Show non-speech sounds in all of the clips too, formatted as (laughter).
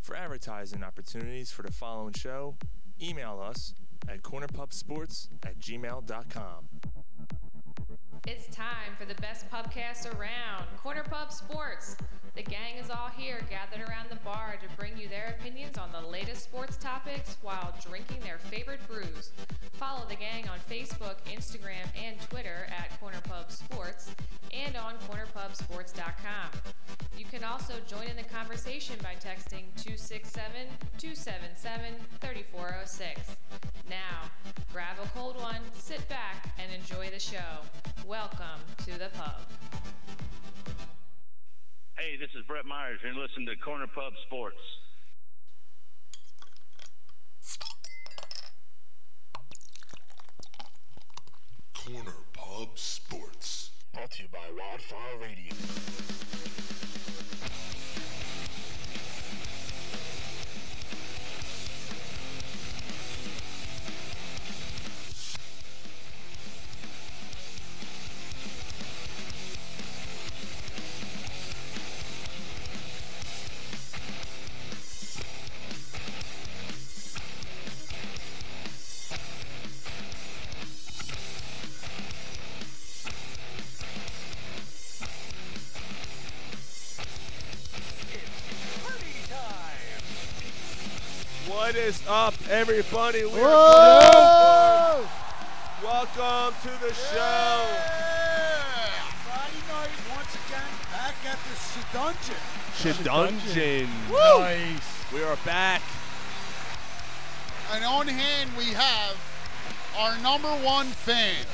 For advertising opportunities for the following show, email us at cornerpubsports at gmail.com. It's time for the best pubcast around, Corner Pub Sports. The gang is all here gathered around the bar to bring you their opinions on the latest sports topics while drinking their favorite brews. Follow the gang on Facebook, Instagram, and Twitter at Corner Pub Sports and on cornerpubsports.com. You can also join in the conversation by texting 267 277 3406. Now, grab a cold one, sit back, and enjoy the show. Welcome to the pub. Hey, this is Brett Myers. You're listening to Corner Pub Sports. Corner Pub Sports. Brought to you by Wildfire Radio. What is up, everybody? We Whoa! are welcome to the show. Friday night once again back at the Sedungeon. Dungeon. Nice. We are back. And on hand, we have our number one fan,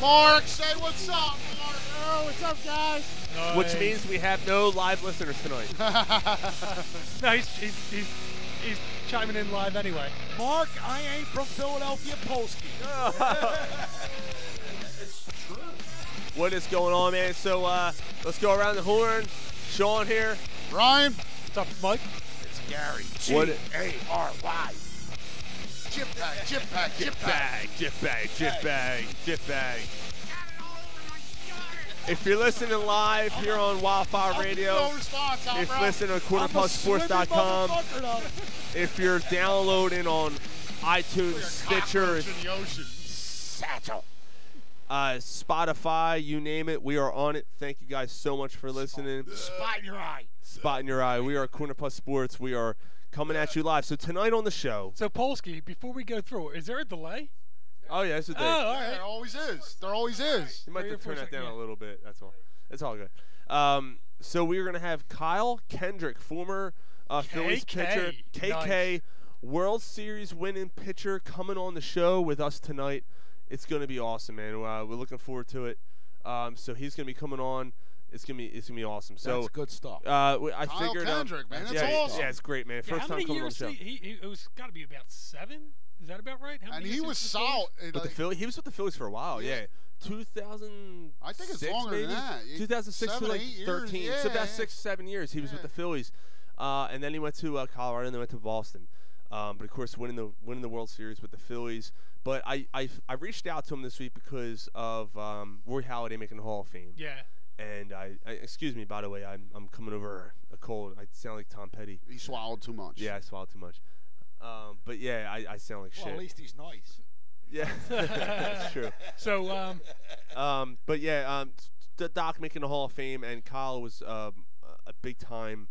Mark. Say what's up, Mark. Oh, what's up, guys? Which means we have no live listeners (laughs) tonight. No, he's, he's, he's, he's chiming in live anyway. Mark, I ain't from Philadelphia Polsky. (laughs) what is going on, man? So uh, let's go around the horn. Sean here. Brian, What's up, Mike? It's Gary. What- G-A-R-Y. chip bag, chip bag, chip bag. Bag, dip bag, dip bag, dip bag. If you're listening live here on Wildfire Radio, No response out, if bro. listening to I'm a swimmy quarterpostsports.com, motherfucker, though. if you're downloading on iTunes, Stitcher, Cockroach in the ocean. Satchel. uh, Spotify, you name it, we are on it. Thank you guys so much for listening. Spot in your eye. Spot in your eye. We are Corner Plus Sports. We are coming at you live. So tonight on the show. So, Polsky, before we go through, is there a delay? Oh yeah, that's the Oh, thing. all There right. always is. There always is. You might Three have or to four turn that sec- down yeah. a little bit. That's all. It's all good. Um, so we are going to have Kyle Kendrick, former uh, Phillies pitcher, KK. KK, World Series winning pitcher, coming on the show with us tonight. It's going to be awesome, man. Uh, we're looking forward to it. Um, so he's going to be coming on. It's gonna be it's gonna be awesome. So That's good stuff. Uh, we- I Kyle figured Kendrick, out, man, that's yeah, awesome. Yeah, it's great, man. Yeah, First how time many coming on the years show. did he, he, it was got to be about seven? Is that about right? How And many he years was with the Phillies? solid. And, With the like, Philly, he was with the Phillies for a while. Yeah, Yeah. 2000. I think it's longer maybe? than that. It- 2006 seven, to like eight years. 13. so Yeah, about yeah. six, seven years he was with Yeah. the Phillies, uh, and then he went to uh, Colorado and then went to Boston. Um, but of course, winning the winning the World Series with the Phillies. But I I, I reached out to him this week because of um, Roy Halladay making the Hall of Fame. Yeah. And I, I excuse me by the way I'm, I'm coming over a cold. I sound like Tom Petty. he swallowed too much. Yeah, I swallowed too much. Um, but yeah, I, I sound like Well, shit. at least he's nice. yeah, (laughs) that's true. So, (laughs) um, Um, but yeah, um, the Doc making the Hall of Fame and Kyle was um, a big time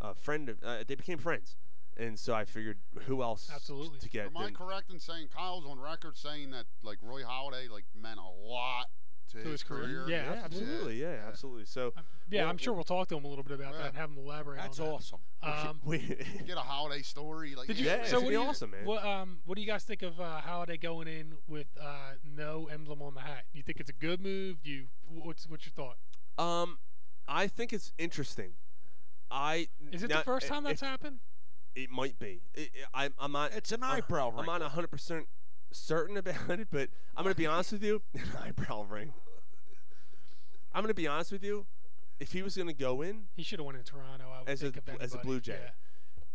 uh, friend. Of, uh, they became friends, and so I figured who else Absolutely. to get. Am I than- correct in saying Kyle's on record saying that like Roy Halladay like meant a lot to, his career. Yeah, absolutely, yeah, absolutely. So (laughs) yeah, Well, I'm sure we'll talk to him a little bit about that and have him elaborate. That's on awesome. that. Um, (laughs) we, (laughs) Get a Halladay story. Like did you? Yeah, it's so gonna what be do you, awesome, man. What, um, what do you guys think of uh, Holiday going in with uh, no emblem on the hat? You think it's a good move? Do you? What's what's your thought? um, I think it's interesting. I Is it now, eh, the first i- time that's if- happened? It might be. It, it- I, I'm not. It's an uh, eyebrow I'm wrinkle. not 100 percent certain about (laughs) it, but I'm gonna be honest with you. (laughs) An eyebrow ring. I'm gonna be honest with you. If he was gonna go in, He should have won in Toronto. I would As a- think of as a anybody. Blue Jay. Yeah.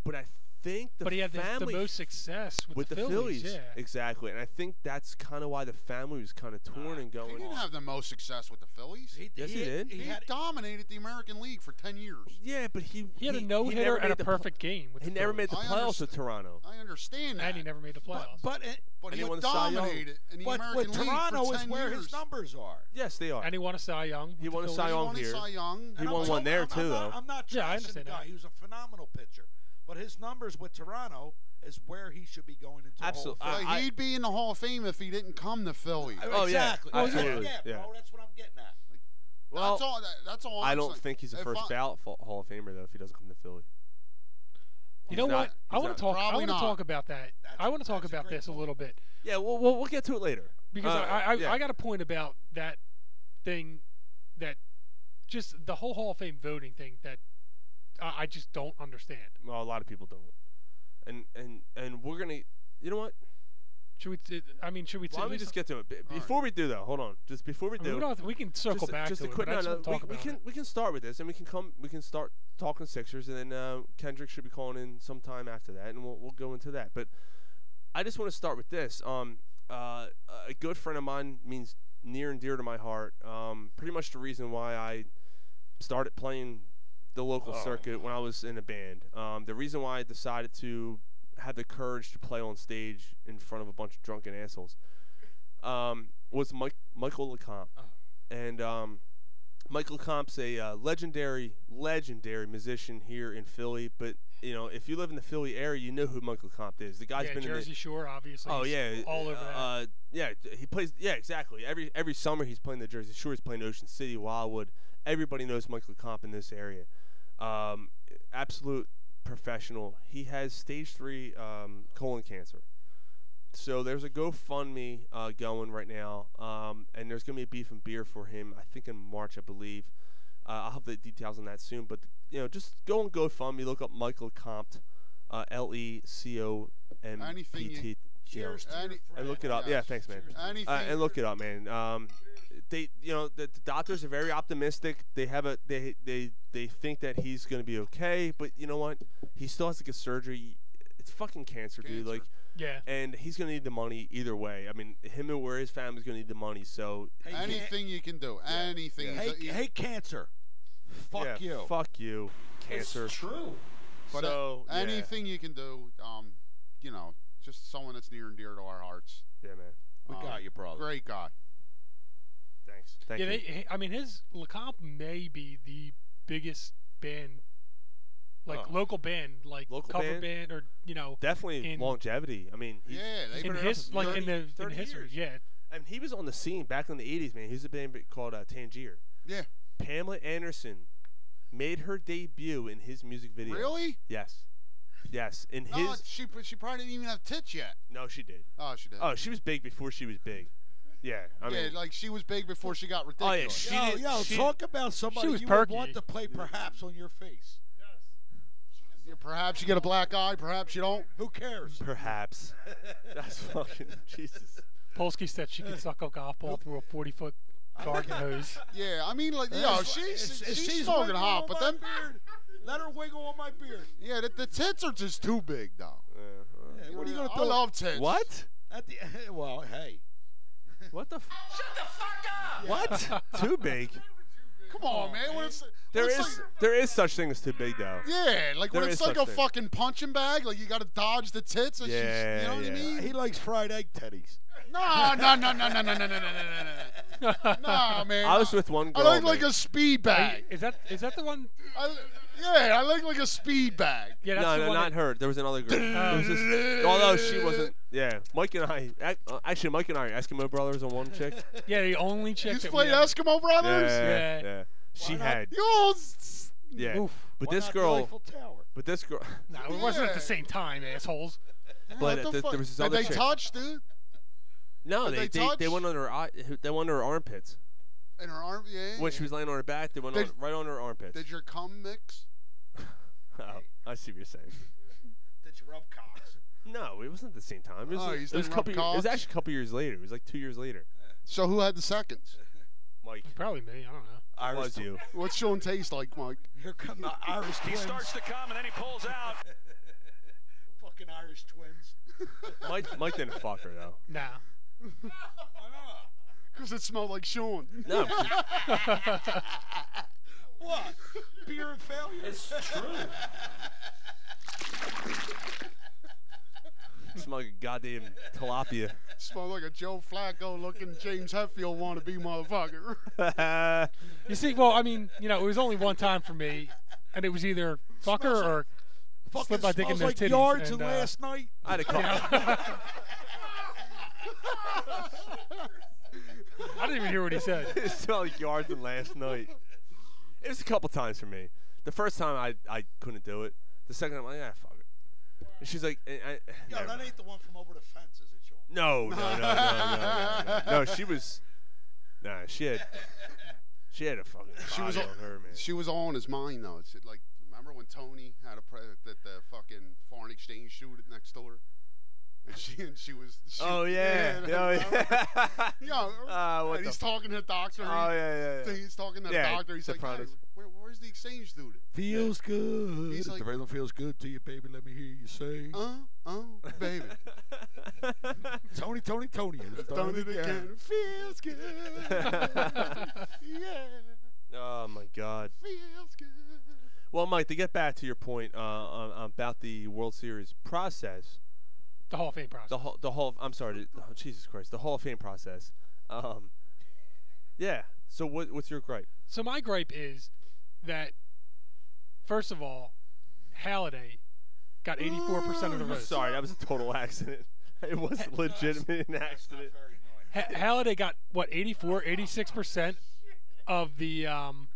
but I think the but he had the, the family most success with, with the Phillies, Yeah. exactly, and I think that's kind of why the family was kind of Ah, torn and He going. didn't have the most success with the Phillies. He, Yes, he did. He had, dominated the American League for 10 years. yeah, but he He had a no never hitter made and a the pl- perfect game. With He the never made Phillies. the I playoffs with understand. Toronto. I understand that. and he never made the playoffs. but it, but and he he won the Cy Young. dominated in the but American with League Toronto for 10 is where years. his numbers are. Yes, they are. and he won a Cy Young. with He the won a Cy Phillies. He Young won a here. Cy Young. He And I'm won one talking- there, I'm, too, I'm not, though. I'm not Yeah, I trashing the understand guy. that. He was a phenomenal pitcher, but his numbers with Toronto is where he should be going into. the Hall Absol- of Fame. But I- he'd be in the Hall of Fame if he didn't come to Philly. Oh, yeah. exactly. That's what I'm Absolutely. getting, Yeah. bro. That's what I'm getting at. Well, that's all. That, that's all. I I'm don't saying. think he's a If first I- ballot fa- Hall of Famer though if he doesn't come to Philly. You He's know not- what? I he's want not. to talk. I Probably want to not. talk about that. I want to talk that's a about great this a little bit Yeah, we'll, we'll we'll get to it later. because Uh, I I, yeah. I got a point about that thing that just the whole Hall of Fame voting thing that I, I just don't understand. Well, a lot of people don't. And and and we're gonna. You know what? Should we? t- I mean, should we? t- Why don't at we least- just get to it? Be- right. Before we do though, hold on. Just before we I do, mean, we, don't have to- we can circle just, a- back just to a it, quick. but I No, just no, want to we, talk we about can it. we can start with this, and we can come. We can start talking Sixers, and then uh, Kendrick should be calling in sometime after that, and we'll we'll go into that. But I just want to start with this. Um, uh, a good friend of mine means near and dear to my heart. Um, pretty much the reason why I started playing the local Oh, circuit when I was in a band. Um, the reason why I decided to have the courage to play on stage in front of a bunch of drunken assholes um, was Mike, Michael LeCompte. Oh. And um, Michael LeCompte's a uh, legendary, legendary musician here in Philly. But, you know, if you live in the Philly area, you know who Michael LeCompte is. The guy's yeah, been in the, Jersey Shore, obviously. Oh he's yeah, all over that. Uh, yeah, d- he plays. Yeah, exactly. Every every summer he's playing the Jersey Shore. He's playing Ocean City, Wildwood. Everybody knows Michael Comp in this area. Um, absolute professional. He has stage three um, colon cancer. So there's a GoFundMe uh, going right now, um, and there's gonna be a beef and beer for him. I think in March, I believe. Uh, I'll have the details on that soon, but you know, just go on GoFundMe, look up Michael Compt, uh, L E C O M Anything P you- T. Cheers to And- your friend. And look it up. Yeah, thanks, man. Anything. Uh, and look it up, man. Um, they, you know, the, the doctors are very optimistic. They have a, they, they, they think that he's gonna be okay. But you know what? He still has to get surgery. It's fucking cancer, dude. Cancer. Like, yeah. and he's gonna need the money either way. I mean, him and where his family's gonna need the money. So, Hey, can- anything you can do. Anything. Hey, He's a- he's- hey, cancer. Fuck yeah, you. Fuck you, cancer. true. But uh, so, yeah. anything you can do, um, you know, just someone that's near and dear to our hearts. Yeah, man. We Um, got you, brother. Great guy. Thanks. Thank yeah, you. they, he- I mean, his LeCompte may be the biggest band, like Oh. local band, like Local cover band? band, or you know, Definitely in- longevity. I mean, he's, Yeah, they've in been around his for like 30 in the in 30 history. years. Yeah, and he was on the scene back in the '80s, man. He was a band called uh, Tangier. Yeah. Pamela Anderson made her debut in his music video. Really? Yes. Yes. In Oh, his. No, she she probably didn't even have tits yet. no, she did. Oh, she did. Oh, she was big before she was big. Yeah. I mean. yeah, like she was big before she got oh yeah. ridiculous. She yo, did. yo, she, talk about somebody was you perky. would want to play perhaps on your face. Yeah, Perhaps you get a black eye. Perhaps you don't. Who cares? Perhaps. That's (laughs) fucking Jesus. Polsky (laughs) said she could suck a golf ball through a forty foot garden hose. Yeah, I mean, like, yo, That's- she's if- if she's, wiggling smoking on hot, but oh, my then, beard, let her wiggle on my beard. yeah, the, the tits are just too big, though. Uh, uh, Hey, what are you gonna I do? love tits. what? At the (laughs) well, hey. What the? F- Yeah. what? too (laughs) big. Come on, man. When it's, when Oh, There it's is like- there is such thing as too big though. yeah, like when there it's is like a such thing. fucking punching bag, like you got to dodge the tits. And she's, Yeah, you know yeah. what I mean? He likes fried egg teddies. No, no, no, no, no, no, no, no, no, no, (laughs) no, no, man. I was with one I girl. like like man. a speed bag. Is that is that the one? I, yeah, I like like a speed bag. Yeah, that's no, the no, one. not that- her. There was another girl. Oh. It was just, although she wasn't. Yeah, Mike and I. ac- uh, Actually, Mike and I are Eskimo brothers on one (laughs) chick. yeah, the only chick. You that we played ever- Eskimo Brothers? yeah, Yeah. yeah. She had. You old. s- Yeah. Oof. But Why this not the girl. Eiffel Tower. But this girl. Nah, it wasn't at Yeah. the same time, assholes. But what uh, th- fuck? there was this Did other they chick. touch, dude? No, Did they they, they they touch? went on her eye- they went on her armpits In her arm? Yeah. when she was laying on her back. They went Did- on, right on her armpits. Did your cum mix? oh, I see what you're saying. Did you rub cocks? No, it wasn't at the same time. It was, Oh, you it was didn't a rub couple. Year, it was cocks? actually a couple years later. It was like two years later. So who had the seconds? Mike, Probably me. I don't know. I was tw- you. (laughs) What's Sean taste like, Mike? Here come the Irish He twins. starts to come and then he pulls out. Fucking Irish twins. (laughs) Mike, Mike didn't fuck her though. Nah. Uh, Because it smelled like Sean. No, What? Beer and failure. It's true. she smelled like a goddamn tilapia. smelled like a Joe Flacco looking James Hetfield wannabe (laughs) motherfucker. You see, well, I mean, you know, it was only one time for me, and it was either fuck her or Fucking slip my dick in smells their like titties yards and, and uh, last night. I had a call. I didn't even hear what he said. (laughs) it smelled like yards than last night. It was a couple times for me. The first time I, I couldn't do it. The second time I'm like, ah, fuck it. And she's like, eh, I, eh, Yo, never that mind. ain't the one from over the fence, is it, Sean? no, no, no, no, no, no, no, no. She was, nah, she had, she had a fucking she was was on all- her, man. (laughs) She was all in his mind though. It's like remember when Tony had a pre- that the fucking foreign exchange student next door, and she and she was. She, oh yeah, (laughs) oh yeah. yeah. Yo, (laughs) Ah, what and the he's f- talking to the doctor. Oh he- yeah, yeah. yeah. He's talking to the Yeah, doctor. He's the like, "Hey, products. where, where's the exchange (laughs) student? Feels good. He's If like- the rhythm feels good to you, baby. Let me hear you say. Uh, oh, baby. (laughs) Tony, Tony, Tony. It's Done it again. Feels (laughs) good. yeah. oh my god. Feels good. Well, Mike, to get back to your point uh, on, on about the World Series process, The Hall of Fame process. the whole, the whole. I'm sorry, the- oh, Jesus Christ, the Hall of Fame process. Um, yeah. So what, what's your gripe? So my gripe is that, first of all, Halliday got Oh, 84% of the votes. Sorry, that was a total accident. (laughs) It (laughs) was legitimate an accident. Ha- Halliday got what 84, 86 percent of the um,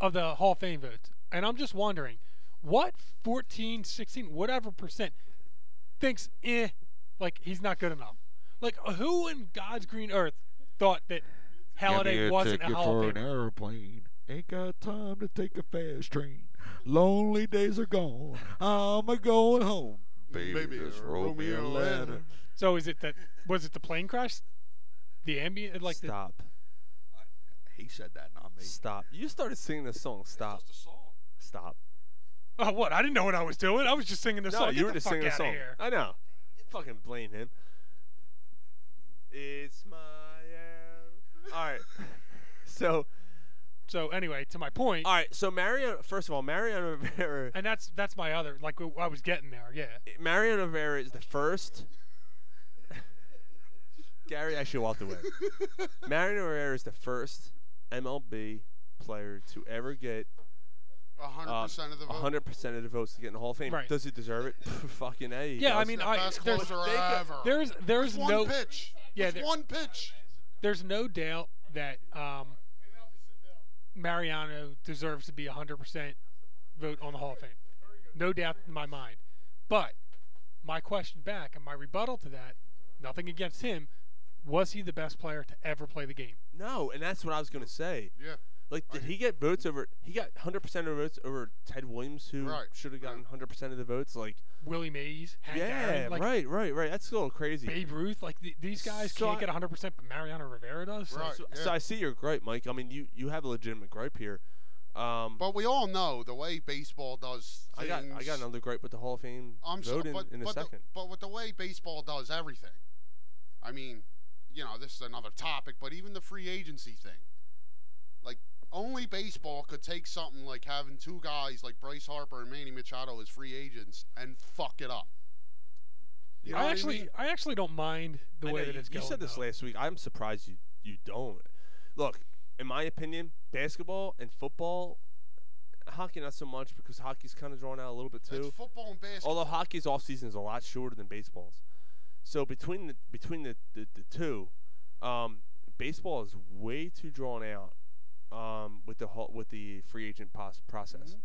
of the Hall of Fame votes, and I'm just wondering, what 14, 16, whatever percent thinks eh, like he's not good enough. Like who in God's green earth thought that Halliday wasn't a Hall of for an Famer? airplane. Ain't got time to take a fast train. Lonely days are gone. I'm a going home. Baby, Baby, just roll me a letter. So is it that was it the plane crash, the ambient like the, Stop. He said that, not me. Stop. You started singing this song. Stop. Stop. oh what I didn't know what I was doing I was just singing the No, song. you Get were the just fuck singing a outta song. Here. I know. Fucking blame him. It's my. hour. All right. (laughs) So, So anyway, to my point, all right. So Mariano. First of all, Mariano Rivera. and that's that's my other like w- I was getting there. Yeah. Mariano Rivera is the first. (laughs) Gary actually walked (laughs) away. Mariano Rivera is the first MLB player to ever get hundred uh, percent of the vote. 100% of the votes to get in the Hall of Fame. Right. Does he deserve it? (laughs) Fucking A. he Yeah, I does. mean, uh, I Best there's closer they got- ever. there's there's With one no pitch. Yeah, With there- one pitch. there's no doubt that um, Mariano deserves to be 100% vote on the Hall of Fame. No doubt in my mind. But my question back and my rebuttal to that, nothing against him, was he the best player to ever play the game? No, and that's what I was going to say. Yeah. Like, did he get votes over? He got 100% of the votes over Ted Williams, who Right, should have gotten 100% of the votes. Like, Willie Mays, Hank yeah, Aaron, like right, right, right. That's a little crazy. Babe Ruth, like th- these guys So can't I- get 100%, but Mariano Rivera does. So Right. So, yeah. so I see your gripe, Mike. I mean, you, you have a legitimate gripe here. Um, But we all know the way baseball does I things. got I got another gripe with the Hall of Fame I'm so- vote in, but, in a but second. The, but with the way baseball does everything, I mean, you know, this is another topic, but even the free agency thing. Like, only baseball could take something like having two guys like Bryce Harper and Manny Machado as free agents and fuck it up. You know I what actually, I, mean? actually don't mind the I way know, that you, it's you going. said this though. last week. I'm surprised you you don't. Look, in my opinion, basketball and football, hockey not so much because hockey's kind of drawn out a little bit too. It's football and basketball. Although hockey's off season is a lot shorter than baseball's, so between the between the the, the two, um, baseball is way too drawn out um, with the whole, with the free agent pos- process.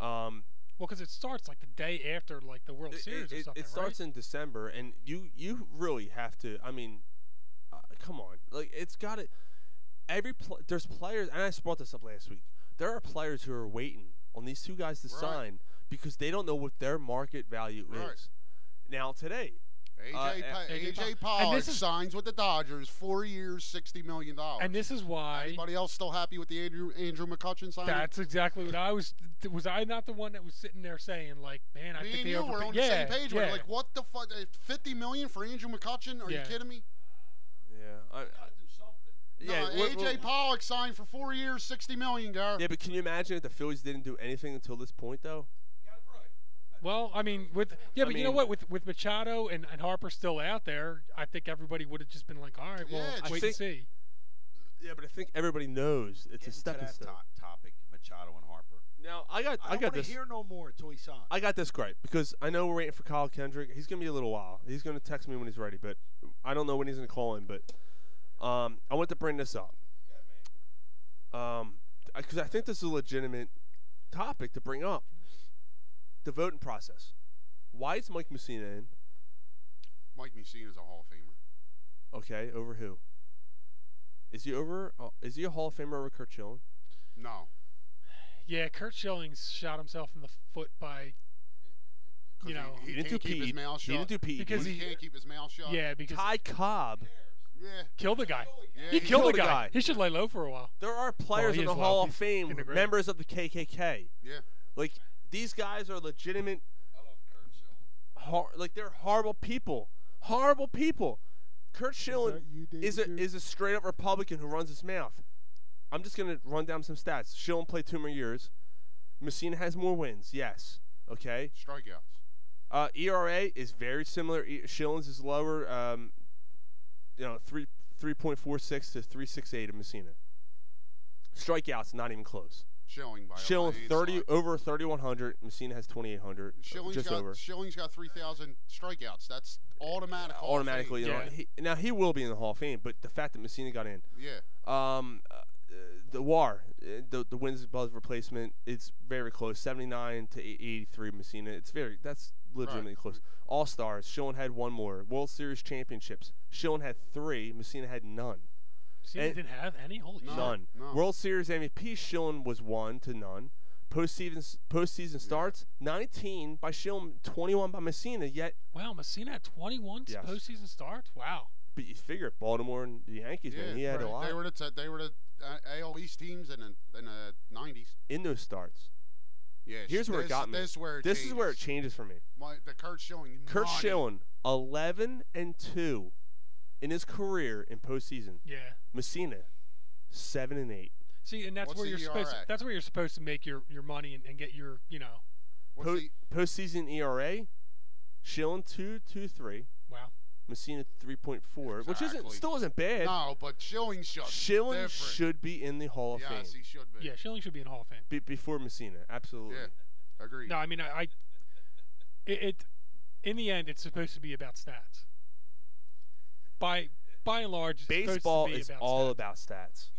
Um, Well, because it starts like the day after Mm-hmm. like the World it- Series it, or it- something, it starts in December, and you you really have to. I mean, uh, come on, like it's got to Every pl- there's players, and I just brought this up last week. There are players who are waiting on these two guys to Right. sign because they don't know what their market value Right. is. Now today, AJ, Uh, Pa- A- AJ, AJ Pollard. And Pollard this is- signs with the Dodgers, four years, sixty million dollars. And this is why. Anybody else still happy with the Andrew Andrew McCutcheon signing? That's exactly what I was. th- Was I not the one that was sitting there saying like, man, I Me and think they you were overpaid? on the yeah, same page. yeah. We're like, what the fuck? Fifty million for Andrew McCutcheon? Are Yeah. you kidding me? Yeah. I, I, yeah. no, we're- AJ we're- Pollock signed for four years, sixty million, Gar. Yeah, but can you imagine if the Phillies didn't do anything until this point, though? Well, I mean, with yeah, I but you know mean- what? With with Machado and, and Harper still out there, I think everybody would have just been like, all right, well, Yeah, wait just- and see. Yeah, but I think everybody knows it's a Get stepping into that stone. to- topic, Machado and Harper. Now I got I, I, got want this to hear no more until he signs. I got this gripe because I know we're waiting for Kyle Kendrick. He's gonna be a little while. He's gonna text me when he's ready, but I don't know when he's gonna call in. But um, I want to bring this up. Um, because I think this is a legitimate topic to bring up. The voting process. Why is Mike Messina in? Mike Messina is a Hall of Famer. Okay, over who? Is he over? Uh, is he a Hall of Famer over Kurt Schilling? No, Yeah, Kurt Schilling shot himself in the foot by, 'cause you know, he, he, didn't can't do keep his PE. mouth He didn't shut. do PE. Because he he- can't keep his mouth shut. yeah, because Ty Cobb. yeah. he killed the guy. yeah He killed killed the the guy. guy. He should lay low for a while. There are players he in the is wild. Hall of He's Fame, in the grave. members of the KKK. Yeah. Like these guys are legitimate. Hor- like they're horrible people. Horrible people. Kurt Schilling you, is a is a straight up Republican who runs his mouth. I'm just gonna run down some stats. Schilling played two more years. Messina has more wins. Yes. Okay. Strikeouts. Uh, ERA is very similar. E- Schilling's is lower. Um, you know, three three point four six to three six eight in Messina. Strikeouts, not even close. Shilling by Schilling a landslide. thirty over thirty one hundred. Messina has twenty eight hundred. Schilling's Just got over. Schilling's got three thousand strikeouts. That's automatic. Hall of Fame. Automatically, you know, Yeah. he, now he will be in the Hall of Fame. But the fact that Messina got in, Yeah. um, uh, the WAR, uh, the the wins above replacement, it's very close, seventy nine to eighty three. Messina, it's very that's legitimately close. All stars, Schilling had one more. World Series championships, Schilling had three. Messina had none. Messina And- didn't have any. Holy No. shit. None. no. World Series MVP Shillen was one to none. Postseason postseason starts 19 by Shillen, 21 by Messina. Yet, Wow, Messina had 21 Yes. postseason starts. Wow. but you figure Baltimore and the Yankees, yeah. man, he had a right. lot They were the t- they were the uh, AL East teams in the in the nineties. in those starts. Yeah. Here's this, where it got me. This where it This is where it changes changes. for me. My, the Kurt Schilling. Kurt money. Schillen, 11 and two in his career in postseason. Yeah. Messina, seven and eight. See, and that's What's where the E you're supposed. ERA? That's where you're supposed to make your your money and, and get your you know. What's Po- the- postseason E ERA, Shillen two two three. Wow. Messina 3.4, which isn't Exactly. still isn't bad. no, but Schilling should. Schilling different. should be in the Hall of Yes, Fame he should be. Yeah, Schilling should be in Hall of Fame. be- before Messina. Absolutely. Yeah. Agreed. No, I mean I. I it, it, in the end, it's supposed to be about stats. By by and large, it's supposed to Baseball be is about all stats. about stats.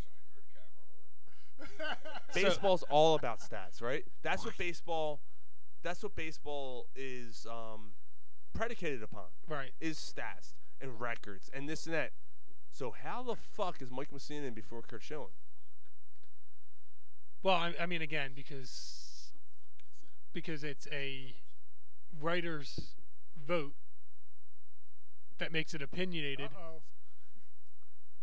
(laughs) Baseball's all about stats, right? That's what baseball. That's what baseball is um, predicated upon right. is stats and records and this and that. So how the fuck is Mike Messina in before Kurt Schilling? Well, I, I mean again because because it's a writer's vote that makes it opinionated.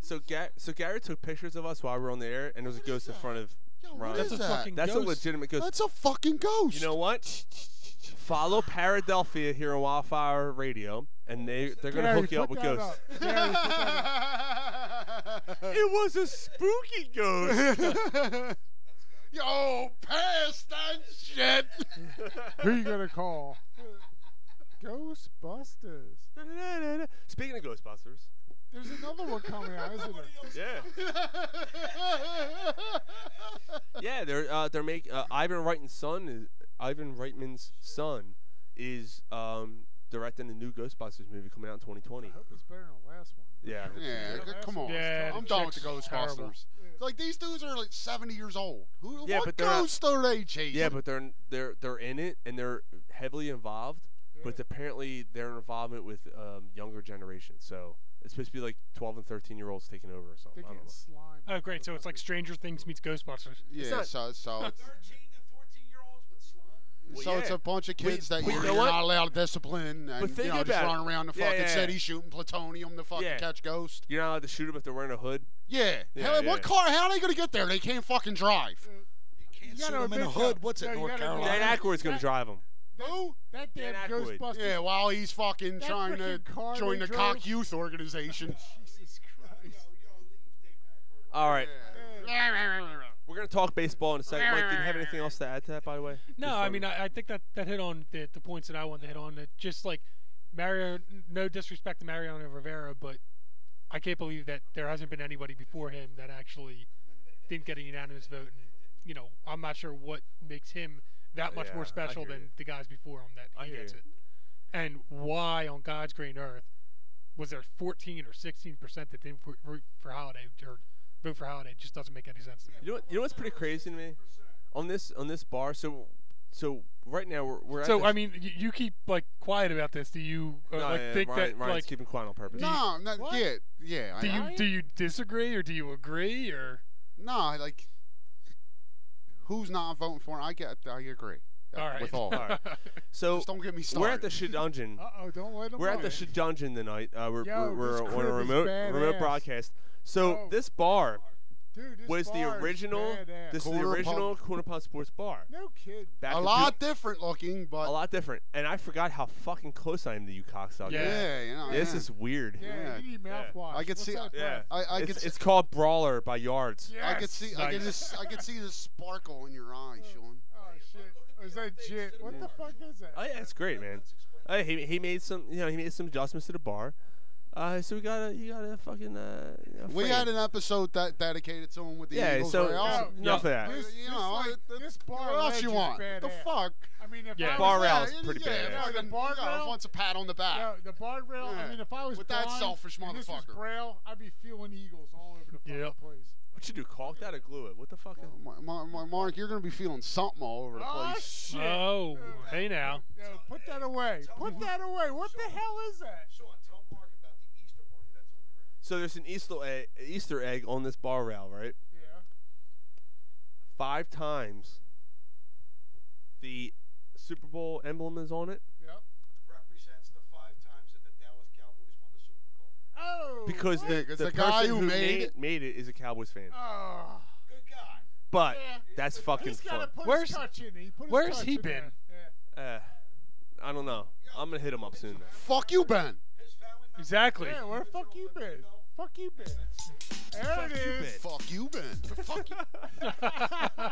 So Ga- so Gary took pictures of us while we were on the air, and there was a ghost in front of Yo, what Ron. is That's a that? fucking That's ghost. a legitimate ghost. That's a fucking ghost. You know what? Follow Paradelphia here on Wildfire Radio, and they they're gonna hook you up with ghosts. It was a spooky ghost. (laughs) Yo, pass that shit. Who you gonna call? Ghostbusters. Speaking of Ghostbusters, There's another one coming out, isn't there? (laughs) yeah, yeah, they're uh, they're make uh, Ivan Reitman's son is Ivan Reitman's son is um directing a new Ghostbusters movie coming out in 2020. I hope it's better than the last one. Yeah, yeah, Yeah, come on. yeah, I'm the done with the chick's terrible. Ghostbusters. Like these dudes are like 70 years old. Who? Yeah, what but they're not- ghost are they chasing? yeah, but they're they're they're in it and they're heavily involved. But apparently their involvement with um, younger generations. So it's supposed to be like 12 and 13 year olds taking over or They something. I don't get know. slime. Oh, great! So it's like motherfuckers. Stranger Things meets Ghostbusters. yeah. not- so, so Thirteen and fourteen year olds with slime. Well, so it's yeah. a bunch of We- kids that we- you're, you know you're what? not allowed to discipline, and think you know, just about it. run around the Yeah, fucking yeah, city yeah. shooting plutonium to fucking Yeah. catch ghosts. You're not allowed to shoot them if they're wearing a hood. Yeah. Yeah, Hell, yeah. what car? How are they gonna get there? They can't fucking drive. Uh, Can't You shoot gotta 'em in a admit hood. that. What's it, No, you North gotta admit Carolina? Dan Aykroyd's gonna that- drive them. No. That damn Dan Aykroyd. Ghostbusters. Yeah, while he's fucking That trying to freaking car join the they drove- cock youth organization. Jesus Christ. All right, we're gonna talk baseball in a second. Mike, do you have anything else to add to that, by the way? No, I mean I, I think that that hit on the the points that I wanted to hit on. That just like Mario, no disrespect to Mariano Rivera, but I can't believe that there hasn't been anybody before him that actually didn't get a unanimous vote. And you know, I'm not sure what makes him that much Yeah, I more special hear than you. the guys before him that I he hear gets you. it. And why on God's green earth was there 14 or 16 percent that didn't vo- root for Holiday or vote for Holiday? It just doesn't make any sense to me. you know, what, you know what's pretty crazy to me on this on this bar. So, so right now we're, we're at So this- I mean, you, you keep like quiet about this. Do you uh, No, like yeah, think Ryan- that Ryan's like keeping quiet on purpose. No, no, What? yeah, yeah. I, do you I- do you disagree or do you agree or no, like, who's not voting for? Him? I get, I agree. uh, all right? With all. (laughs) Alright. So Just don't get me started. we're at the shit dungeon. oh, don't let him. We're at the shit dungeon tonight. Uh, we're Yo, we're, this we're on crib a is remote remote badass. broadcast. So Yo. this bar Dude, this was the bar is original. badass. This is the Corner Pub. original Corner Pub Sports Bar. no kid. Back a in two- lot different looking, but a lot different. And I forgot how fucking close I am to you, cocksucker. Yeah. yeah, you know. This yeah. is weird. Yeah, Yeah. you need mouthwash. I could What's see- up, Oh, Yeah. Brad? I, I it's, could, it's called Brawler by Yards. I could Yes. see, I could Nice. just, I could see the sparkle in your eyes, Sean. Oh shit! Is that jit? What the fuck is that? Oh yeah, it's great, man. Uh, he, he made some you know he made some adjustments to the bar. Uh, so we got a you got a fucking uh, you know, We frame. had an episode that dedicated to him with the yeah. Eagles. So right? so enough Oh, yeah. of that. This, you this, know, like, it- this bar what else you legend want? Badass. The fuck? I mean, if Yeah. I was Bar that- rail is yeah, pretty yeah, badass. fucking, The bar you know, rail? wants a pat on the back. Yo, the bar rail. Yeah. I mean, if I was With that blind, selfish and This was motherfucker. braille. I'd be feeling eagles all over the fucking Yep. place. What you do? Caulk that or glue it? What the fuck? is- Ma- Ma- Ma- Mark, you're gonna be feeling something all over the Oh place. shit! Oh, hey now. Yo, put that away. Put that away. What the hell is that? So there's an Easter egg, Easter egg on this bar rail, right? Yeah. Five times. The Super Bowl emblem is on it Yep. Represents the five times that the Dallas Cowboys won the Super Bowl. Oh. because what? the, Because the, the guy person who made it- made it is a Cowboys fan. Oh. Good guy. but yeah. that's fucking He's fun. gotta put Where's- his touch in. He put his where's touch he in there. been? Yeah. Uh, I don't know. I'm gonna hit him up soon. though. Fuck you, Ben. His family members. Exactly. Yeah, where the fuck you been? Fuck you been? There it Fuck you, is. Fuck you, Ben. Fuck you.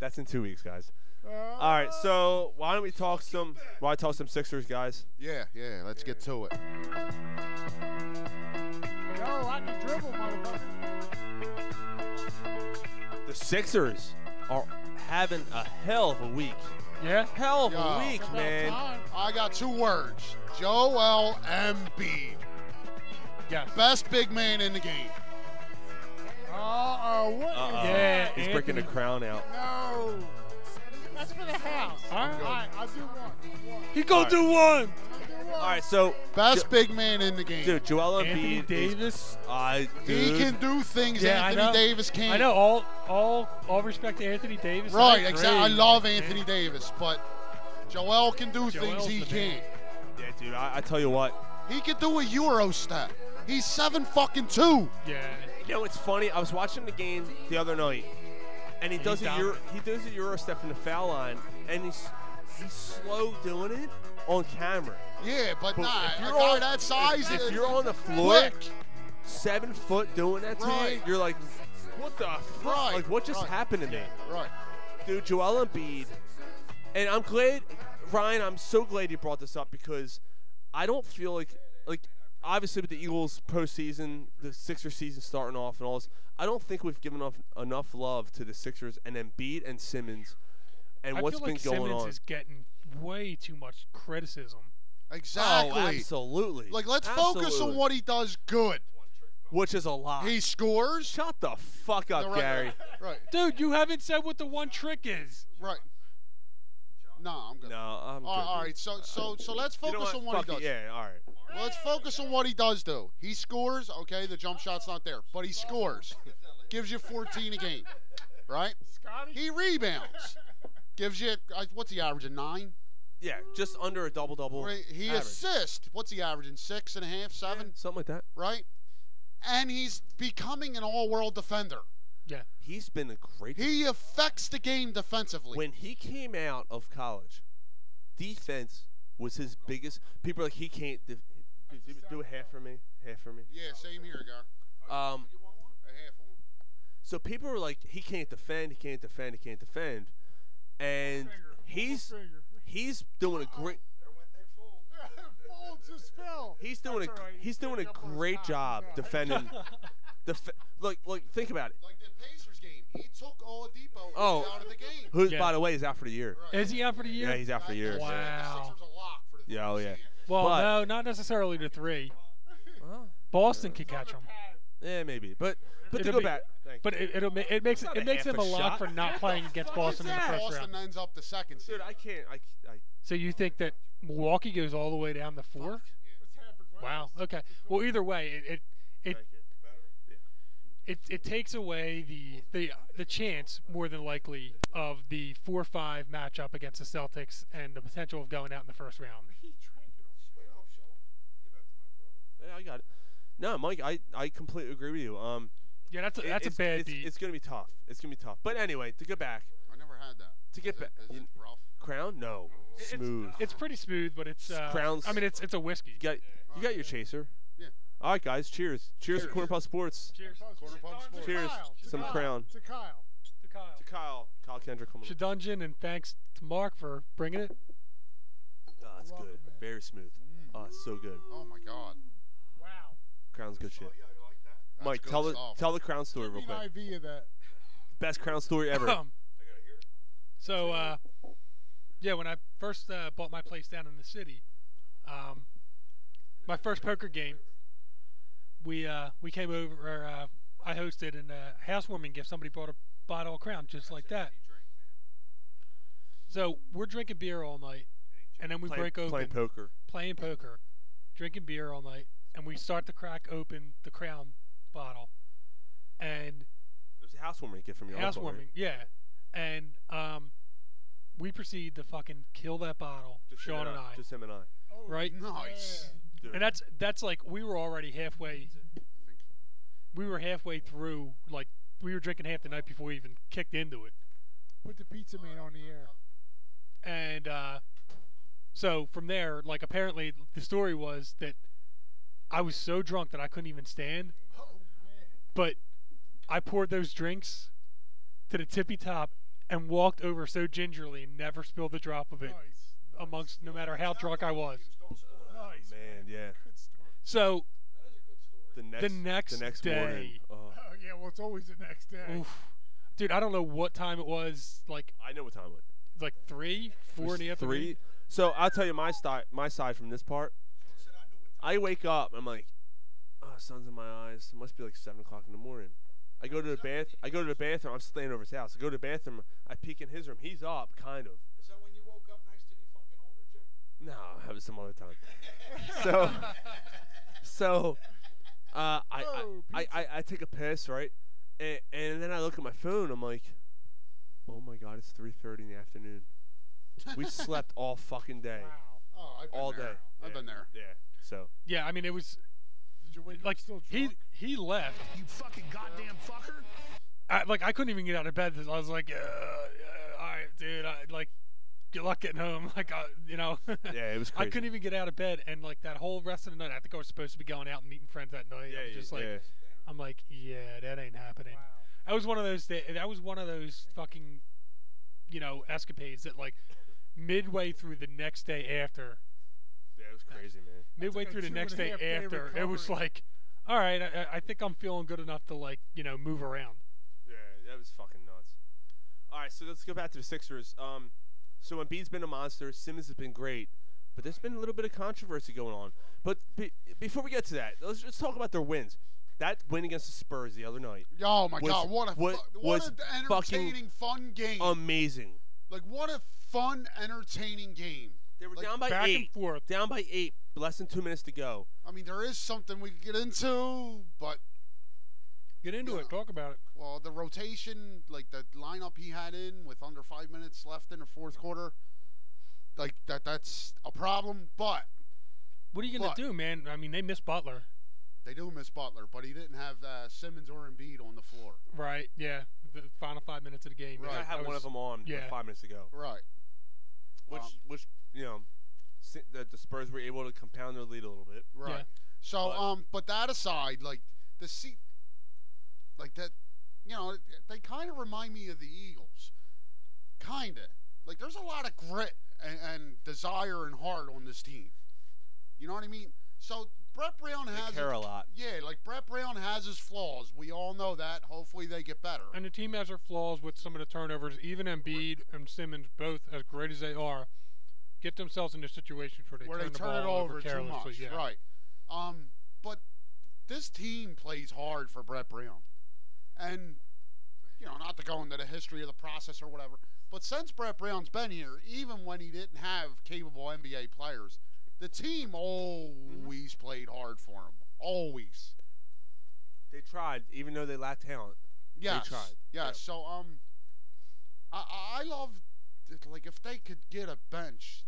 That's in two weeks, guys. Uh, All right, so why don't we talk some? Why don't we talk some Sixers, guys? Yeah, yeah. Let's get to it. Yo, I can dribble, motherfucker. The Sixers are having a hell of a week. Yeah. Hell of Yeah. a week, About man. time. I got two words. Joel Embiid, Yes. best big man in the game. Uh-oh, what is Uh-oh. Yeah, that? He's breaking the crown out. No. That's for the house. All right. All right, I'll do one. One. He gonna do one. I'll do one. All right, so Best big man in the game. dude, Joel Embiid. Anthony is- Davis. I he dude. can do things Yeah, I Anthony know. Davis can't. I know all all all respect to Anthony Davis. I Right, agree. exactly. I love Anthony Yeah. Davis, but Joel can do things Joel's he the man. can't. Yeah, dude. I, I tell you what. He can do a Euro step. He's seven fucking two. Yeah. You know, it's funny. I was watching the game the other night, and he He's does a Euro, dominant. he does a Euro step from the foul line, and he's he's slow doing it on camera. Yeah, but, But nah, if a you're guy on- that size, if- if is you're on the floor, quick. Seven foot doing that to me, Right. you're like, what the fuck? Right, Like, what just right. happened to me, Right. dude? Joel Embiid, and I'm glad, Ryan. I'm so glad you brought this up because I don't feel like like obviously with the Eagles postseason, the Sixers season starting off and all this. I don't think we've given enough enough love to the Sixers and Embiid and Simmons and I what's feel been like going Simmons on. is getting way too much criticism. Exactly. Oh, absolutely. Like, let's focus on Absolutely. what he does good. which is a lot. He scores. Shut the fuck up, Right, Gary. Right. Dude, you haven't said what the one trick is. Right. No, I'm good. No, I'm. All, good, all dude. right. So, so, so let's You know focus what? on what Fuck he it, does. Yeah, all right. Well, let's focus on what he does do. He scores, okay, the jump shot's not there, but he scores. Gives you 14 a game, right? Scotty. He rebounds. Gives you I- what's he averaging nine? Yeah, just under a double double. Right? He assists. What's he averaging? Six and a half, seven, something like that. right? And he's becoming an all-world defender. Yeah. He's been a great. He affects the game defensively. when he came out of college, defense was his biggest. People are like he can't def- do, do, do a half for me, half for me. yeah, same here, (laughs) guy. Um, A half one. so people were like he can't defend, he can't defend, he can't defend, and he's he's doing a great. Folds just fell. He's doing That's a all right, he's doing picked a up on his great top, job yeah. defending. Def- like like think about it. Like the Pacers game, he took Oladipo Oh. out of the game. Who Yeah. by the way is out for the year. Is he out for the year? Yeah, he's out for the year. Wow. Wow. The Sixers a lock for the Yeah, oh yeah. Well, But- no, not necessarily to three. Well, Boston could catch him, yeah, maybe. But but to It'll go be- back. Thank but you. it, it'll ma- it makes Not a it makes half him a a lock shot. for (laughs) not playing against Boston in the first Boston round. ends up the second seed. dude, I can't. I, c- I- So you think that Milwaukee goes all the way down to four? Wow. Okay. Well, either way, it it it, thank you. it, it takes away the the the chance more than likely of the four five matchup against the Celtics and the potential of going out in the first round. Yeah, I got it. No, Mike, I, I completely agree with you. Um, Yeah, that's a, it- that's a it's, bad it's, beat. It's gonna be tough. It's gonna be tough. But anyway, to get back, I never had that. To get Is it- ba- is it rough? crown, no, smooth. It's pretty smooth, but it's uh, Crowns- I mean, it's it's a whiskey. you got you got your chaser. Yeah. All right, guys, cheers. Cheers, to Corner Puff Sports. Cheers Corner Pub Sports. Cheers. to Some Kyle, crown. To Kyle. to Kyle. To Kyle, Kyle Kendrick, coming. up. Shadungeon, and thanks to Mark for bringing it. Oh, it's good. Very smooth. Mm. Oh, it's so good. Oh my God. Wow. Crown's good Oh, shit. That's Mike, good tell the stuff. tell the crown story real Give me quick. an IV of that. Best crown story ever. Um, So, uh, yeah, when I first uh, bought my place down in the city, um, my first poker game, we uh, we came over. Or, uh, I hosted and a housewarming gift. Somebody brought a bottle of Crown just like that. So we're drinking beer all night, and then (laughs) we Playing- break open playing poker. playing poker, drinking beer all night, and we start to crack open the Crown bottle, and It was a housewarming gift from your uncle, right? housewarming, yeah. And um, we proceed to fucking kill that bottle, Just him Sean and I, Just him and I. Oh, right? Nice. Dude. And that's that's like we were already halfway. We were halfway through, like we were drinking half the night before we even kicked into it. Put the pizza man on the air. and uh, so from there, like apparently the story was that I was so drunk that I couldn't even stand. But I poured those drinks to the tippy top and walked over so gingerly and never spilled a drop of it amongst no matter how drunk I was. Nice. Man, yeah. So (laughs) The next next the next morning. day. Oh, Oh, yeah, well, it's always the next day. oof. dude, I don't know what time it was, like I know what time it was. like three, It four was in the afternoon. three. So I'll tell you my side my side from this part. I wake up. I'm like, oh, sun's in my eyes. It must be like seven o'clock in the morning. I go to the bath. I go to the bathroom. I'm staying over his house. I go to the bathroom. I peek in his room. He's up, kind of. Is that when you woke up next to the fucking older chick? No, that was some (laughs) other time. so, so, uh, I, I, Oh, I, I, I take a piss, right? And, and then I look at my phone. I'm like, oh my god, it's 3:30 in the afternoon. We slept all fucking day, Oh, I've been all there. day. I've been there. Yeah. So Yeah, I mean it was Did you wake up like still he drunk? he left. You fucking goddamn fucker. I, like I couldn't even get out of bed. I was like, uh, uh, all right, dude. I like, good luck getting home. (laughs) Like, I, you know, yeah, it was I crazy. couldn't even get out of bed, and like that whole rest of the night. I think I was supposed to be going out and meeting friends that night. I Yeah, was yeah, just like, yeah. I'm like, yeah, that ain't happening. That was one of those. That, that was one of those fucking, you know, escapades that like, midway through the next day after, Yeah, it was crazy, man. midway like a through the two and next a day half day after, it was recovery. like, all right, I, I- I think I'm feeling good enough to like, you know, move around. Yeah, that was fucking nuts. All right, so let's go back to the Sixers. Um, so Embiid's been a monster. Simmons has been great, but there's been a little bit of controversy going on. But be- before we get to that, let's just talk about their wins. That win against the Spurs the other night, Oh my Was- God! What a fu- was- what, was an fucking um entertaining, fun game. amazing. like what a fun, entertaining game. They were Like, down by back and eight. forth. Down by eight. Less than two minutes to go. I mean, there is something we could get into, but Get into Yeah. it. Talk about it. Well, the rotation, like the lineup he had in with under five minutes left in the fourth quarter, like that that's a problem. But What are you gonna But- do, man? I mean, they missed Butler, they do miss Butler, but he didn't have uh, Simmons or Embiid on the floor. right? Yeah, the final five minutes of the game. Right. yeah, I had that one of was- them on like, yeah. five minutes ago, Right. which Um, which you know si- that the Spurs were able to compound their lead a little bit. Right. Yeah. So, But- um, but that aside, like the seat, like that, you know, they kind of remind me of the Eagles, kind of. Like there's a lot of grit and, and desire and heart on this team. You know what I mean? So Brett Brown They has his- care a lot. yeah, like Brett Brown has his flaws. We all know that. Hopefully they get better. And the team has their flaws with some of the turnovers. Even Embiid and Simmons, both as great as they are, get themselves into situations where they where turn they the turn it ball over too carelessly. much. Yeah. Right. Um, but this team plays hard for Brett Brown, and you know, not to go into the history of the process or whatever. But since Brett Brown's been here, even when he didn't have capable NBA players, the team always played hard for him. Always. They tried, even though they lacked talent. Yes. tried. Yeah. Yeah. So um, I I- I love that, like if they could get a bench,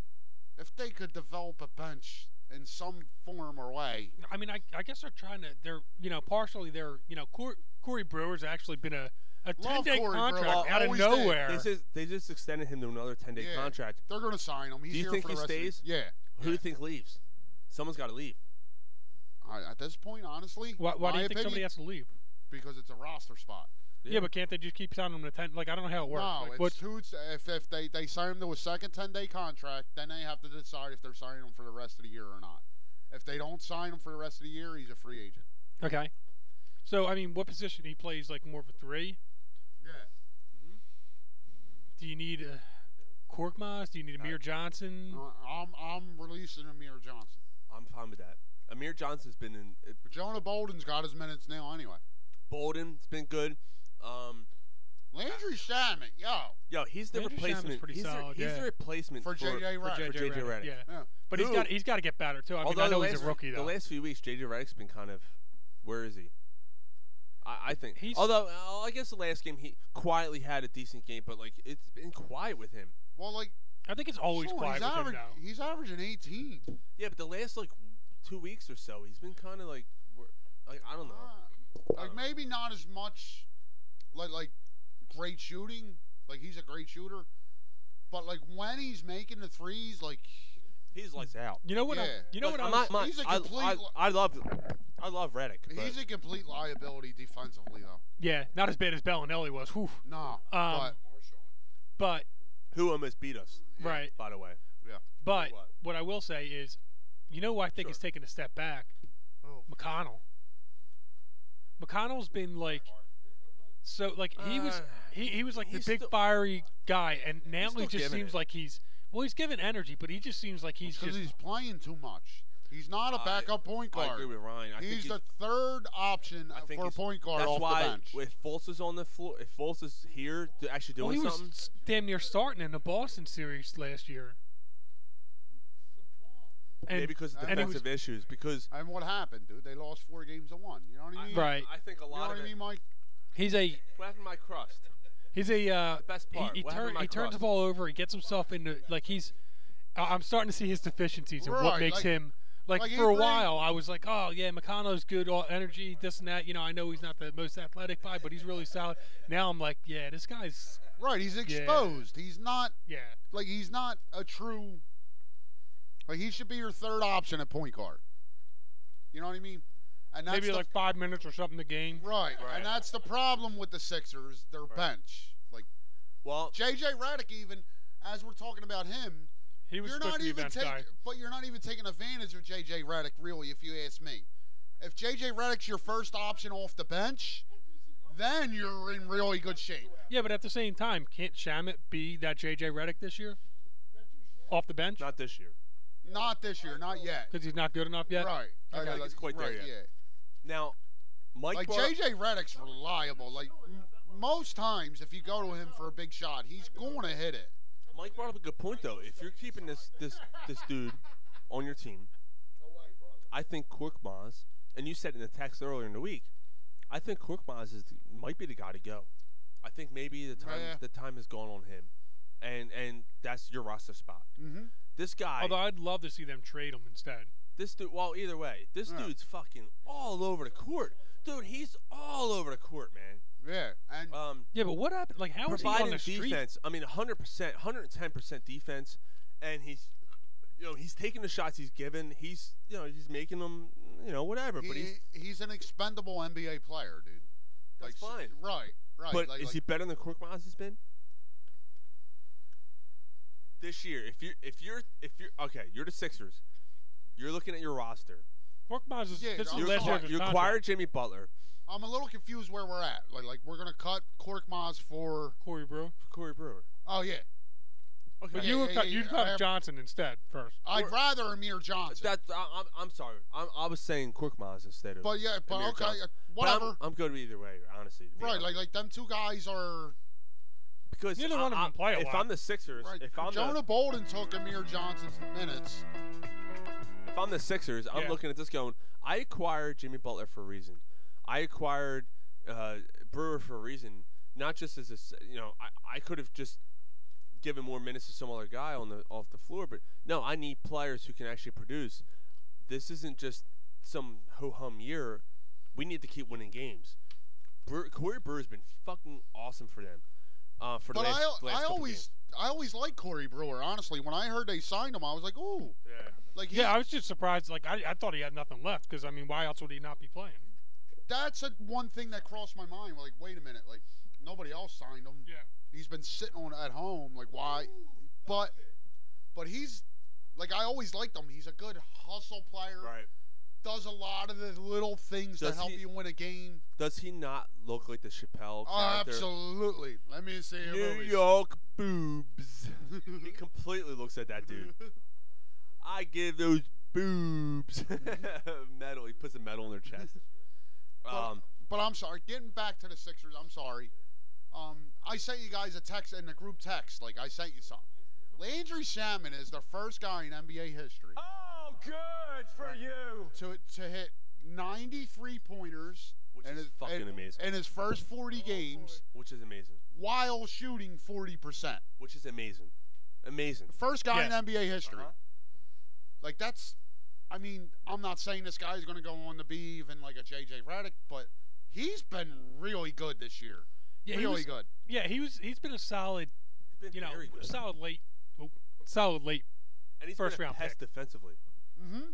if they could develop a bench in some form or way. I mean, I, I guess they're trying to. They're you know partially they're you know Corey, Corey Brewer's actually been a a ten Love day Corey Brewer. contract Well, out of always did. nowhere. They just they just extended him to another ten day Yeah. contract. They're gonna sign him. He's Do you here think for the he rest stays? Of the, yeah. Who do you think leaves? Someone's got to leave. I, at this point, honestly, why why do my you think opinion, somebody has to leave? because it's a roster spot. Yeah. but can't they just keep signing them to ten? Like I don't know how it works. no, like, it's what's- two. If, if they they sign him to a second ten day contract, then they have to decide if they're signing him for the rest of the year or not. If they don't sign him for the rest of the year, he's a free agent. okay. So I mean, what position he plays? Like more of a three? Yeah. Do you need a Korkmaz? Do you need Amir Johnson? Uh, I'm I'm releasing Amir Johnson. I'm fine with that. Amir Johnson's been in. uh, But Jonah Bolden's got his minutes now anyway. Bolden's been good. Um, Landry Shamet, yo. yo, he's the Landry Shamet's replacement. pretty he's solid, the, he's yeah. the replacement For for, J.J. Redick. For JJ JJ Redick, Redick. Yeah. Yeah. But he's Who- got he's got to get better too. I mean, Although I know the last, he's a rookie though. The last few weeks, JJ Redick's been kind of. Where is he? I, I think. He's- Although uh, I guess the last game he quietly had a decent game, but like it's been quiet with him. Well, like, I think it's always sure, quiet he's, with him average, now. he's averaging 18. Yeah, but the last like two weeks or so, he's been kind of like, wor- like I don't know. Uh, like, know. maybe not as much, like, like, great shooting. Like, he's a great shooter. But, like, when he's making the threes, like, He's lights out. You know what? I, Yeah. you know Like, what? I I'm was, not- he's a I- complete I, li- I love, I love Redick. but- he's a complete liability defensively, though. yeah, not as bad as Bellinelli was. Whew. No. Um, But who almost beat us. right. By the way, but, yeah. But what? what I will say is, you know, who I think is taking a step back. McConnell. McConnell's been like, so like he was Uh, he, he was like the he's big still- fiery guy, and now still he just giving seems it. like he's well, he's given energy, but he just seems like he's Because he's just playing too much. He's not a I- backup point guard. I agree with Ryan. I think he's he's, the third option I think for he's- point guard that's off why the bench. If Fultz is on the floor, if Fultz is here to actually well, he doing something, was damn near starting in the Boston series last year. And, maybe because of and he defensive issues. Because And what happened, dude? They lost four games to one. You know what I mean? Right. I think a You know lot what of I it. mean, Mike? he's a What happened to my crust? He's a uh, best he- part. He, What happened turn, to my he turns the crust? ball over. He gets himself into like he's. I- I'm starting to see his deficiencies and what Right, makes like- him like, like for a anything- while. I was like, oh yeah, McConnell's good, all energy, this and that. You know, I know he's not the most athletic guy, but he's really solid. Now I'm like, yeah, this guy's Right. He's exposed. He's not yeah. like he's not a true. Like he should be your third option at point guard. You know what I mean? And that's Maybe the, like five minutes or something a game. right. And that's the problem with the Sixers. Their bench. Like Well, JJ Redick, even as we're talking about him, He was you're supposed not to be a even bench taking, guy. but you're not even taking advantage of JJ Redick, really, if you ask me. If JJ Redick's your first option off the bench, then you're in really good shape. Yeah, but at the same time, can't Shamit be that JJ Redick this year off the bench not this year. Not this year, not yet. because he's not good enough yet? Right. Okay, Okay, he's like- quite there right, yet. yeah. Now, Mike Like brought up- JJ Redick's reliable. Like m- most times, if you go to him for a big shot, he's gonna hit it. Mike brought up a good point though. If you're keeping this this this dude on your team, I think Korkmaz, and you said in the text earlier in the week, I think Korkmaz is the, might be the guy to go. I think maybe the time Yeah. the time has gone on him, and and that's your roster spot. Mhm. This guy, Although I'd love to see them trade him instead. this dude. Well, either way, this Yeah. dude's fucking all over the court, dude. He's all over the court, man. Yeah, and Um, Yeah, but what happened? Like, how was he on providing the street? defense. I mean, 100 percent, 110 percent defense, and he's, you know, he's taking the shots he's given. He's, you know, he's making them, you know, whatever. he, but he's, he's an expendable NBA player, dude. That's like, s- fine. Right, right. but like, is like, he better than Korkmaz has been this year? If you, if you're, if you're, okay, you're the Sixers. You're looking at your roster. Korkmaz is Yeah, this is I'm the You, last year acquire, of his you contract. acquired Jimmy Butler I'm a little confused where we're at. Like, like we're gonna cut Korkmaz for. Corey Brewer. for Corey Brewer. Oh yeah, Okay, But Yeah, you yeah, would cut, yeah, you'd yeah, cut I- Johnson instead first. I'd Or- rather Amir Johnson. That I, I'm, I'm sorry. I'm, I was saying Korkmaz instead of. but yeah, but Amir okay, Johnson. uh, But I'm- whatever. I'm, good with either way, honestly. to be right, honest. like like them two guys are. because Neither I- one of 'em I- play a If lot. I'm the Sixers, Right. if I'm Jonah the, Bolden took Amir Johnson's minutes. if I'm the Sixers, I'm Yeah. looking at this going. I acquired Jimmy Butler for a reason. I acquired uh, Brewer for a reason. Not just as a s- you know, I, I could have just given more minutes to some other guy on the off the floor, but no, I need players who can actually produce. This isn't just some ho hum year. We need to keep winning games. Brewer, Corey Brewer's been fucking awesome for them. Uh, for the But last, last I I couple always games. I always like Corey Brewer. Honestly, when I heard they signed him, I was like, ooh, Yeah. like he, Yeah, I was just surprised. Like, I, I thought he had nothing left because I mean, why else would he not be playing? that's a, one thing that crossed my mind. Like, wait a minute, like nobody else signed him. Yeah. He's been sitting on at home. Like, why? But, but he's like I always liked him. He's a good hustle player. Right. Does a lot of the little things Does to help he- you win a game. Does he not look like the Chappelle Oh, character? absolutely. Let me see. your New movies. York (laughs) boobs. he completely looks at that dude. I give those boobs (laughs) medal. He puts a medal on their chest. Um, But I'm sorry. Getting back to the Sixers, I'm sorry. Um, I sent you guys a text in the group text. Like I sent you something. Landry Shaman is the first guy in NBA history Oh, good for you. to to hit 93 pointers, Which in is his, fucking in- amazing. In his first 40 Oh, games, which is amazing. while shooting 40 percent, Which is amazing. Amazing. first guy Yes. in NBA history. Uh-huh. Like that's, I mean, I'm not saying this guy's gonna go on to be even like a JJ Redick, but he's been really good this year. Yeah, he really was, good. Yeah, he was. He's been a solid, He's been you know, very good. solid late, oh, solid late. and he's first been a round pest pick. defensively. Mm-hmm.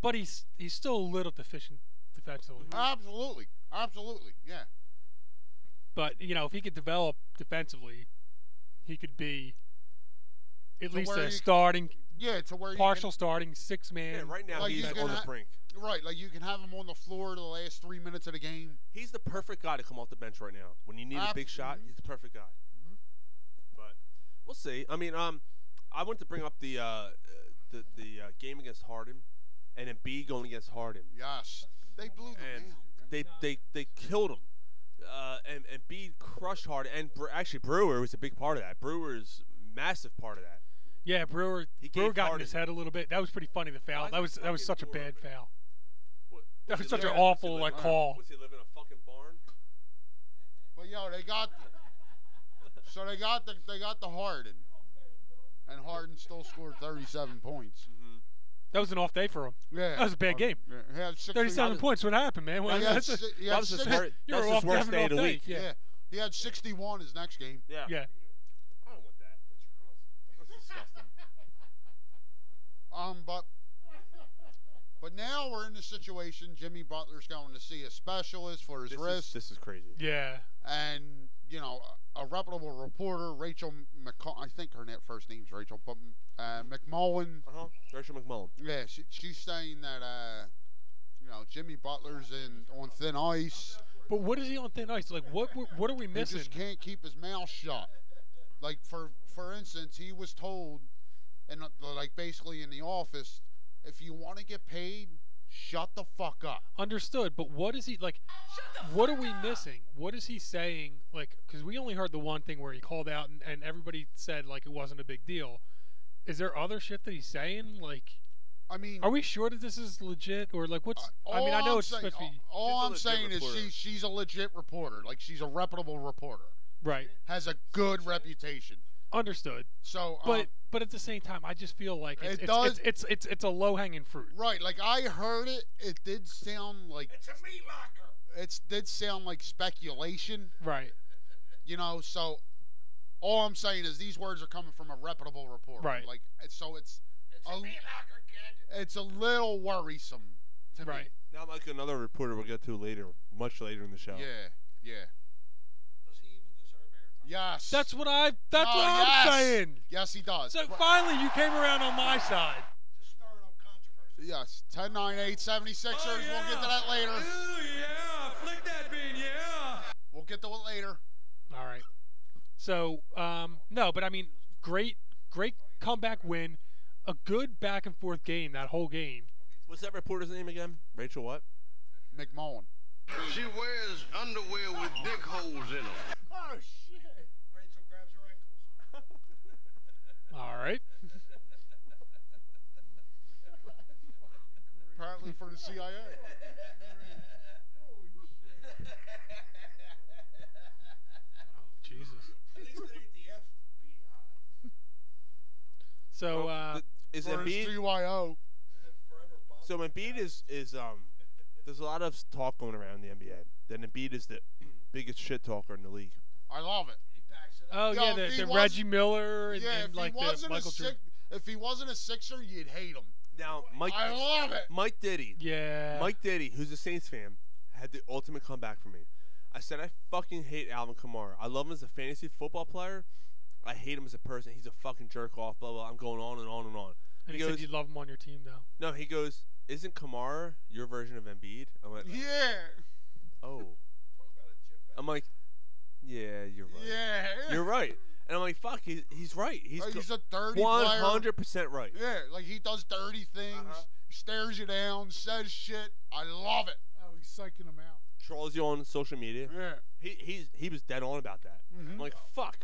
But he's he's still a little deficient defensively. Absolutely. Absolutely. Yeah. But you know, if he could develop defensively, he could be at To least where a you c- starting, Yeah, to where you partial starting six man. Yeah, right now Like, he's, he's on gonna- the brink. Can, right, like you can have him on the floor the last three minutes of the game. He's the perfect guy to come off the bench right now. When you need a big shot, Absolutely. he's the perfect guy. But we'll see. I mean, um, I want to bring up the uh, uh, the the uh, game against Harden, and then B going against Harden, Yes. They blew them and down. they they they killed him. Uh, and and B crushed Harden, and Bre- actually Brewer was a big part of that. Brewer's massive part of that. Yeah, Brewer. He Brewer gave got Harden- in his head a little bit. That was pretty funny. The Why foul. is That it was that was fucking such a Brewer? bad foul. What, That does was he such live an in- does he awful live like in a- call. does he live in a fucking barn? But yo, they got So they got the (laughs) they got the Harden. And Harden still scored thirty seven points. Mm-hmm. That was an off day for him. Yeah. Um, That was a bad game. Yeah, he had 16 Thirty-seven points. What happened, man? Well, He had, that's a- si- he That had was his six- worst. you That's were his off you worst have an day of off the week. Yeah. yeah. He had sixty one his next game. Yeah. Yeah. I don't want that. That's (laughs) disgusting. Um, but (laughs) but now we're in the situation. Jimmy Butler's going to see a specialist for his This is, wrist, this is crazy. Yeah. and you know a, a reputable reporter, Rachel McCall. I think her net first name's Rachel, but uh, McMullen. Uh huh. Rachel McMullen. Yeah, she, she's saying that uh, you know Jimmy Butler's in on thin ice. But what is he on thin ice? Like, what what- what are we He missing? just can't keep his mouth shut. Like for for instance, he was told, and uh, like basically in the office, if you want to get paid, shut the fuck up. Understood. But what is he like? What are we missing? What is he saying? Like, because we only heard the one thing where he called out, and, and everybody said like it wasn't a big deal. Is there other shit that he's saying? Like, I mean, uh, Are we sure that this is legit or like what's? I mean, I all know I'm it's saying- supposed to be All, all I'm She's a legit saying is reporter. she's she's a legit reporter. Like she's a reputable reporter. right, Has a good reputation. understood. So, um, But but at the same time, I just feel like it's It it's, does- it's, it's, it's it's a low hanging fruit. right, like I heard it, it did sound like It's a meat locker. it's did sound like speculation, Right, you know. So, all I'm saying is these words are coming from a reputable reporter. Right. Like, so it's It's a, a meat locker, kid. it's a little worrisome to right. Not like another reporter we'll get to later, much later in the show. me. Yeah. Yeah. Does he even deserve airtime? Yes. That's what I. That's Oh, what yes. I'm saying. Yes, he does. So finally, you came around on my side. To stir up controversy. yes. 10, 9, 8, 76ers. We'll get to that later. yeah, flick that bean, yeah. We'll get to it later. All right. So um, no, but I mean, great, great comeback win. A good back and forth game. That whole game. What's that reporter's name again? Rachel what? McMullen. She wears underwear with dick holes in them. Oh shit. Rachel grabs her ankles. All right. Apparently for the CIA. Jesus. At least it ain't the FBI. So uh, is for Oh, the Embiid? Forever CYO. Bob. So Embiid is is um. There's a lot of s- talk going around the NBA that Embiid is the biggest shit talker in the league. I love it. He backs it up. oh Yo, yeah, if he the, the was- Reggie Miller and, yeah, and, if like he the wasn't a Michael six, Jordan. if he wasn't a Sixer, you'd hate him. Now Mike I (laughs) love it. Mike Diddy, Yeah. Mike Diddy, who's a Saints fan, had the ultimate comeback for me. I said I fucking hate Alvin Kamara. I love him as a fantasy football player. I hate him as a person. He's a fucking jerk off. Blah blah. I'm going on and on and on. And He he said goes- you love him on your team though. No, he goes. Isn't Kamara your version of Embiid? I (laughs) went. Yeah. Oh. I'm like, yeah, you're right. Yeah. You're right. And I'm like, fuck, he's, he's right. He's Like, He's a dirty player. 100 percent right. Yeah, like he does dirty things, Uh-huh. stares you down, says shit. I love it. Oh, he's psyching him out. Trolls you on social media. Yeah. He he's he was dead on about that. Mm-hmm. I'm like, fuck.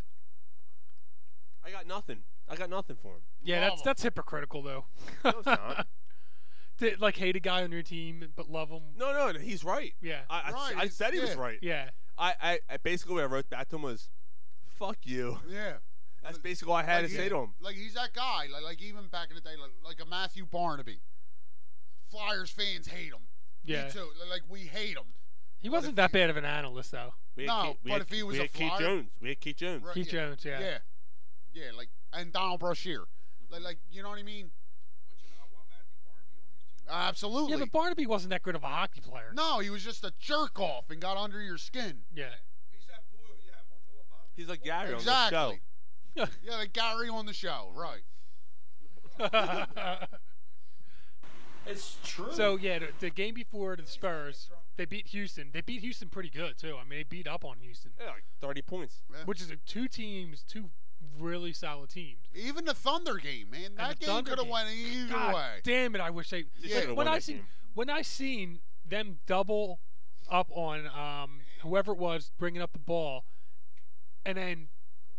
I got nothing. I got nothing for him. Yeah, Love that's him. that's hypocritical though. No, it's not. (laughs) to, like hate a guy on your team but love him. No, no, no, he's right. Yeah. I, I, Right, I he's- said he was yeah. right. yeah. I, I, I basically what I wrote back to him was, "Fuck you." Yeah. That's basically all I had Like, to say yeah, to him. Like he's that guy. Like, like even back in the day, like, like a Matthew Barnaby. Flyers fans hate him. Yeah. Me too. Li- Like we hate him. He wasn't that bad of an analyst though. We had No, Keith- we but had, if he was we a had Keith flyer- Jones, we had Keith Jones. Right, Keith yeah. Jones, yeah. Yeah. Yeah, like and Donald Brashear. Mm-hmm. Like, like you know what I mean? Would you not want Matthew Barnaby on your team? Absolutely. Yeah, but Barnaby wasn't that good of a hockey player. no, he was just a jerk off and got under your skin. Yeah. He's that boy you have on the lobotomy. He's like Gary exactly. on the show. (laughs) yeah, like Gary on the show, right? It's true. so yeah, the, the game before the Spurs, they beat Houston. They beat Houston pretty good too. I mean, they beat up on Houston, Yeah, like 30 points. which is uh, two teams, two really solid teams. Even the Thunder game, man. That the game Thunder could have game. went either God way. damn it! I wish they. They Like, should've when won I that seen game. when I seen them double up on um, whoever it was bringing up the ball, and then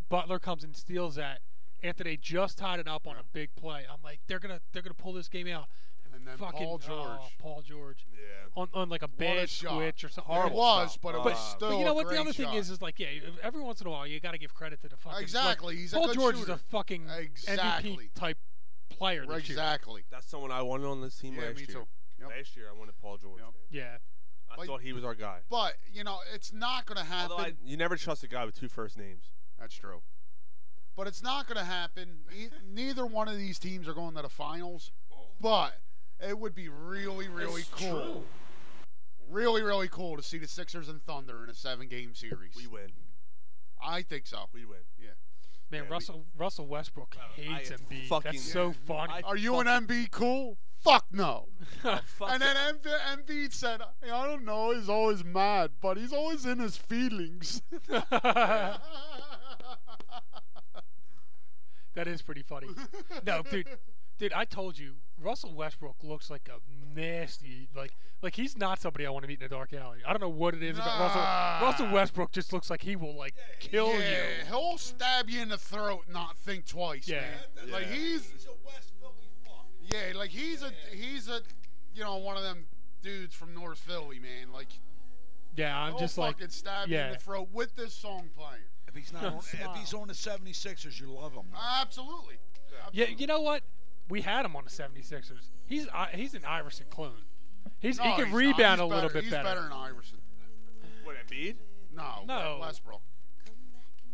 Butler comes and steals that after they just tied it up on a big play. I'm like, they're gonna they're gonna pull this game out. And then Fucking Paul George. oh, Paul George Yeah. on, on like a What a bad shot. switch or something. It Horrible. was, shot. but it Uh, was but still. But you know a what? The great other thing shot. is, is like, yeah, e, every once in a while, you got to give credit to the fucking. like, Exactly, he's a Paul good George shooter. is a fucking Exactly. MVP type player. Right, This year. exactly. That's someone I wanted on this team Yeah, last me year. too. Yep. Last year I wanted Paul George. Yep. man. Yeah. I Like- thought he was our guy. But you know, it's not going to happen. Although I, you never trust a guy with two first names. That's true. But it's not going to happen. E- Neither one of these teams are going to the finals. But it would be really, really cool. Really, really cool to see the Sixers and Thunder in a seven-game series. We win. I think so. We win. Man, Yeah, we- Russell Russell Westbrook hates I Embiid. fucking- (laughs) That's so funny. I Are you an MB cool? Fuck (laughs) no. Oh, Fuck And then MB, MB said, I don't know, he's always mad, but he's always in (laughs) his feelings. (laughs) (laughs) that is pretty funny. No, (laughs) dude, dude, I told you, Russell Westbrook looks like a nasty, like, like he's not somebody I want to meet in a dark alley. I don't know what it is about Nah. Russell. Russell Westbrook just looks like he will like kill you. Yeah, he'll stab you in the throat, and not think twice. Yeah. man. like Yeah. he's He's a West Philly fuck. Yeah, like he's a he's a you know one of them dudes from North Philly, man. Like Yeah, I'm they'll just like fucking stab you in yeah. the throat with this song playing. If he's not, on, if he's on the 76ers, you love him. Absolutely. Yeah, you know what? We had him on the 76ers. He's I he's an Iverson clone. He's No, he can he's not. He's rebound a little better- bit he's better. better than Iverson. What Embiid? No, No. Westbrook.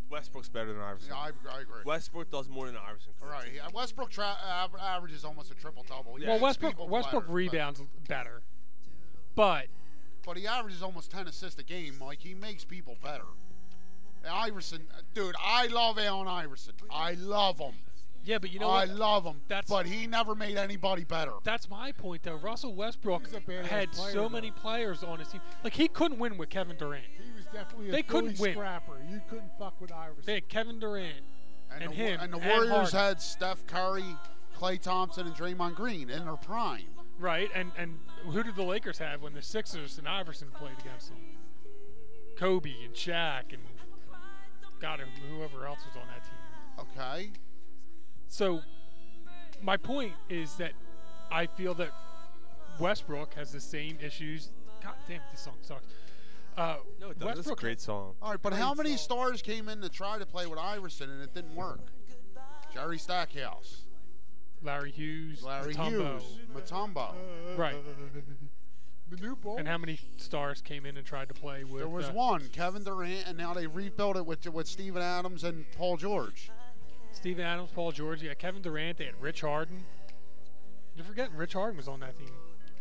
Westbrook's better than Iverson. Yeah, I, I agree. Westbrook does more than Iverson. All right, yeah, Westbrook tra- uh, av- averages almost a triple double. Well, Westbrook Westbrook rebounds better, but But he averages almost 10 assists a game. Like, he makes people better. And Iverson, uh, dude, I love Allen Iverson. I love him. Yeah, but you know I what? love him. That's- but he never made anybody better. that's my point though. Russell Westbrook had player, so though. many players on his team. Like he couldn't win with Kevin Durant. He was definitely a They Philly couldn't win. scrapper. You couldn't fuck with Iverson. They had Kevin Durant and, the, him and the Warriors Harden. had Steph Curry, Clay Thompson, and Draymond Green in their prime. right and and who did the Lakers have when the Sixers and Iverson played against them? Kobe and Shaq and God whoever else was on that team. Okay? So, my point is that I feel that Westbrook has the same issues. God damn, this song sucks. Uh, No, it doesn't. That's a Westbrook, great song. All right, but how many stars came in to try to play with Iverson and it didn't work? Jerry Stackhouse, Larry Hughes, Larry Mutombo. Hughes, Matumbo. right? The new ball. And how many stars came in and tried to play with? There was uh, one, Kevin Durant, and now they rebuilt it with with Steven Adams and Paul George. Steven Adams, Paul George, yeah, Kevin Durant. They had Rich Harden. You forget Rich Harden was on that team.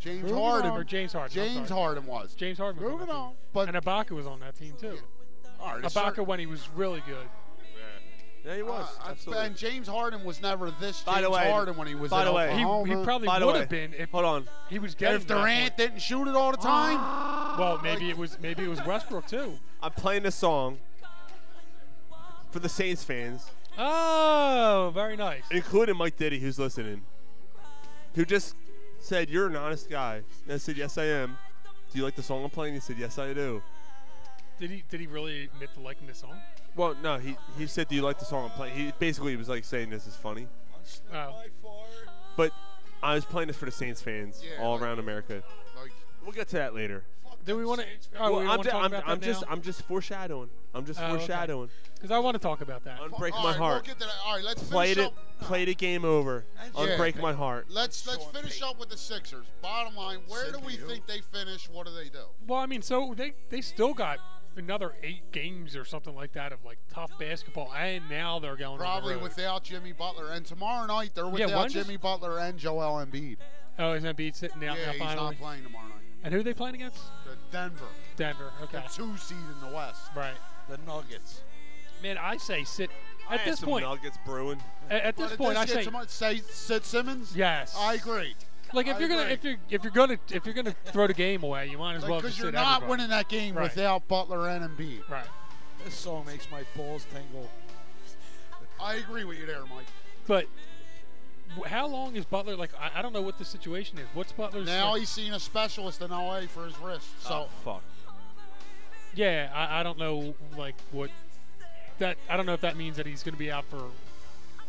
James Moving Harden. on. Or James Harden, I'm James sorry. Harden was. James Harden was on Moving that on. team. But- and Ibaka was on that team too. All right, it's Ibaka cer- when he was really good. Yeah, he was. Uh, absolutely. and James Harden was never this James By the way- Harden when he was by in the way- He- he Oklahoma. probably By the would way, have been if hold on. he was And getting if to that point. Durant didn't shoot it all the time, Well, maybe it was maybe it was (laughs) Westbrook too. I'm playing this song for the Saints fans, Oh, very nice. including Mike Diddy, who's listening, who just said, You're an honest guy. And I said, Yes, I am. Do you like the song I'm playing? He said, Yes, I do. Did he did he really admit to liking this song? Well, no, he, he said, Do you like the song I'm playing? He basically was like saying, This is funny. Oh, But I was playing this for the Saints fans Yeah, all like- around America. like, We'll get to that later. do we want to? Oh, Well, we I'm, want to ju- talk I'm, about I'm that just I'm just foreshadowing. I'm just Oh, okay. foreshadowing. because I want to talk about that. Unbreak all my right, heart. We'll get to that. All right, let's played finish it. up. Played it. Game over. Yeah. Unbreak my heart. Let's let's finish up with the Sixers. Bottom line, where do we think they finish? What do they do? Well, I mean, so they they still got another eight games or something like that of like tough basketball, and now they're going on the Probably road. without Jimmy Butler. And tomorrow night they're without one just- Jimmy Butler and Joel Embiid. Oh, is Embiid sitting Yeah, out now he's finally? not playing tomorrow night. And who are they playing against? The Denver, Denver. Okay. the two seed in the West. Right. The Nuggets. Man, I say sit. I At had this some point, Nuggets brewing. at, at this But point, did I this get say tomorrow- say Sid Simmons. yes. I agree. Like if I you're gonna agree. if you're if you're gonna if you're gonna throw the game away, you might as Because well just you're sit not everybody. winning that game Right. without Butler and Embiid. Right. This song makes my balls tingle. I agree with you there, Mike. But w- how long is Butler like? I, I don't know what the situation is. What's Butler's? Now like- he's seen a specialist in LA for his wrist. So fuck. yeah, I, I don't know like what that. I don't know if that means that he's going to be out for.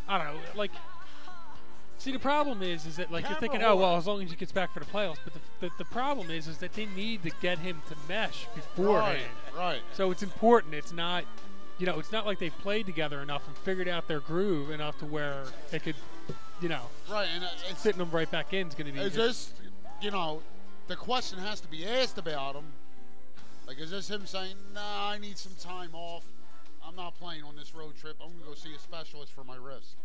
I don't know. Like, see, the problem is, is that like you're thinking, oh well, as long as he gets back for the playoffs. But the, the, the problem is, is that they need to get him to mesh beforehand. right. So it's important. It's not, you know, it's not like they've played together enough and figured out their groove enough to where they could, you know, Right, and uh, it's, sitting them right back in is going to be. is this, you know, the question has to be asked about him. Like, is this him saying, nah, I need some time off. I'm not playing on this road trip. I'm going to go see a specialist for my wrist.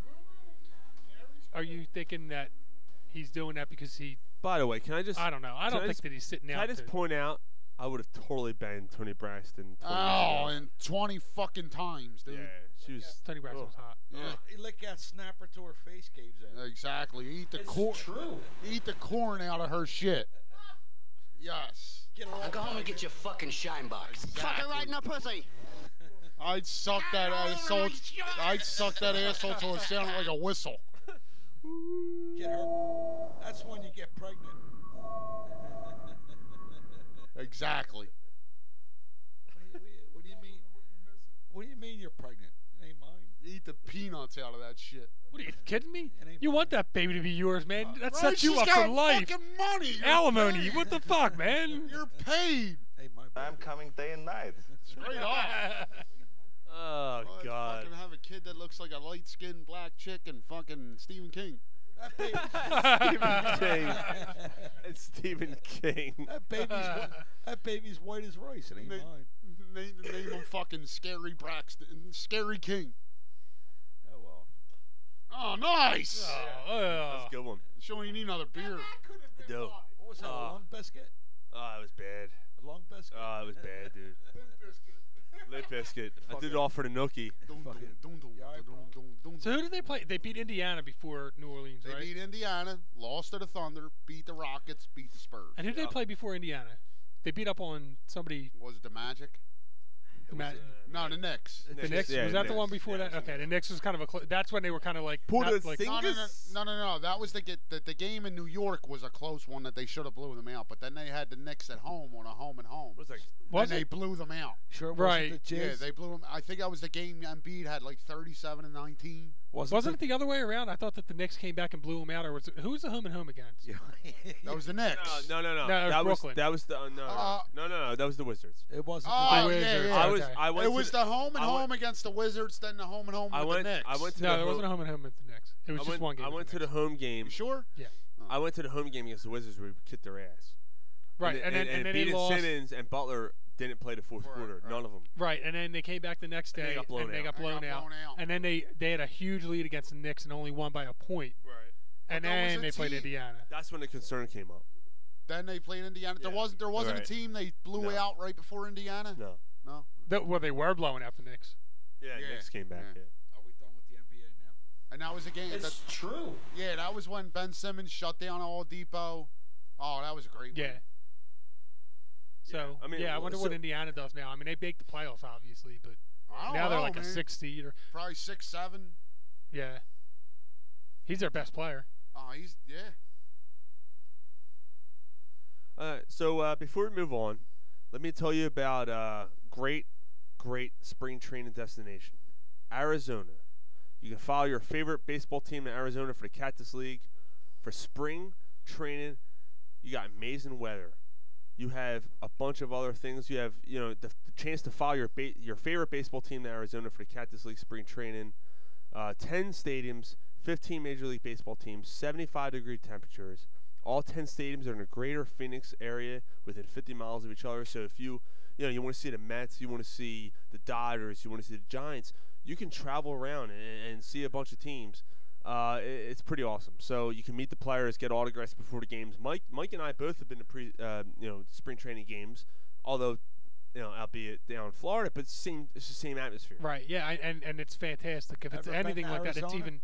Are you thinking that he's doing that because he? By the way, can I just? I don't know. I can don't think just- that he's sitting Can out. I just to- point out? I would have totally banned Tony Braxton. 20 Oh, years ago. and 20 fucking times, dude. yeah, she was. Tony Braxton was oh. hot. He licked that snapper to her face caves in. Exactly. Eat the corn. Eat the corn out of her shit. Yes. Now go home and get your fucking shine (laughs) box. (laughs) Fuck it right in the pussy. I'd suck that asshole. I'd suck that asshole till it sounded like a whistle. (laughs) Get her. That's when you get pregnant. (laughs) Exactly. What do you- What do you mean? What do you mean you're pregnant? It ain't mine. eat the peanuts out of that shit. What are you kidding me? You want that baby to be yours, man? That Right, sets you she's up got for life. fucking money. You're (laughs) Alimony. paid. What the fuck, man? (laughs) You're paid. I'm coming day and night. Straight up. Oh Well, I'd God. Fucking have a kid that looks like a light-skinned black chick and fucking Stephen King. (laughs) (laughs) Stephen King. It's Stephen King. Oh, That baby's (laughs) whi- that baby's white as rice. It ain't Name, mine. name, name him fucking Scary Braxton, Scary King. Oh well. Oh, nice. Oh, uh. That's a good one. Sure, you need another I beer. do. What was that? a Oh. long biscuit? Oh, it was bad. A long biscuit? Oh, it was bad, dude. (laughs) Lip biscuit. I did it all for the nookie. So who did they play? They beat Indiana before New Orleans, They right? beat Indiana, lost to the Thunder, beat the Rockets, beat the Spurs. and who did they play before Indiana? They beat up on somebody. Was it the Magic? Ma- No, the uh, Knicks. the Knicks was that the one before that? Okay, the Knicks was kind of a. Cl- that's when they were kind of like. not like no, no, no, no, no, no. That was the, get, the the game in New York was a close one that they should have blew them out. But then they had the Knicks at home on a home and home. Was like, Was and they it? blew them out. Sure, it wasn't Right. the Yeah, Jazz? they blew them. I think that was the game Embiid had like 37 and 19. Wasn't Wasn't it the other way around? I thought that the Knicks came back and blew them out, or was it, who was the home and home against? That was the Knicks. No, no, no. No, it was that was Brooklyn. that was the uh, no, Uh, no, no, no. That was the Wizards. It wasn't. Oh, The yeah, Wizards, yeah. I was. okay. I went. it to was the, the home and I home went- against the Wizards, then the home and home I with went- the Knicks. I went to No, the there ho- wasn't a home and home against the Knicks. It I was just went, one game. I with went the to the home game. You sure? Knicks. yeah. I went to the home game against the Wizards. where We kicked their ass. Right, and, and, then, and, then they Embiid lost. Simmons and Butler didn't play the fourth Right, quarter. right. None of them. Right, and then they came back the next And day they got blown and they out. got They got blown, out. blown out. And then they they had a huge lead against the Knicks and only won by a point. Right. And But that was then a they played team. Indiana. That's when the concern came up. Then they played Indiana. There Yeah. wasn't there wasn't Right. a team they blew No. out right before Indiana. No. No. That, well, they were blowing out the Knicks. Yeah, Yeah, Knicks came back. yeah. Yeah. Are we done with the NBA now? And that was a game. That, true. yeah, that was when Ben Simmons shut down All Depot. Oh, that was a great Yeah. one. So I yeah, I, mean, well, wonder so- what Indiana does now. I mean, they baked the playoffs, obviously, but I don't now they're know, like a man. six seed or Probably six seven. yeah. He's their best player. Oh, he's yeah. Uh, so uh, before we move on, let me tell you about uh, great, great spring training destination, Arizona. You can follow your favorite baseball team in Arizona for the Cactus League for spring training. You got amazing weather. You have a bunch of other things. You have you know the, the chance to follow your ba- your favorite baseball team in Arizona for the Cactus League spring training. Uh, Ten stadiums, 15 Major League Baseball teams, 75 degree temperatures. All 10 stadiums are in the greater Phoenix area within 50 miles of each other. So if you, you know, you want to see the Mets, you want to see the Dodgers, you want to see the Giants, you can travel around and, and see a bunch of teams. Uh, i- it's pretty awesome. So you can meet the players, get autographs before the games. Mike, Mike and I both have been to pre, uh, you know, spring training games, although, you know, albeit down in Florida, but it's same, it's the same atmosphere. Right. Yeah. I, and and it's fantastic. If it's Ever been to anything like that, it's Arizona? even.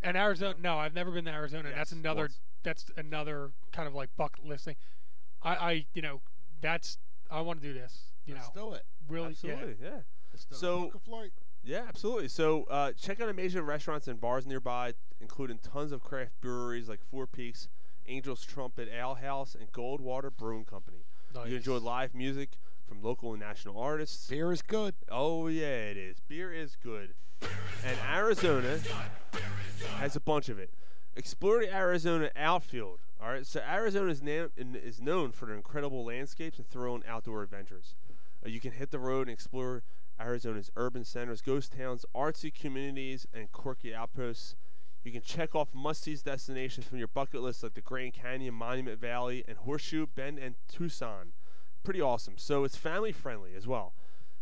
And Arizona, no, I've never been to Arizona. and that's Yes, another. once. That's another kind of like bucket list thing. I, I, you know, that's I want to do this. You Let's know, do it. really, Absolutely, yeah. Let's do it. So Book a flight. Yeah, absolutely. So uh, check out amazing restaurants and bars nearby, including tons of craft breweries like Four Peaks, Angel's Trumpet Ale House, and Goldwater Brewing Company. yeah. You can enjoy Nice. live music from local and national artists. Beer is good. Oh yeah, it is. Beer is good, and Arizona has a bunch of it. Explore the Arizona outfield. All right, so Arizona is, na- in- is known for their incredible landscapes and thrilling outdoor adventures. Uh, you can hit the road and explore Arizona's urban centers, ghost towns, artsy communities, and quirky outposts. You can check off must-see destinations from your bucket list, like the Grand Canyon, Monument Valley, and Horseshoe Bend and Tucson. Pretty awesome. So it's family-friendly as well.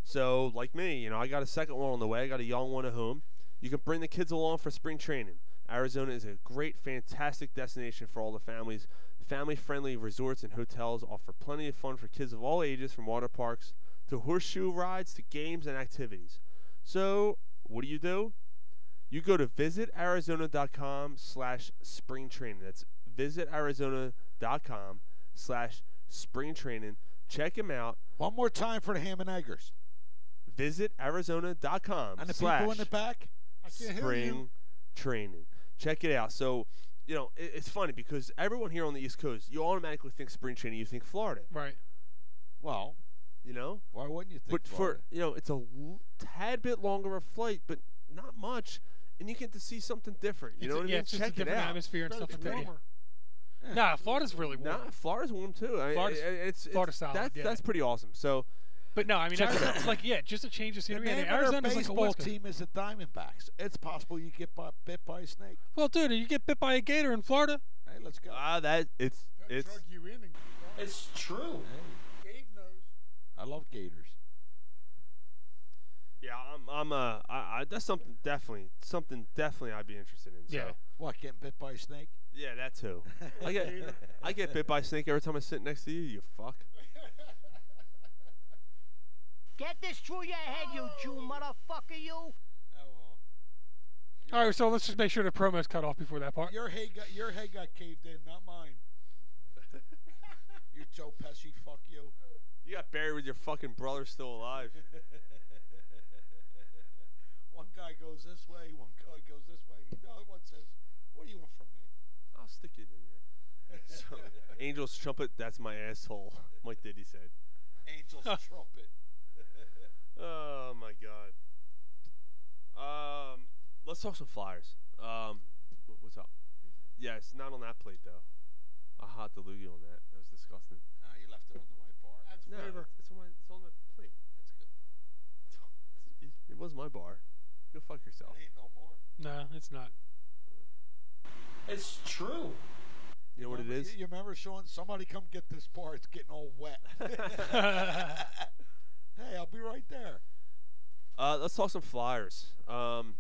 So, like me, you know, I got a second one on the way. I got a young one at home. You can bring the kids along for spring training. Arizona is a great, fantastic destination for all the families. Family friendly resorts and hotels offer plenty of fun for kids of all ages, from water parks to horseshoe rides to games and activities. So, what do you do? You go to visitarizona.com slash spring training. That's visitarizona.com slash spring training. Check them out One more time for the ham and eggers. visit arizona.com And the people slash in the back. spring training check it out so you know it, it's funny because everyone here on the east coast you automatically think spring training you think florida Right. Well, you know why wouldn't you think? but for Florida? you know it's a l- tad bit longer of a flight but not much, and you get to see something different. You It's know a- what I yeah, mean? it's just a Check it different out. atmosphere and But stuff it's like that, yeah. warmer. Nah, Florida's really warm. Nah, Florida's warm too. I, Florida's- Florida's, it's, it's, Florida's solid, That's, yeah. that's pretty awesome. So, but no, I mean, check it Arizona's out. like yeah, just a change of The scenery. and name of Their Arizona's like a baseball West Coast. team is the Diamondbacks. It's possible you get by, bit by a snake. Well, dude, you get bit by a gator in Florida. Hey, let's go. Ah, that it's it's It's true. I love gators. yeah. I'm I'm uh I, I, that's something definitely something definitely I'd be interested in. So. What, getting bit by a snake? Yeah, that too. I get I get bit by a snake every time I sit next to you. You fuck. Get this through your head, you Jew motherfucker, you. Oh, All right, so let's just make sure the promo's cut off before that part. Your head got your head got caved in, not (laughs) mine. you Joe Pesci, fuck you. You got buried with your fucking brother still alive. One guy goes this way, one guy goes this way. The other one says, "What do you want from me?" I'll stick it in there. (laughs) So, Angel's trumpet. That's my asshole. Mike Diddy said. Angel's trumpet. Oh my god. Um, let's talk some flyers. Um, wh- what's up? Yeah, it's not on that plate though. I hot the loogie on that. That was disgusting. Ah, you left it under my bar. That's No, flavor. It's on my it's on my plate. (laughs) That's good. It, it was my bar. Go fuck yourself. Ain't no more. No, it's not. (laughs) It's true. You know what it is? You, remember, Sean? Somebody come get this bar. It's getting all wet. hey, I'll be right there. Uh, let's talk some flyers. Um,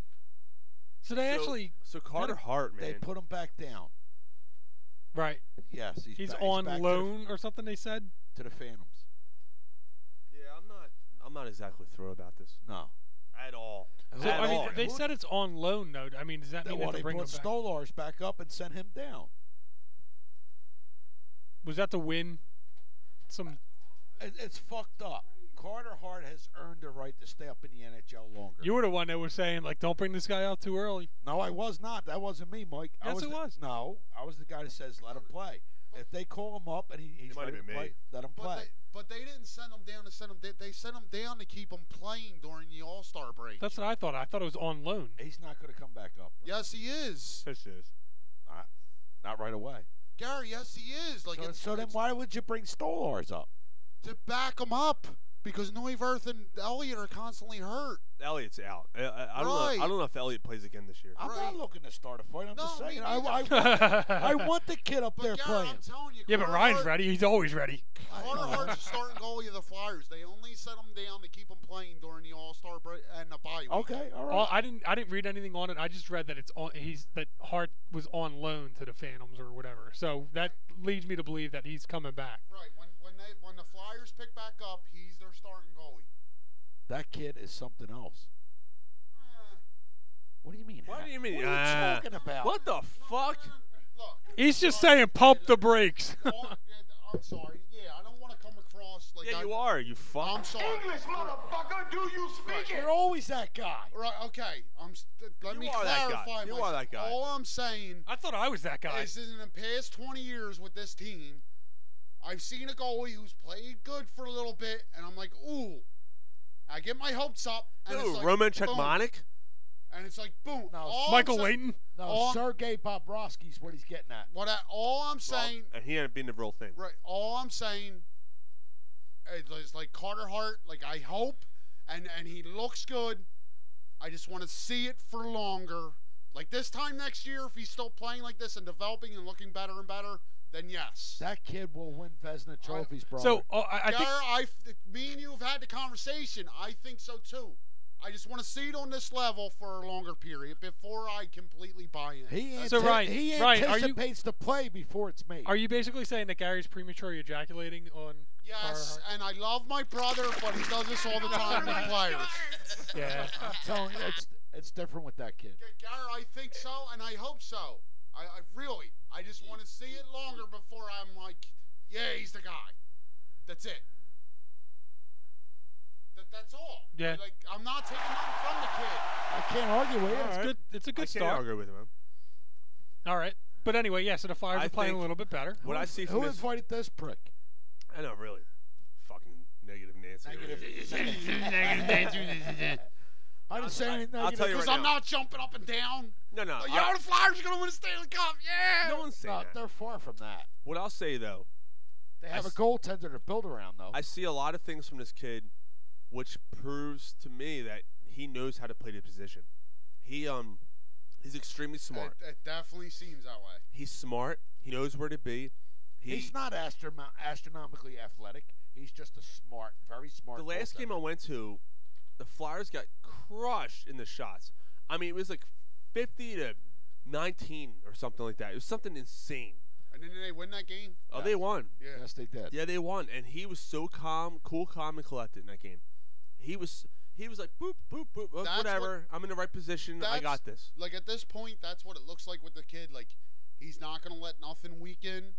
so they actually- so Carter Hart, man. They put him back down. Right. Yes, he's, He's ba- on back to the- loan or something. They said. to the Phantoms. yeah, I'm not. I'm not exactly thrilled about this. No. At all. So, At I mean, all. they said it's on loan though. I mean, does that mean Well, that they they bring him put back? Stolars back up and sent him down. Was that to win? Some. It, it's fucked up. Carter Hart has earned the right to stay up in the NHL longer. You were the one that was saying like, don't bring this guy out too early. No, I was not. That wasn't me, Mike. I Yes, was it the- was. No, I was the guy that says let him play. If they call him up and he, he's might have ready to been me. play, let him play. But they didn't send him down to send him. They, they sent him down to keep him playing during the All Star break. That's what I thought. I thought it was on loan. (laughs) He's not going to come back up. yes, he is. This is. Not, not right away. Gary, yes, he is. Like So, it's, so then it's why would you bring Stolars up? to back him up because Neuwirth and Elliott are constantly hurt. Elliott's out. I, I, I don't know. I Right. don't know if Elliott plays again this year. I'm not looking to start a fight. I'm just No, me saying. I, I, neither. I want the kid up there playing. Yeah, but Ryan's ready. He's always ready. Carter Hart's the starting goalie of the Flyers. They only sent him down to keep him playing during the All Star break and the bye week. All- I didn't. I didn't read anything on it. I just read that it's on. He's that Hart was on loan to the Phantoms or whatever. So that leads me to believe that he's coming back. Right when when they when the Flyers pick back up, he's their starting goalie. That kid is something else. What do you mean? What do you mean? What are you uh, talking about? What the fuck? He's just saying, pump the brakes. I'm sorry. Yeah, I don't want to come across like Yeah, I, you are. You fuck. I'm sorry. English motherfucker, do you speak You're always that guy. Right. Okay. I'm. St- let You me are that guy. clarify. You are myself. that guy. All I'm saying. I thought I was that guy. Is in the past 20 years with this team, I've seen a goalie who's played good for a little bit, and I'm like, ooh. I get my hopes up. And Dude, it's like, oh. Roman boom. Czechmanic? And it's like, boom. No, all I'm saying- No, all- Sergey Bobrovsky's what he's getting at. What I, all I'm saying, And he ain't been the real thing. right? All I'm saying is is like Carter Hart. Like I hope, and and he looks good. I just want to see it for longer. Like this time next year, if he's still playing like this and developing and looking better and better, then yes. That kid will win Vesna trophies, bro. So uh, I, I Gar, think I f- me and you have had the conversation. I think so too. I just want to see it on this level for a longer period before I completely buy in. he That's So, ante- Ryan- he Ryan, are you- anticipates the play before it's made. Are you basically saying that Gary's premature ejaculating on? Yes, and I love my brother, but he does this all the time with players. (laughs) Yeah. I'm telling you, it's it's different with that kid. Gar, I think so, and I hope so. I, I really, I just want to see it longer before I'm like, yeah, he's the guy. That's it. That, that's all. Yeah. Like, I'm not taking nothing from the kid. I can't argue with it. It's good. It's a good I start. can't argue with him. man. All right. But anyway, yeah. So the Flyers I are playing a think little bit better. What I see from Who this, invited this prick? I know (laughs) really, fucking negative Nancy. over here. I didn't say anything. I'll tell you Because right I'm now. not jumping up and down. No, no. Like, I- yo, the Flyers Oh, are going to win the Stanley Cup. Yeah. No one's saying No, that. they're far from that. What I'll say though, They have a I s- goaltender to build around, though. I see a lot of things from this kid, which proves to me that he knows how to play the position. He um, he's extremely smart. It, it definitely seems that way. He's smart. He knows where to be. He, He's not astromo- astronomically athletic. He's just a smart, very smart. The last goaltender. game I went to, the Flyers got crushed in the shots. I mean, it was like 50 to 19 or something like that. It was something insane. And then they win that game. Oh, they won. Yeah. Yes, they did. Yeah, they won, and he was so calm, cool, calm, and collected in that game. He was, he was like, boop, boop, boop, uh, That's whatever. I'm in the right position. I That's- got this. Like at this point, that's what it looks like with the kid. Like he's not gonna let nothing weaken.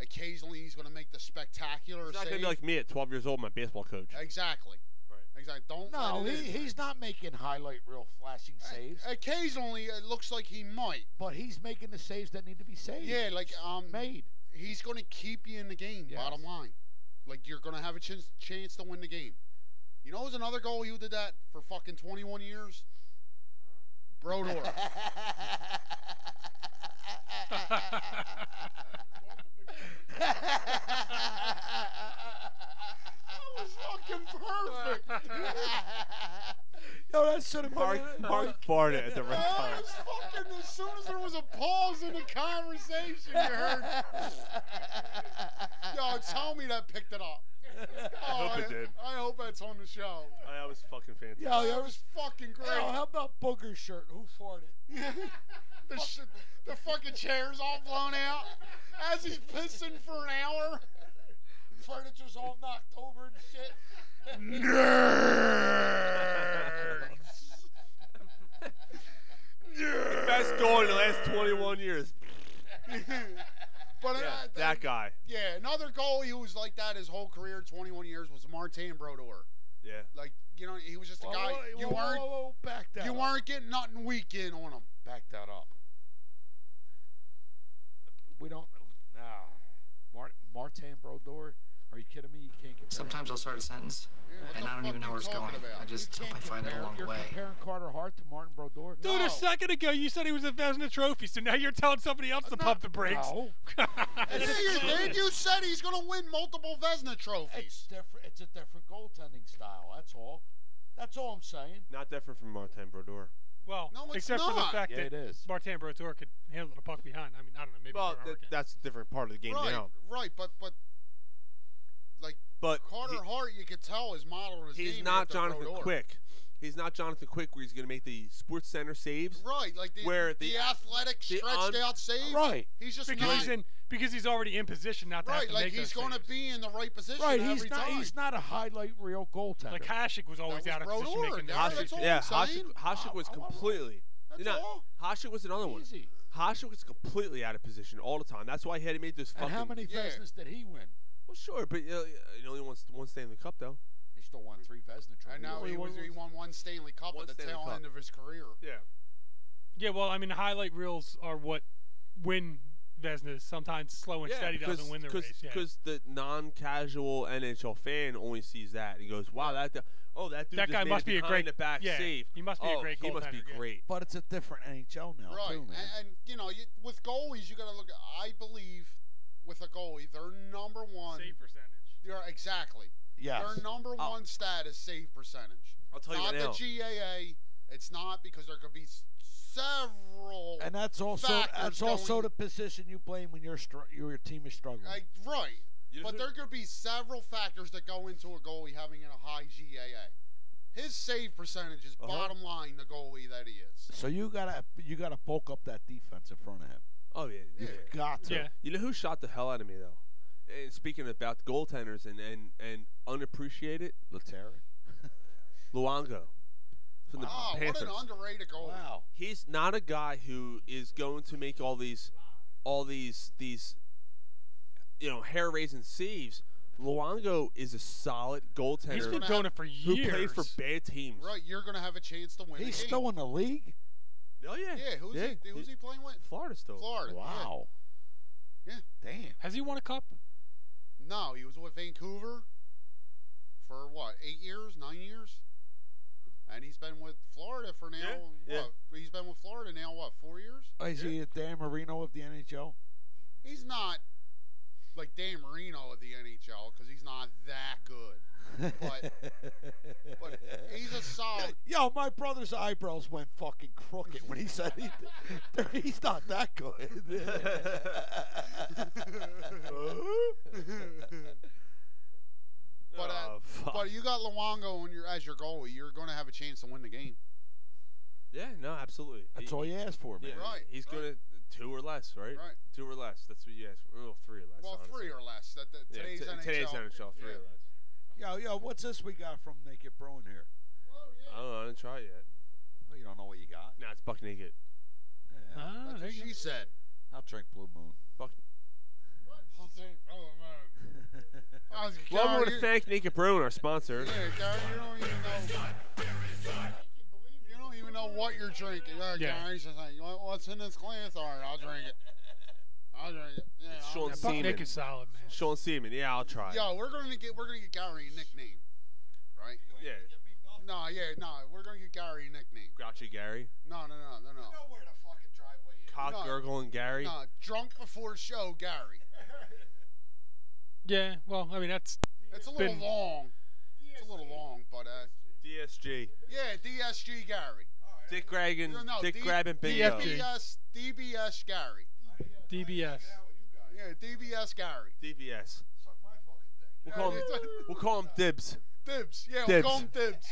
Occasionally, he's gonna make the spectacular He's not save. gonna be like me at 12 years old, my baseball coach. exactly. Right. Exactly. Don't. No, let it he, in. he's not making highlight reel flashing saves. Occasionally, it looks like he might. But he's making the saves that need to be saved. Yeah, like um, made. He's gonna keep you in the game. Yes. Bottom line, like you're gonna have a chance chance to win the game. You know, who's another goal you did that for fucking 21 years. Brodor. That was fucking perfect. Yo, that should have Mark, Mark farted at the right That time. was fucking as soon as there was a pause in the conversation, (laughs) you heard. Yo, tell me that picked it up. (laughs) Oh, I hope it did. I hope that's on the show. Oh, that was fucking fantastic. Yo, that yo, was fucking great. Yo, how about Booger's shirt? Who farted? (laughs) the, sh- the fucking chair's all blown out as he's pissing for an hour. Furniture's all knocked over and shit. The Best goal in the last 21 years. but uh, Yeah, th- that guy. yeah, another goalie who was like that his whole career, 21 years, was Martin Brodeur. Yeah. Like you know, he was just a Whoa, guy. whoa, you whoa, weren't whoa, whoa, back that you up. weren't getting nothing weak in on him. Back that up. We don't. No. Mar- Martin Brodeur. Are you kidding me? You can't compare. Sometimes I'll start a sentence, and I don't even know where it's going. I just hope I find it along the You're way. comparing Carter Hart to Martin Brodeur. Dude, no. a second ago you said he was investing in a trophy, so now you're telling somebody else to pump the brakes. No. Yeah, you did. You said he's gonna win multiple Vesna trophies. It's different. It's a different goaltending style. That's all. That's all I'm saying. Not different from Martin Brodeur. Well, No, it's except for the not. fact Yeah, that it is. Martin Brodeur could handle the puck behind. I mean, I don't know. Maybe Well, Carter th- Hart can. that's a different part of the game right, now. right, but but like But Carter he- Hart, you could tell his model is he's not Jonathan Quick. He's not Jonathan Quick where he's going to make the Sports Center saves. Right, like the Where the, the- athletic the stretched un- out save. Right. he's just because not he's in because he's already in position not to have right. to Like make he's those gonna saves. be in the right position Right. every He's not. time. He's not a highlight reel goaltender. Like Hashik was always That out of was position Brodeur. making That- those Hasek- that's all yeah, I'm Hasek, saying. Hasek was Oh, oh, oh. completely. That's not, all. Hasek was another one. Easy. Hasek was completely out of position all the time. That's why he had to make this fucking. And how many yeah. Vesnas did he win? Well, sure, but uh, he only won one Stanley Cup though. He still won three Vesna trophies. I know he, was, he won one Stanley Cup One at the Stanley tail Cup. end of his career. Yeah. Yeah, well, I mean, highlight reels are what win Vesna. Sometimes slow and steady doesn't win the race. Yeah. Because the non-casual NHL fan only sees that and goes, "Wow, that th- oh that dude That just guy made must it be a behind great- the back yeah, save. he must be a oh, great He must be goaltender, yeah." great. But it's a different NHL now, Right, too, and, man. and you know, you, with goalies, you got to look. at- I believe with a goalie, their number one. save percentage. Yeah, exactly. Yes. Oh. Their number I'll- one stat is save percentage. I'll tell you not right now. the GAA. It's not because there could be s- several. And that's also factors that's also going- the position you blame when your str- your team is struggling. I, right. You But just- there could be several factors that go into a goalie having a high GAA. His save percentage is Uh-huh. bottom line the goalie that he is. so you gotta you gotta bulk up that defense in front of him. Oh yeah, yeah. Got to. Yeah. You know who shot the hell out of me though? And speaking about goaltenders and and and unappreciated, Laterra. Luongo from the Oh, what Panthers. an underrated goalie. Wow. He's not a guy who is going to make all these, all these these, you know, hair raising saves. Luongo is a solid goaltender He's been gonna doing have- it for who years. played for bad teams. Right, you're gonna have a chance to win. He's the game. still in the league. Oh yeah. Yeah, who's he? Who's he playing with? Florida still. (laughs) Florida. (laughs) yeah. Wow. Yeah. Damn. Has he won a cup? No, he was with Vancouver for what? Eight years? Nine years? and he's been with Florida for now. Yeah, what, He's been with Florida now what four years? Is he at Dan Marino of the NHL? He's not like Dan Marino of the NHL because he's not that good. But (laughs) but he's a solid. Yo, my brother's eyebrows went fucking crooked when he said he, (laughs) he's not that good. But uh, Oh, fuck. but you got Luongo on your as your goalie. You're going to have a chance to win the game. Yeah, no, absolutely. (laughs) That's all you asked for, man. Yeah, Right, He's right. good at two or less, right? Right. Two or less. That's what you asked for. Well, three or less. Well, honestly. three or less. That, that Yeah, today's t- NHL. today's NHL, three yeah. or less. Yo, yo, what's this we got from Naked Bruin here? I don't know. I didn't try it yet. Well, you don't know what you got. Nah, it's Buck Naked. Oh, Yeah. Ah, That's what she said. I'll drink Blue Moon. (laughs) Buck. "Oh, I was- Well, we Gary, want you- to thank Naked Bruin, our sponsor. Yeah, Gary, you don't even know. You don't even know what you're drinking. All right, Yeah. Gary, she's like, "You want- what's in this glass? All right, I'll drink it. I'll drink it. Yeah, It's I'll Sean drink it. Seaman. Sean Seaman. Yeah, I'll try. it. Yo, we're gonna get we're gonna get Gary a nickname, right? Yeah. No, yeah, no, we're gonna get Gary a nickname. Grouchy Gary. No, no, no, no, no. You know where the fucking driveway is. Cock gurgling Gary. No, drunk before show Gary. Yeah, well, I mean that's It's a little been- long. It's a little long, but uh, DSG. yeah, DSG Gary. Dick Gragan. No, no, Dick D- Grabbing Bingo. DBS, DBS Gary. DBS. Yeah, DBS Gary. DBS. We'll call him. We'll call him Dibs. Dibs. Yeah, Dibs. we're going Dibs.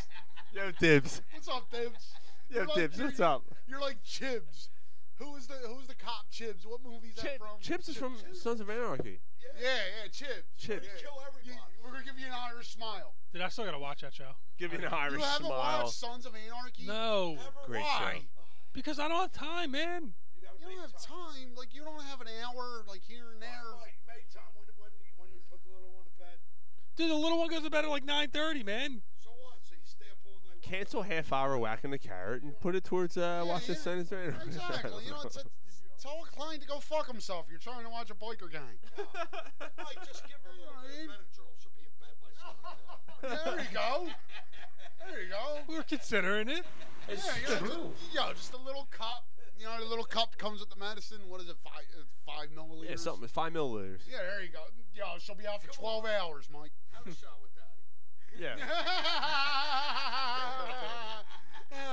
Yo, Dibs. What's (laughs) up, Dibs? Yo, You're like- Dibs. you're- What's up? You're like Chibs. Who is the Who's the cop Chibs? What movie is that from? Chips is from Sons of Anarchy. Yeah, yeah, Chibs. Chibs. Yeah. Kill everybody. we're gonna give you an Irish smile. Dude, I still gotta watch that show. Give me an Irish you haven't smile. watched Sons of Anarchy? No. Great Why? show. Because I don't have time, man. You don't have time. Like you don't have an hour. Like here and there. Hey, Tom, when, when, you- when you put the little one to bed, Dude, the little one goes to bed at like 9:30, man. so what? So you stay up all night. Cancel half hour whacking the carrot and put it towards uh, watch the Sons of Anarchy. (laughs) Exactly. You know, it's, it's, tell a client to go fuck himself. You're trying to watch a biker gang. (laughs) Mike, just give her a little bit of Benadryl. She'll be in bed by seven o'clock. There you go. There you go. We're considering it. It's yeah, true. Just, yo, just a little cup. You know, the little cup comes with the medicine. What is it? Five, uh, five (laughs) milliliters. yeah, something. with Five milliliters. Yeah, there you go. Yo, she'll be out for 12 hours, Mike. Have a shot with Daddy. Yeah. (laughs)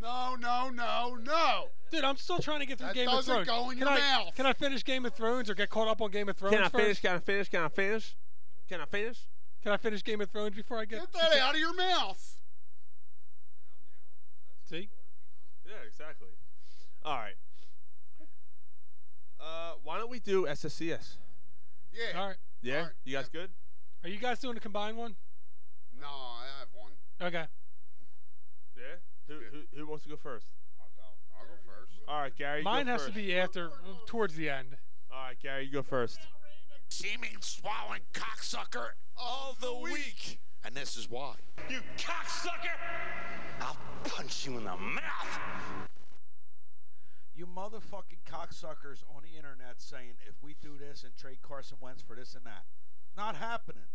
no, no, no, no. Dude, I'm still trying to get through That Game of doesn't Thrones. go in can your I, mouth. Can I finish Game of Thrones or get caught up on Game of Thrones Can I first? finish? Can I finish? Can I finish? Can I finish? Can I finish Game of Thrones before I get? Get that out of your mouth. See? Yeah, exactly. All right. Uh, why don't we do SSCS? Yeah. All right. Yeah, you guys good? Are you guys doing a combined one? No, I have one. Okay. Yeah. Who, who, who wants to go first? I'll go first. All right, Gary. you go Mine has first. to be after, towards the end. All right, Gary, you go first. Seeming swallowing cocksucker all the week. And this is why. You cocksucker! I'll punch you in the mouth! You motherfucking cocksuckers on the internet saying if we do this and trade Carson Wentz for this and that. Not happening.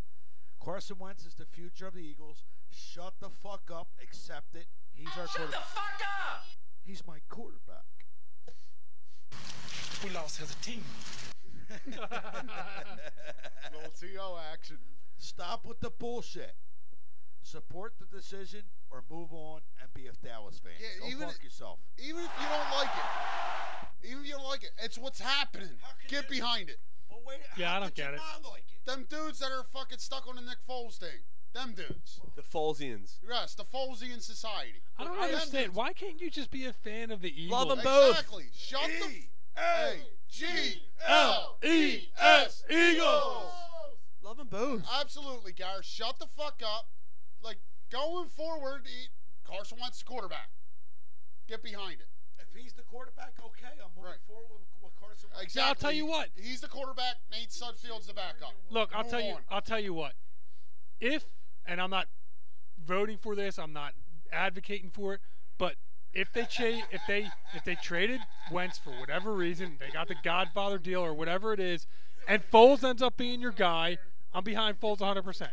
Carson Wentz is the future of the Eagles. Shut the fuck up. Accept it. He's our Ah, Shut the quarterback. fuck up! He's my quarterback. We lost as a team. (laughs) Little TO action. Stop with the bullshit. Support the decision or move on and be a Dallas fan. Yeah, Go even- fuck yourself. Even if you don't like it. Even if you don't like it. It's what's happening. Get behind it. But wait, Yeah, I don't get it. Them dudes that are fucking stuck on the Nick Foles thing. Them dudes. The Folesians. Yes, the Folesian Society. I don't Them understand. Why can't you just be a fan of the Eagles? Love 'em both. Exactly. Shut the A G L E S Eagles. Love them both. E Absolutely, Gar. Shut the fuck up. Like going forward, he, Carson Wentz is quarterback. Get behind it. If he's the quarterback, okay, I'm moving forward with, with Carson Wentz. Exactly. Yeah, I'll tell you what. He's the quarterback. Nate Sudfield's the backup. Look, I'll Move tell you. on. I'll tell you what. If and I'm not voting for this. I'm not advocating for it. But if they trade, if they if they traded Wentz for whatever reason, they got the Godfather deal or whatever it is, and Foles ends up being your guy. I'm behind Foles 100. percent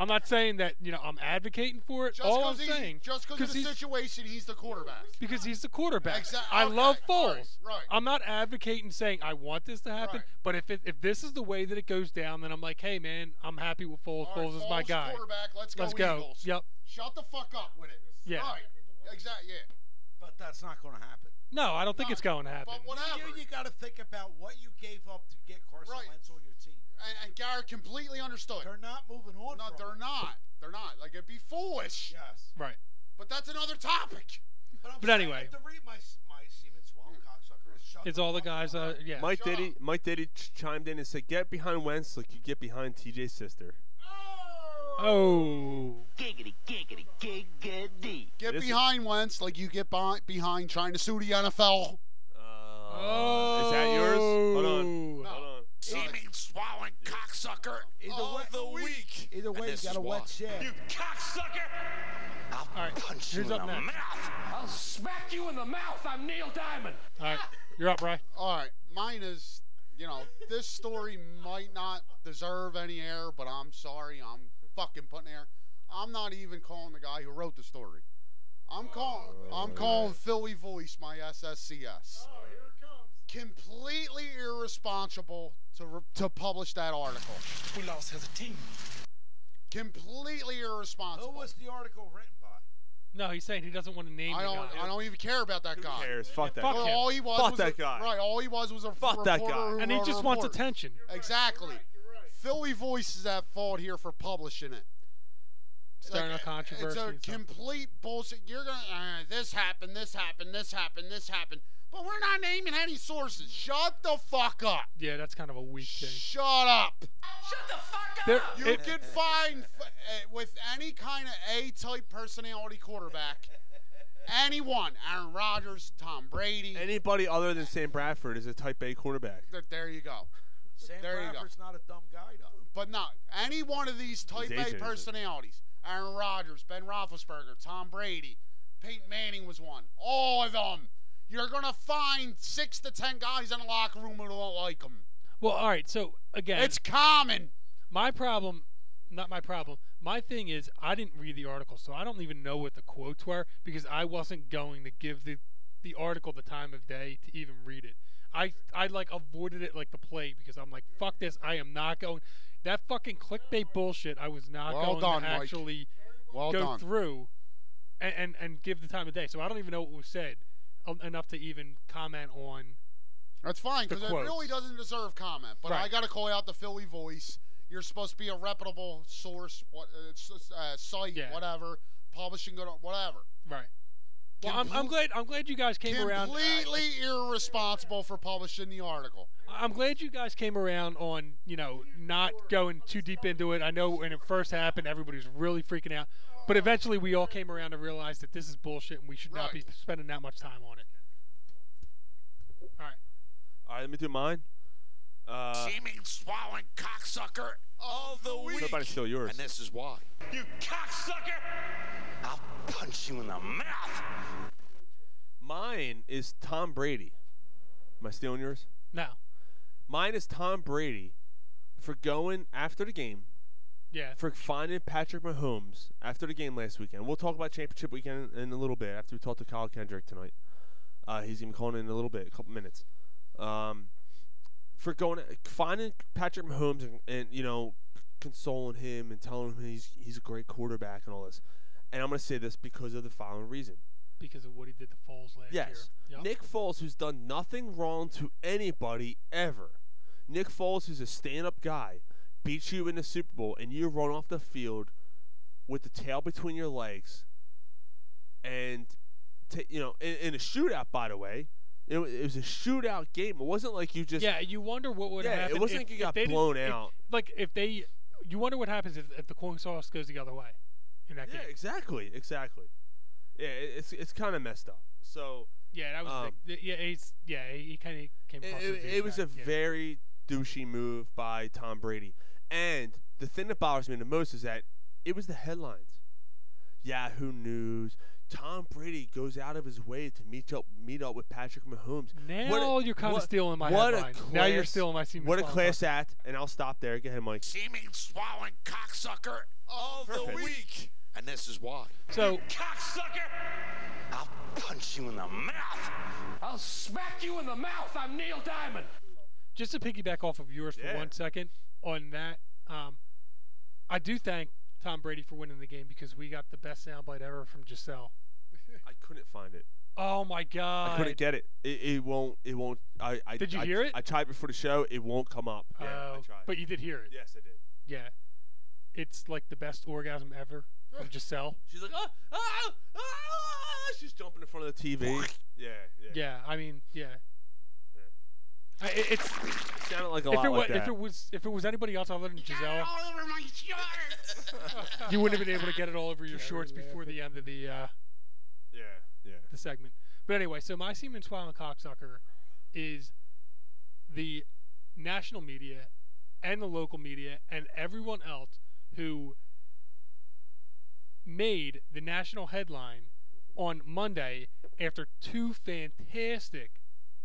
I'm not saying that you know I'm advocating for it. Just All I'm because saying, just because of the he's situation, he's the quarterback. because he's the quarterback. Exac- I okay, love all Foles. right, right. I'm not advocating saying I want this to happen, but if it, if this is the way that it goes down, then I'm like, hey man, I'm happy with Foles. Foles is my Foles, guy. quarterback, let's go Eagles. Yep. Shut the fuck up with it. Yeah. Right. Exactly. Yeah. But that's not going to happen. No, I don't think it's going to happen. But whatever. You, you got to think about what you gave up to get Carson Wentz on your team. And, and Garrett completely understood. They're not moving on. No, they're not. They're not. Like it'd be foolish. Yes. Right. But that's another topic. But, But saying, anyway. to read my my Siemens Swan cocksucker is shut. It's all the guys. Uh, yeah. Mike Diddy, Mike Diddy ch- chimed in and said, "Get behind Wentz like you get behind TJ's sister." Oh. Giggity, giggity, giggity. Get This is- behind Wentz like you get behind, behind trying to sue the NFL. Oh. Uh, Is that yours? Hold on. No. Hold on. Seeming swallowing cocksucker all the week. Either way, you got a wet shit. You cocksucker! I'll punch you in who's the up next? mouth. I'll smack you in the mouth. I'm Neil Diamond. All right. You're up, Bry. All right, mine is, you know, this story might not deserve any air, but I'm sorry, I'm fucking putting air. I'm not even calling the guy who wrote the story. I'm calling. I'm calling Philly Voice my SSCS. Oh, Completely irresponsible to re- to publish that article. We lost as a team. Completely irresponsible. Who was the article written by? No, he's saying he doesn't want to name. I the don't. guy. I don't even care about that guy. cares? Fuck that fuck guy. him. All he was Fuck was that a, guy. Right. All he was was a Fuck that reporter guy. who And he wrote a just wants report. attention. Exactly. Philly Voice is at fault here for publishing it. It's Starting a controversy It's a and stuff. complete bullshit. You're gonna uh, this happened, this happened, this happened, this happened. But we're not naming any sources. Shut the fuck up. Yeah, that's kind of a weak thing. Shut up. There- You it- can find f- uh, with any kind of A-type personality quarterback, anyone, Aaron Rodgers, Tom Brady. Anybody other than Sam Bradford is a Type A quarterback. Th- There you go. Sam There you go. Bradford's not a dumb guy though. But not any one of these type agent A is a- personalities. Aaron Rodgers, Ben Roethlisberger, Tom Brady, Peyton Manning was one. All of them. You're gonna find six to ten guys in the locker room who don't like them. Well, all right. So again, It's common. my problem. Not my problem. My thing is, I didn't read the article, so I don't even know what the quotes were because I wasn't going to give the the article the time of day to even read it. I I like avoided it like the plague because I'm like, fuck this. I am not going. That fucking clickbait bullshit. I was not Well going done, to Mike. actually Well go done. through and, and and give the time of day. So I don't even know what was said en- enough to even comment on. That's fine The because it quotes. really doesn't deserve comment. But Right. I gotta call out the Philly voice. You're supposed to be a reputable source, what uh, s- uh, site, Yeah. whatever, publishing, whatever. Right. Well, I'm, I'm glad I'm glad you guys came around. uh, Completely irresponsible for publishing the article. I'm glad you guys came around on you know not going too deep into it. I know when it first happened, everybody was really freaking out, but eventually we all came around to realize that this is bullshit and we should not be spending that much time on it. All right. All right, let me do mine. Uh, Seeming swallowing cocksucker all the week. somebody steal yours. And this is why. You cocksucker! I'll punch you in the mouth. Mine is Tom Brady. Am I stealing yours? Now, Mine is Tom Brady for going after the game, yeah, for finding Patrick Mahomes after the game last weekend. We'll talk about championship weekend in, in a little bit after we talk to Kyle Kendrick tonight. Uh, he's gonna be calling in a little bit, a couple minutes. Um, for going finding Patrick Mahomes and, and you know consoling him and telling him he's he's a great quarterback and all this. And I'm gonna say this because of the following reason. because of what he did to Foles last Yes. year. Yup. Nick Foles, who's done nothing wrong to anybody ever. Nick Foles, who's a stand up guy, beats you in the Super Bowl and you run off the field with the tail between your legs and, ta you know, in, in a shootout, by the way. It, wa- it was a shootout game. It wasn't like you just. yeah, you wonder what would Yeah, it happen. wasn't if- like you if got they didn't- blown if- out. like if they, you wonder what happens if, if the coin sauce goes the other way in that Yeah, game. exactly. Exactly. Yeah, it, it's, it's kind of messed up. So. Yeah, that was Um, the, yeah, he's yeah, he, he kind of came across. It, as it- it was a douchebag, yeah. very douchey move by Tom Brady. And the thing that bothers me the most is that it was the headlines. Yahoo News, Tom Brady goes out of his way to meet up meet up with Patrick Mahomes. Now What a- you're kinda what- stealing my what a headline. Now you're class- stealing my semen What a swallowing class act, and I'll stop there. Go ahead, Mike. Seeming swallowing cocksucker all the Perfect. week. And this is why. So- You cocksucker! I'll punch you in the mouth. I'll smack you in the mouth. I'm Neil Diamond. just to piggyback off of yours for Yeah. one second on that, um, I do thank Tom Brady for winning the game because we got the best soundbite ever from Giselle. I couldn't find it. Oh my god! I couldn't get it. It, it won't. It won't. I, I Did you I- hear it? I tried before the show. It won't come up. Oh, but you did hear it. Yes, I did. Yeah, it's like the best orgasm ever from Giselle. She's like, ah, ah, ah, ah," she's jumping in front of the TV. yeah, yeah. Yeah, I mean, yeah. I, it, it's it sounded like a if lot it like wa- If that. it was if it was anybody else other than Giselle, All over my shorts. you wouldn't have been able to get it all over your shorts before the end of the uh, Yeah, yeah. the segment. But anyway, so my semen swallowing cocksucker is the national media and the local media and everyone else who made the national headline on Monday after two fantastic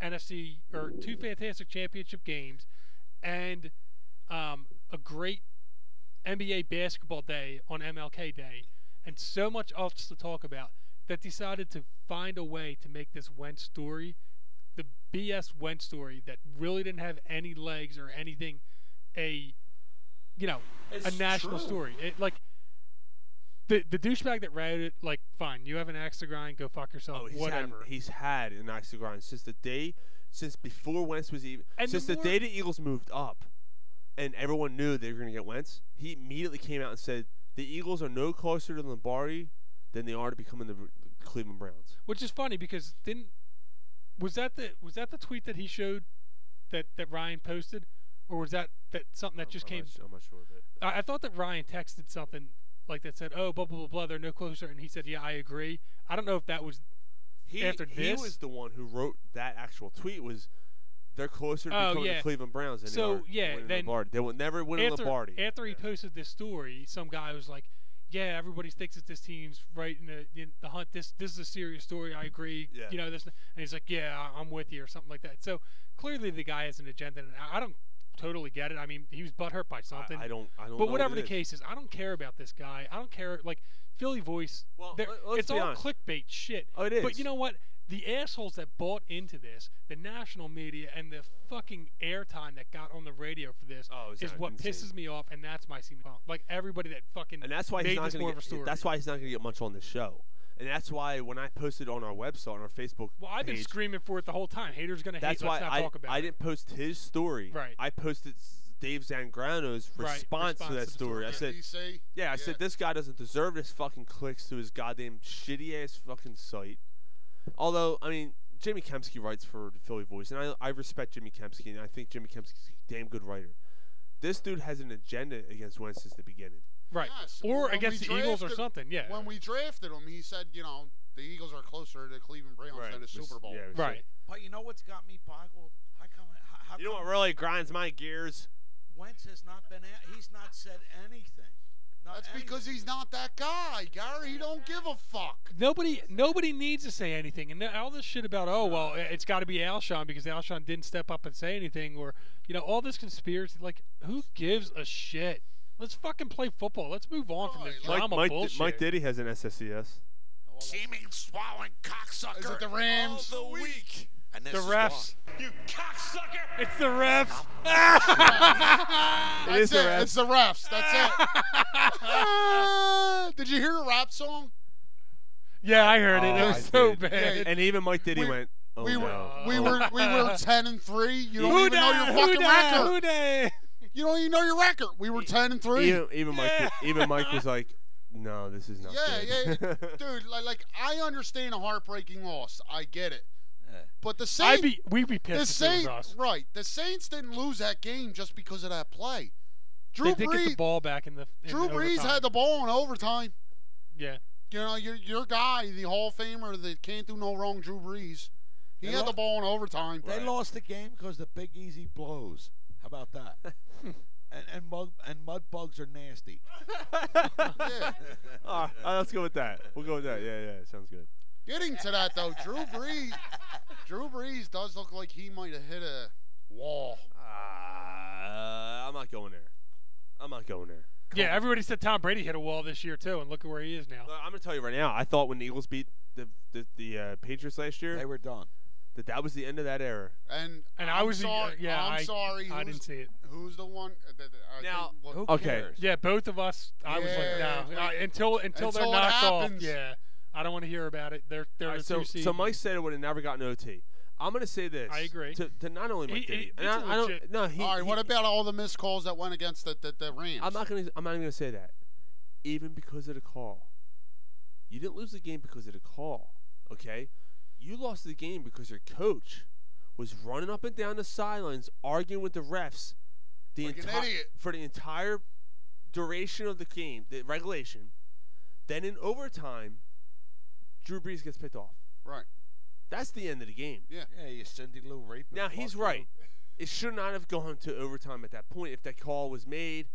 NFC or two fantastic championship games and um, a great NBA basketball day on MLK Day, and so much else to talk about that decided to find a way to make this Wentz story, the BS Wentz story that really didn't have any legs or anything, a you know It's a national true. story. It like the the douchebag that wrote it, like fine, you have an axe to grind, go fuck yourself, Oh, he's whatever. Had, he's had an axe to grind since the day, since before Wentz was even, And the since the, more- day the Eagles moved up, and everyone knew they were going to get Wentz. He immediately came out and said the Eagles are no closer to Lombardi than they are to becoming the Cleveland Browns. Which is funny because didn't was that the was that the tweet that he showed that that Ryan posted, or was that that something that just I'm came? not, su- I'm not sure of it. I, I thought that Ryan texted something like that said, "Oh, blah blah blah blah, they're no closer," and he said, "Yeah, I agree." I don't know if that was He, after he this. was the one who wrote that actual tweet. Was they're closer to Oh, becoming yeah. the Cleveland Browns than So, they are yeah, winning then Lombardi. They will never win after, a Lombardi. After he posted this story, some guy was like, "Yeah, everybody thinks that this team's right in the in the hunt. This this is a serious story. I agree. Yeah. You know this." And he's like, "Yeah, I- I'm with you," or something like that. So clearly, the guy has an agenda, and I- I don't totally get it. I mean, he was butthurt by something. I don't- I don't know But what whatever it the is. case is, I don't care about this guy. I don't care. Like Philly voice. Well, they're- let- let's it's be all honest. clickbait shit. Oh, it But is. you know what? The assholes that bought into this, the national media, and the fucking airtime that got on the radio for this it's is not- what insane. pisses me off, and that's my semen. problem. Like everybody that fucking and that's why made he's not this going more to of a story. That's why he's not going to get much on the show, and that's why when I posted on our website on our Facebook, Well, I've been page, screaming for it the whole time. Haters gonna That's hate. why Let's not I, talk about I it. didn't post his story. Right. I posted s- Dave Zangrano's Right, response, to that response to the story. I said, story. DC? yeah, I said this guy doesn't deserve this fucking clicks to his goddamn shitty ass fucking site. Although, I mean, Jimmy Kemsky writes for the Philly Voice, and I, I respect Jimmy Kemsky, and I think Jimmy Kemsky's a damn good writer. This dude has an agenda against Wentz since the beginning. Right. Yes, or when against we the Eagles or drafted- something. Yeah. When we drafted him, he said, you know, the Eagles are closer to the Cleveland Browns Right, than the we s- Super Bowl. yeah, we said- Right. But you know what's got me boggled? How come? How, how You know come what really grinds my gears? Wentz has not been. At, he's not said anything. Not That's because he's not that guy, Gary. He don't give a fuck. Nobody, nobody needs to say anything, and all this shit about oh well, it's got to be Alshon because Alshon didn't step up and say anything, or you know all this conspiracy. Like, who gives a shit? Let's fucking play football. Let's move on from this drama Mike, Mike, Di- bullshit. Mike Diddy has an SSCS. Seeming swallowing cocksucker. Is it the Rams? All the week. And this The is refs. why. You cocksucker. It's the refs. (laughs) That's is the refs. It's the refs. That's it. Ah, (laughs) Did you hear a rap song? yeah, I heard it. It Oh, was I so did. bad. And even Mike Diddy went, oh we no. were we were we (laughs) were ten and three. You don't Who even know dat? your Who fucking dat? record. Who You don't even know your record. We were ten and three. Even, even Mike, even Mike was like, "No, this is not." Yeah, yeah, good." (laughs) dude. Like, like I understand a heartbreaking loss. I get it. But the I'd Saints, be, we'd be the pissed if it Saints, was us. right? The Saints didn't lose that game just because of that play. Drew they did get the Brees, ball back in the. in Drew Brees overtime. had the ball in overtime. Yeah. You know, your your guy, the Hall of Famer that can't do no wrong, Drew Brees. He They had lo- the ball in overtime. (laughs) They lost the game because the Big Easy blows. How about that? And and mud and mud bugs are nasty. Ah, All right, all right, let's go with that. We'll go with that. Yeah, yeah, sounds good. Getting to that though, (laughs) Drew Brees. Drew Brees does look like he might have hit a wall. Uh, I'm not going there. I'm not going there. Yeah, everybody said Tom Brady hit a wall this year too, and look at where he is now. I'm gonna tell you right now. I thought when the Eagles beat the the, the uh, Patriots last year, they were done. That that was the end of that era. And And I I'm was- uh, sorry, yeah, I'm I- sorry. I didn't who's- see it. Who's the one? uh, that- that I Now- think- well, okay. Yeah, both of us. I was like, Yeah, no, we- uh, until until they're until it knocked off. happens. Yeah, I don't want to hear about it. They're they're All the right, so, two seed. so Mike said it would have never gotten OT. I'm gonna say this. I agree. To, to not only He- Mike he- Diddy, and it's I, I don't. legit. No, he. all right. he- What about all the missed calls that went against the the, the Rams? I'm not gonna. I'm not even gonna say that. Even because of the call, you didn't lose the game because of the call. Okay, you lost the game because your coach was running up and down the sidelines arguing with the refs the Like an entire idiot. for the entire duration of the game, the regulation. Then in overtime, Drew Brees gets picked off. Right. That's the end of the game. Yeah. Yeah, you Cindy Lou Reed. Now he's right. It should not have gone to overtime at that point if that call was made.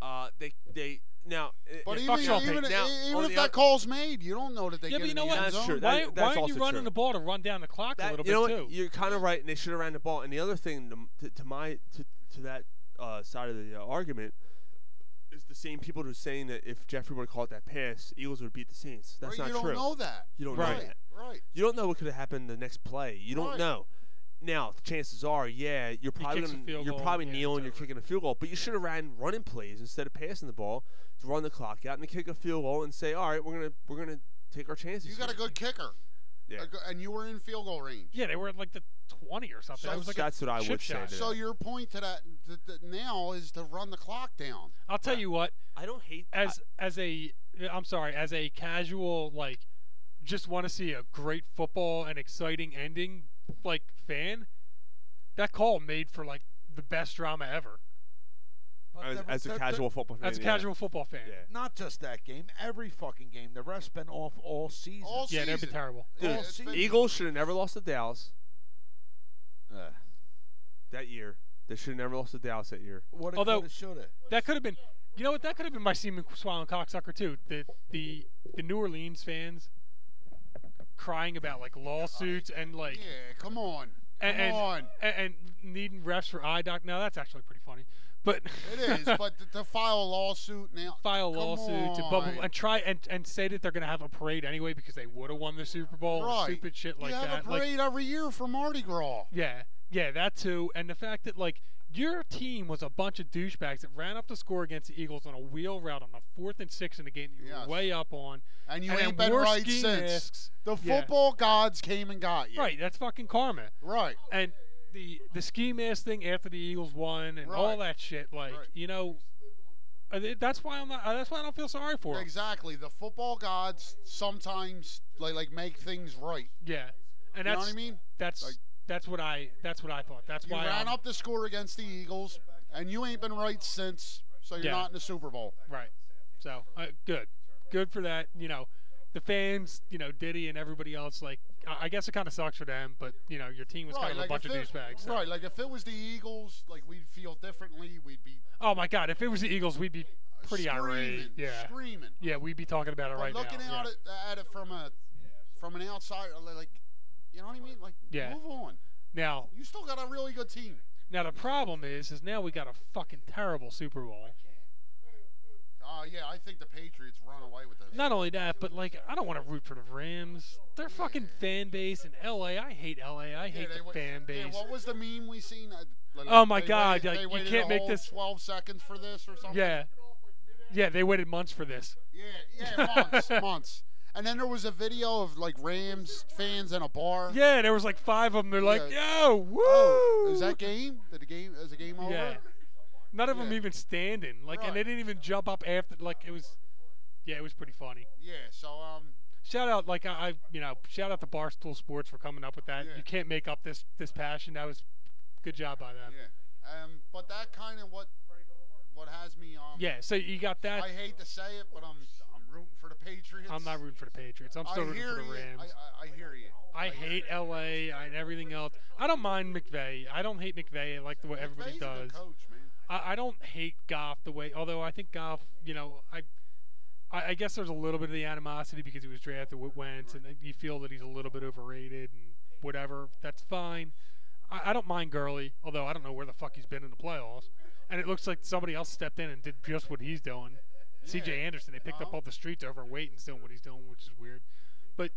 Uh, they they now. But it- even fuck Sean even, Payton. now, e- on even if the that oth- call's made, you don't know that they yeah, get but you in know the what? end That's zone. true. Why, That- why that's aren't you also running true. the ball to run down the clock that- a little you know bit what? too? You're kind of right, and they should have ran the ball. And the other thing to to, to my to, to that uh, side of the uh, argument is the same people who's saying that if Jeffrey would have caught that pass, Eagles would beat the Saints. That's Right, not you don't true. know that. You don't right. know that. Right. You don't know what could have happened the next play. You don't Right. know. Now, chances are, yeah, you're probably kicks a gonna, field you're goal, probably yeah, kneeling, it's you're over. kicking a field goal, but you should have ran running plays instead of passing the ball to run the clock out and kick a field goal and say, all right, we're gonna we're gonna take our chances. You got a here." good kicker. Yeah. A go- and you were in field goal range. Yeah, they were at like the twenty or something. So it was like that's a what I chip would say shot. to So your point to that, th- th- now is to run the clock down. I'll tell you what. I don't hate as as a I'm sorry, as a casual like just want to see a great football and exciting ending like fan, that call made for like the best drama ever. As- the- as a the- the- casual football fan, As a yeah. casual football fan. Yeah. Not just that game, every fucking game. The refs been off all season. All Yeah, that'd be season. terrible. Yeah, Dude, it's been- Eagles should have never lost to Dallas Ugh. that year. They should have never lost to Dallas that year. What Although- it should have. That could have been you know what, that could have been my semen swallowing cocksucker too. The the the New Orleans fans crying about like lawsuits and like Yeah, come on. Come and, and, on. and and needing refs for eye doc. Now that's actually pretty funny. But It (laughs) is, but to, to file a lawsuit now. file a come lawsuit to bubble on. and try and, and say that they're going to have a parade anyway because they would have won the Super Bowl Right. or stupid shit like you have that. a Like, parade every year for Mardi Gras. yeah, yeah, that too. And the fact that like your team was a bunch of douchebags that ran up the score against the Eagles on a wheel route on a fourth and six in a game that you Yes. were way up on, And you and ain't then been worse right ski since. masks. The Yeah. football gods came and got you. Right, that's fucking karma. Right. And the the ski mask thing after the Eagles won and all Right. that shit, like Right. you know, uh, th- that's why I'm not. uh, That's why I don't feel sorry for 'em. Exactly. The football gods sometimes like like make things right. Yeah, and You know that's what I mean? That's Like- that's what I that's what I thought. That's You why ran I'm, up the score against the Eagles, and you ain't been right since. So you're Yeah. not in the Super Bowl. right. So uh, good, good for that. You know, the fans, you know, Diddy and everybody else. Like, I, I guess it kind of sucks for them, but you know, your team was kind of a bunch if of it, douchebags. so- Right, like if it was the Eagles, like we'd feel differently. We'd be Oh my God, if it was the Eagles, we'd be pretty Uh, screaming, irate. Yeah. screaming. Yeah, we'd be talking about it But right looking now. out yeah. at, at it from a from an outsider, li- like you know what I mean? Like Yeah. move on. Now, You still got a really good team. now the problem is, is now we got a fucking terrible Super Bowl. Uh, yeah, I think the Patriots run away with this. Not only that, but like I don't want to root for the Rams. Their fucking fan base in LA. I hate LA. I hate yeah, they the wa- fan base. Yeah, what was the meme we seen? Uh, like, Oh my they God, waited- like, they you waited a can't make whole this- Twelve seconds for this or something. Yeah. Yeah, they waited months for this. Yeah, yeah, (laughs) months, months. And then there was a video of like Rams fans in a bar. Yeah, there was like five of them. They're like, yo, woo! Oh, is that game? Did the game is the game over? Yeah. None of them Yeah. even standing. Like, and they Right. didn't even jump up after. Like, it was, yeah, it was pretty funny. Yeah. So um, Shout out, like I, I you know, shout out to Barstool Sports for coming up with that. Yeah. You can't make up this this passion. That was good job by them. yeah, um, but that kind of what what has me um. Yeah, so you got that. I hate to say it, but I'm I'm rooting for the Patriots. I'm not rooting for the Patriots. I'm still I rooting hear for the you. Rams. I, I, I hear you. I hate LA and everything else. I don't mind McVay. I don't hate McVay. I like the way everybody McVay's a good does. coach, man. I, I don't hate Goff the way, although I think Goff, you know, I, I, I guess there's a little bit of the animosity because he was drafted with Wentz, and you feel that he's a little bit overrated and whatever. That's fine. I, I don't mind Gurley, although I don't know where the fuck he's been in the playoffs, and it looks like somebody else stepped in and did just what he's doing. C.J. Anderson, they picked Uh-huh. up off the streets over Waiton's doing what he's doing, which is weird. But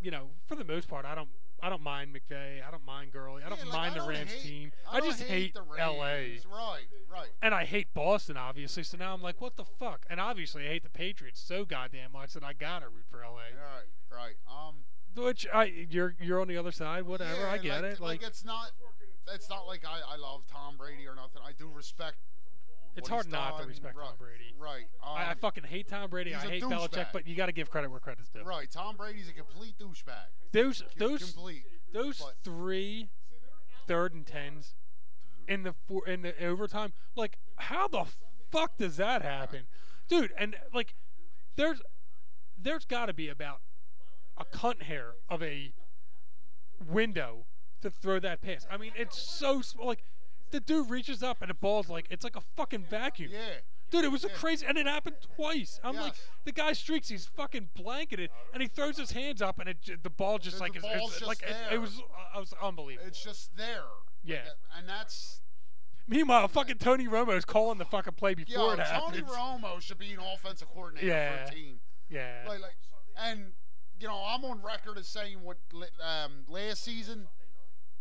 you know, for the most part, I don't. I don't mind McVay. I don't mind Gurley. I don't Yeah, like, mind I the don't Rams hate- team. I I, don't just hate hate, the L.A. Rams. Right, right. And I hate Boston, obviously. So now I'm like, what the fuck? And obviously, I hate the Patriots so goddamn much that I gotta root for L.A. Right, right. Um, Which I, you're you're on the other side. Whatever, Yeah, I get like, it. Like, it's not. It's not like I, I love Tom Brady or nothing. I do respect. It's what hard he's not to done. respect Tom Right, Brady. Right. I, I um, fucking hate Tom Brady. he's I a hate Belichick. douchebag. But you gotta give credit where credit's due. Right. Tom Brady's a complete douchebag. Those Com- those complete. those but- three third and tens in the four in the overtime. Like how the fuck does that happen, dude? And like there's there's got to be about a cunt hair of a window to throw that pass. I mean, it's so small. Like the dude reaches up and the ball's like it's like a fucking vacuum. Yeah. Dude, it was a crazy, and it happened twice. I'm like, the guy streaks, he's fucking blanketed, and he throws his hands up, and it, j- the ball just The- like the is, ball's it's, just like it- It, there. was, I was unbelievable. It's just there. uh, Yeah. And that's Meanwhile, fucking Tony Romo is calling the fucking play before yeah. it happens. Tony Romo should be an offensive coordinator Yeah. for a team. (laughs) Yeah. Like, like, and you know, I'm on record as saying what li- um, last season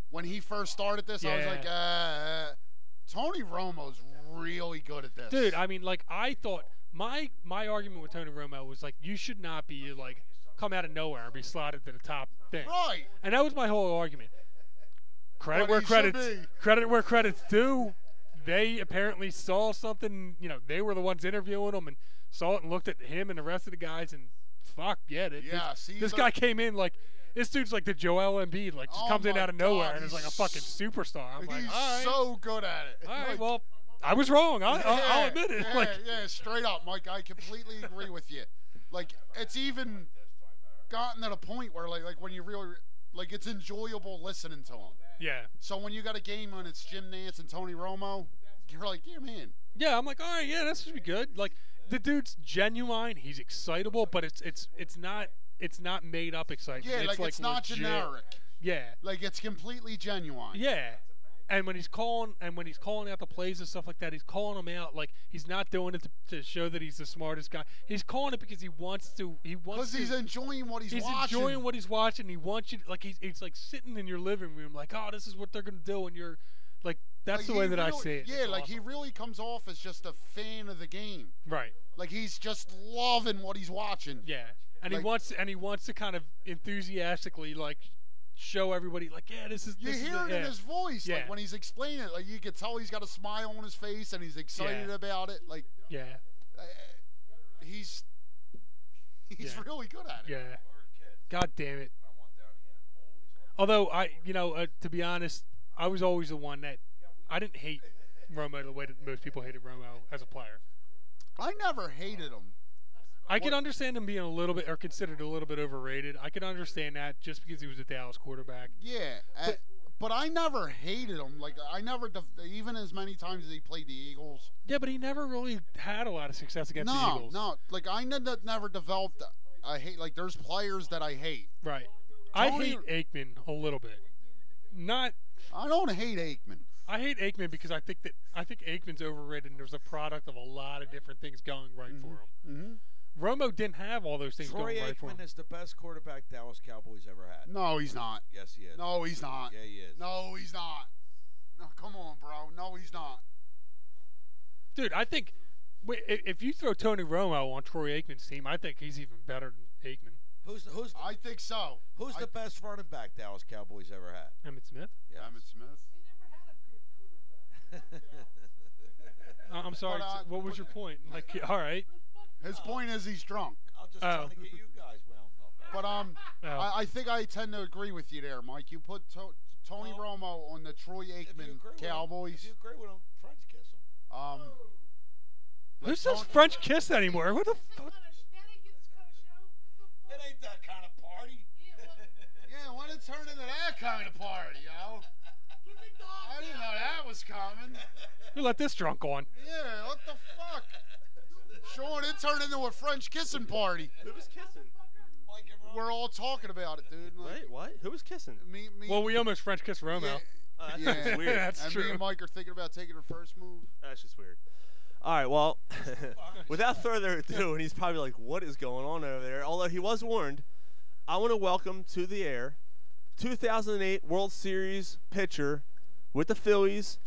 when he first started this, I was Yeah. like, uh, Tony Romo's really good at this. Dude, I mean, like I thought my my argument with Tony Romo was like you should not be like come out of nowhere and be slotted to the top thing. Right. And that was my whole argument. Credit But where he should credits be. credit where credits due. They apparently saw something. You know, they were the ones interviewing him and saw it and looked at him and the rest of the guys and fuck yeah, that- Yeah, this, see, this look- guy came in like. This dude's like the Joel Embiid, like just Oh comes in my out of nowhere God, and is like a he's fucking superstar. I'm like, He's all right, so good at it. all right, Like- (laughs) well, I was wrong. I, I, I'll admit it. (laughs) Yeah, like, yeah, straight up, Mike. I completely agree with you. Like, it's even gotten to the point where, like, like when you really, like, it's enjoyable listening to him. yeah. So when you got a game on, it's Jim Nance and Tony Romo. You're like, yeah, man. Yeah, I'm like, all right, yeah, this should be good. Like, the dude's genuine. He's excitable, but it's it's it's not it's not made up excitement. Yeah, it's like, it's not legit. generic. Yeah, Like it's completely genuine. yeah. And when he's calling and when he's calling out the plays and stuff like that, he's calling them out. Like he's not doing it to, to show that he's the smartest guy. He's calling it because he wants to. He Because wants. to, he's enjoying what he's, he's watching. enjoying what he's watching. He wants you to- like he's it's like sitting in your living room, like oh, this is what they're gonna do, and you're like that's Like, the way he that I really- see it. Yeah, It's like awesome. he really comes off as just a fan of the game. right. Like he's just loving what he's watching. Yeah, and Like- he wants and he wants to kind of enthusiastically like show everybody like yeah this is You this is hear the- it in yeah. his voice, Yeah. like when he's explaining it. Like you can tell he's got a smile on his face and he's excited Yeah. about it. Like yeah he's (laughs) he's Yeah. really good at it. yeah god damn it although I you know uh, to be honest I was always the one that I didn't hate Romo the way that most people hated Romo as a player I never hated him. I could understand him being a little bit or considered a little bit overrated I could understand that just because he was a Dallas quarterback Yeah, uh, but, I never hated him. Like I never def- even as many times as he played the Eagles. yeah but he never really had a lot of success against no, the Eagles no. Like I ne- ne- never developed. a- I hate like there's players that I hate. right I hate Aikman a little bit not I don't hate Aikman. I hate Aikman because I think that I think Aikman's overrated and there's a product of a lot of different things going right Mm-hmm. for him. Romo didn't have all those things Troy going right for him. Aikman is the best quarterback Dallas Cowboys ever had. No, he's not. Yes, he is. No, he's not. Yeah, he is. No, he's not. No, come on, bro. No, he's not. Dude, I think wait, i- if you throw Tony Romo on Troy Aikman's team, I think he's even better than Aikman. Who's who's? I think so. Who's the best running back Dallas Cowboys ever had? Emmett Smith. Yes. Emmett Smith. I- I'm sorry. But, t- uh, what was your (laughs) point? Like, yeah, all right. His Oh. point is he's drunk. I'll just trying Oh. to get you guys wound up. But um, Oh. I, I think I tend to agree with you there, Mike. You put to- Tony Romo on the Troy Aikman Cowboys. If you Oh. agree with him, French kiss him. Um, Who says French kiss anymore? What the fuck? It ain't that kind of party. yeah, when it turned into that kind of party, yo. I didn't know that was was common. Who let this drunk go on? Yeah, what the fuck? Sean, it turned into a French kissing party. Who was kissing? We're all talking about it, dude. Like, Wait, what? Who was kissing? Me, me. uh, Well, we almost French kiss Romeo. Oh, that's yeah, (laughs) just weird. and That's Me true. and Mike are thinking about taking her first move. That's just weird. All right, well, (laughs) without further ado, and he's probably like, what is going on over there? Although he was warned, I want to welcome to the air 2008 World Series pitcher with the Phillies,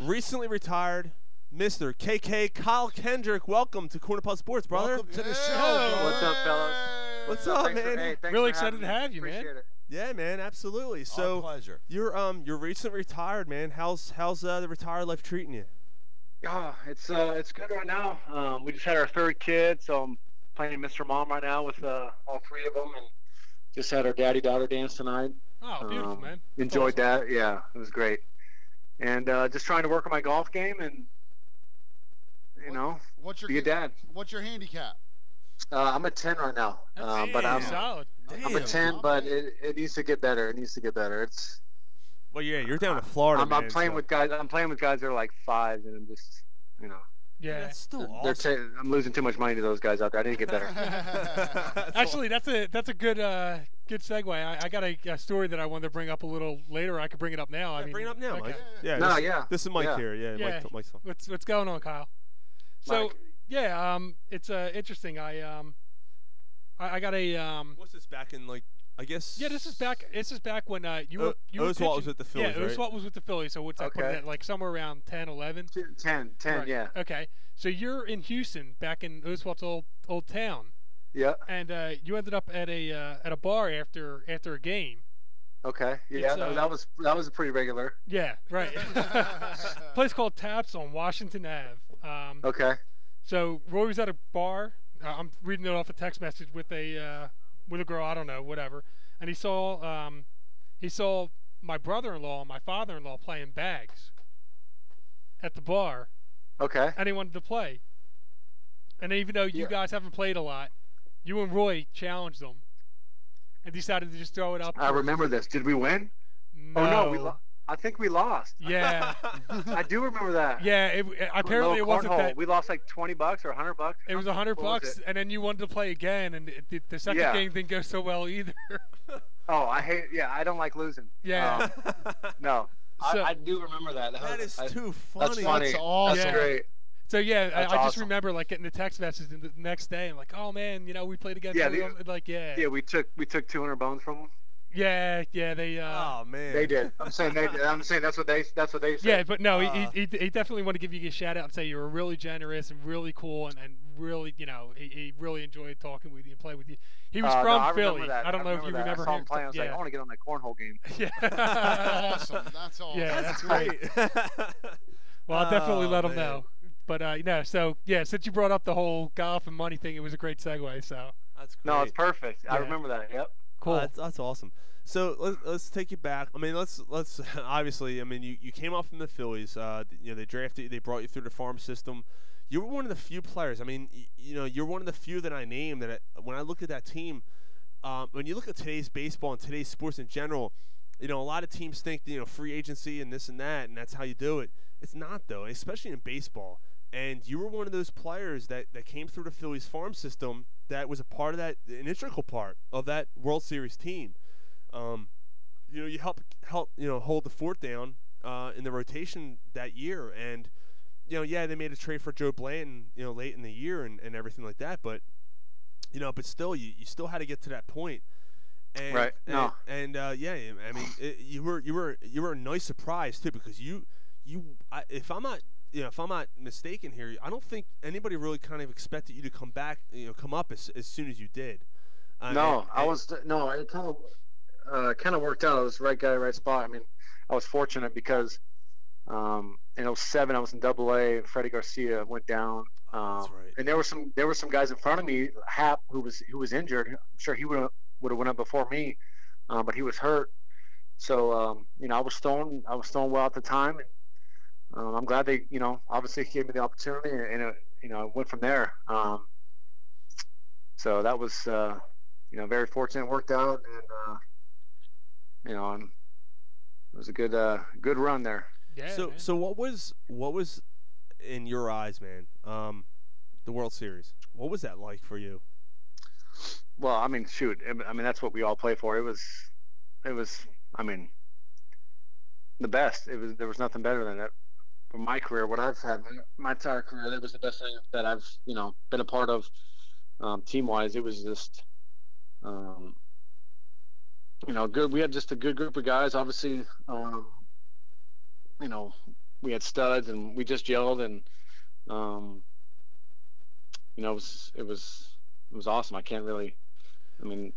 recently retired, Mr. KK Kyle Kendrick. Welcome to Corner Pub Sports, brother. Welcome to the show. What's up, fellas? What's No, up, thanks for- man? hey, thanks Really for having excited to me. have you, man. Appreciate it. Yeah, man, absolutely. So pleasure. You're um you're recently retired, man. How's how's uh, the retired life treating you? Oh, it's uh, it's good right now. Um, we just had our third kid, so I'm playing Mr. Mom right now with uh, all three of them, and just had our daddy daughter dance tonight. Oh, beautiful, man. Um, Enjoyed that. Yeah, it was great. And uh, just trying to work on my golf game, and you know, What's your be a ca- dad. What's your handicap? Uh, I'm a ten right now, um, but I'm I'm a ten, (laughs) but it, it needs to get better. It needs to get better. It's Well, yeah, you're down in Florida, I'm, man. I'm playing so- with guys. I'm playing with guys that are like five, and I'm just you know. Yeah, that's still They're ta- I'm losing too much money to those guys out there. I need to get (laughs) better. Actually, that's a that's a good uh, good segue. I, I got a, a story that I wanted to bring up a little later. I could bring it up now. I mean, bring it up now, okay. Mike. Yeah, No, this, yeah. This is Mike Yeah. here. Yeah, yeah. Mike, Mike's on. What's what's going on, Kyle? So Mike. yeah, um, it's uh, interesting. I um, I, I got a um. What's this back in like? I guess. Yeah, this is back. This is back when uh, you O- were. You Oswalt were was pitching- with the Phillies, Yeah, right? Oswalt was with the Phillies. So what's I put it Okay. at like somewhere around 10, 11? 10, 10, Right, yeah. Okay, so you're in Houston, back in Oswalt's old old town, Yeah. and uh, you ended up at a uh, at a bar after after a game. Okay. Yeah. It's, that- uh, that was that was pretty regular. Yeah, right. (laughs) Place called Taps on Washington Ave. Um, Okay. So Roy was at a bar. Uh, I'm reading it off a text message with a uh, with a girl. I don't know, whatever. And he saw um, he saw my brother-in-law and my father-in-law playing bags at the bar, Okay. and he wanted to play. And even though you Yeah. guys haven't played a lot, you and Roy challenged them and decided to just throw it up. I remember this. Did we win? Oh no, we No. lo- I think we lost. (laughs) Yeah. I do remember that. (laughs) Yeah, it, it- apparently Little it wasn't cornhole. that. We lost like 20 bucks or 100 bucks. It was a hundred What was bucks, it? and then you wanted to play again, and it, the, the second Yeah. game didn't go so well either. Oh, I hate. Yeah, I don't like losing. Yeah. (laughs) Um, no. So- I, I do remember that. That, That was- is I- too That's funny. funny. That's awesome. That's Yeah. great. So yeah, I, I That's just awesome. remember like getting the text message the the next day, and like, oh man, you know, we played again. Yeah, so we the- don't-" like yeah, Yeah, we took we took 200 bones from them. yeah, yeah. They. Uh, oh man. They did. I'm saying they did. I'm saying that's what they that's what they said. Yeah, but no, uh, he, he, he definitely wanted to give you a shout out and say you were really generous and really cool and, and really, you know, he, he really enjoyed talking with you and playing with you. He was Uh, no, from I remember Philly. that. I don't know if remember you that. remember I saw him. him playing. I was like, "Oh, Yeah. I want to get on that cornhole game. (laughs) Yeah. (laughs) awesome. That's awesome. (laughs) Yeah, that's great. Well, I'll definitely Oh, let him man. know. But uh, no, so yeah, since you brought up the whole golf and money thing, it was a great segue. So That's No, it's perfect. I Yeah. remember that. Yep. Cool. Oh, that's, that's awesome. So let's, let's take you back. I mean, let's let's (laughs) obviously. I mean, you, you came off from the Phillies. Uh, you know, they drafted you. They brought you through the farm system. You were one of the few players. I mean, y- you know, you're one of the few that I named that I, when I look at that team, um, when you look at today's baseball and today's sports in general, you know, a lot of teams think you know free agency and this and that, and that's how you do it. It's not though, especially in baseball. And you were one of those players that, that came through the Phillies farm system that was a part of that, an integral part of that World Series team. Um, you know, you help help you know hold the fort down uh, in the rotation that year, and you know, yeah, they made a trade for Joe Blanton, you know, late in the year and, and everything like that, but you know, but still, you, you still had to get to that point. And, Right, And, no. and uh, yeah, I mean, it, you were you were you were a nice surprise too because you you I, if I'm not you know if I'm not mistaken here, I don't think anybody really kind of expected you to come back, you know, come up as, as soon as you did. I mean, no, I and- was no. It kind of uh, kind of worked out. I was right guy, right spot. I mean, I was fortunate because um, in 07, I was in Double A. Freddie Garcia went down, um, and there were some there were some guys in front of me. Hap, who was who was injured, I'm sure he would would have went up before me, uh, but he was hurt. So um, you know, I was thrown I was thrown well at the time, and um, I'm glad they you know obviously gave me the opportunity, and, and it, you know, it went from there. Um, so that was. Uh, you know, very fortunate. It worked out, and uh, you know, and it was a good uh, good run there. Yeah, so man. so what was what was in your eyes, man? Um, the World Series. What was that like for you? Well, I mean, shoot, I mean that's what we all play for. It was, it was, I mean, the best. It was there was nothing better than it for my career. What I've had my, my entire career, that was the best thing that I've you know been a part of, um, team wise. It was just, um, you know, good. We had just a good group of guys. Obviously, um, you know, we had studs, and we just gelled, and um, you know, it was it was it was awesome. I can't really, I mean,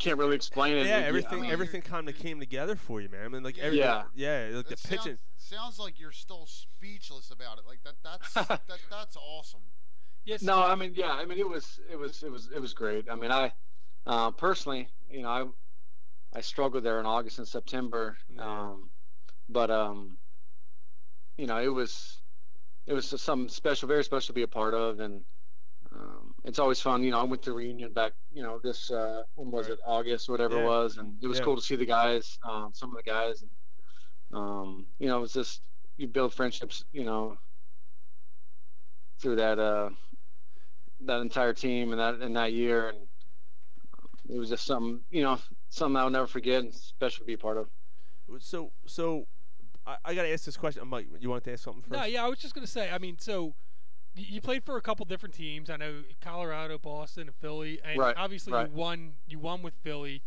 can't really explain it. Yeah, I mean, everything I mean, everything kind of came together for you, man. I mean, like every, Yeah. yeah, like the That sounds, pitching. sounds like you're still speechless about it. Like that. (laughs) That's that, That's awesome. No, I mean, yeah, I mean, it was, it was, it was, it was great. I mean, I uh, personally, you know, I, I struggled there in August and September, um, but um, you know, it was, it was something special, very special to be a part of, and um, it's always fun. You know, I went to reunion back, you know, this uh, when was it, August, whatever it Yeah. was, and it was Yeah. cool to see the guys, um, some of the guys, and um, you know, it was just you build friendships, you know, through that uh, that entire team and that and that year, and um, it was just something, you know, something I'll never forget and special to be a part of. So so, I, I gotta ask this question. I'm like, you wanted to ask something first? No, yeah, I was just gonna say. I mean, so y- you played for a couple different teams. I know Colorado, Boston, and Philly, and Right, obviously right. you won. You won with Philly.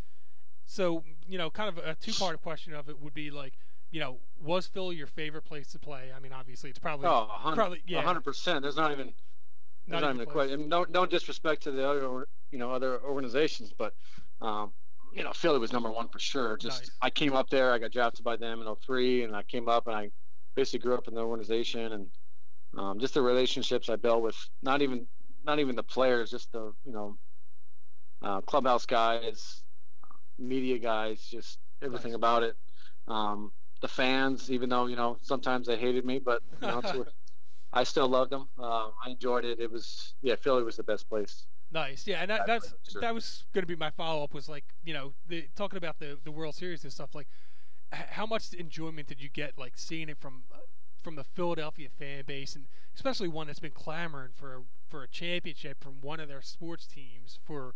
So you know, kind of a two-part question of it would be like, you know, was Philly your favorite place to play? I mean, obviously it's probably Oh, 100, probably yeah. 100%. There's not even there's Not not even even a close. question. No, no disrespect to the other, or- you know, other organizations, but um, you know, Philly was number one for sure. Just I came up there, I got drafted by them in 03, and I came up and I basically grew up in the organization and um, just the relationships I built with not even not even the players, just the you know uh, clubhouse guys, media guys, just everything about it. Um, the fans, even though you know sometimes they hated me, but you know, it's worth- I still loved them. Um, I enjoyed it. It was yeah, Philly was the best place. Nice, yeah, and that, I'd that's play for sure. that was going to be my follow up. Was like, you know, the, talking about the the World Series and stuff. Like, h- how much enjoyment did you get like seeing it from uh, from the Philadelphia fan base, and especially one that's been clamoring for a, for a championship from one of their sports teams for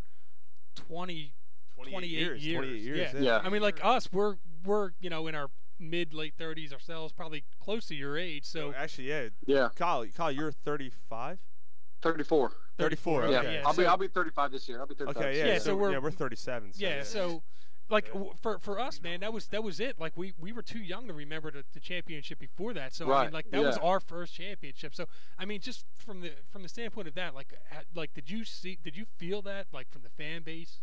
20, 28 years, 28 years, yeah. yeah. Yeah. I mean, like us, we're we're you know in our mid late thirties ourselves, probably close to your age. So actually, yeah, yeah. Kyle, Kyle, you're 35. 34. 34. Yeah, okay. I'll be I'll be 35 this year. I'll be 35. Okay, this yeah. year. so, we're yeah, we're 37. So yeah, so like w- for for us, man, that was that was it. Like we we were too young to remember the, the championship before that. So I mean, Right, like that was yeah. our first championship. So I mean, just from the from the standpoint of that, like ha- like did you see did you feel that like from the fan base?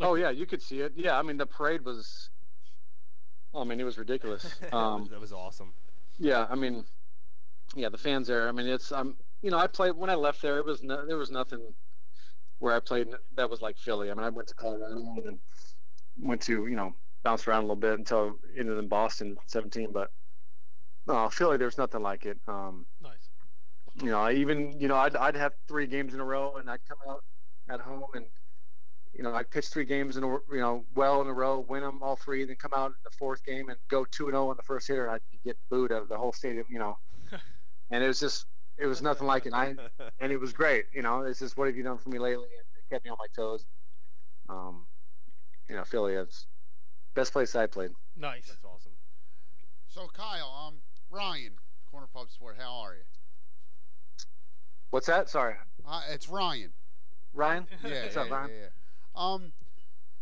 oh yeah, you could see it. Yeah, I mean the parade was. I mean it (laughs) was ridiculous. Um, that was awesome. yeah, I mean, yeah, the fans there. I mean it's um you know I played when I left there it was no, there was nothing where I played that was like Philly. I mean I went to Colorado and then went to you know bounced around a little bit until ended in Boston 17, but no Philly there's nothing like it. Um, nice. You know I even you know I'd I'd have three games in a row and I'd come out at home and you know, I pitched three games in a, you know, well in a row, win them all three, then come out in the fourth game and go two and zero on the first hitter, and I'd get booed out of the whole stadium, you know. and it was just, it was nothing like it. I, and it was great, you know. It's just, what have you done for me lately? And it kept me on my toes. Um, you know, Philly, it's best place I played. Nice. That's awesome. So Kyle, um, Ryan, Corner Pub Sport, how are you? What's that? Sorry, Uh, it's Ryan. Ryan. Yeah, What's yeah, up, Ryan? yeah, yeah. Um,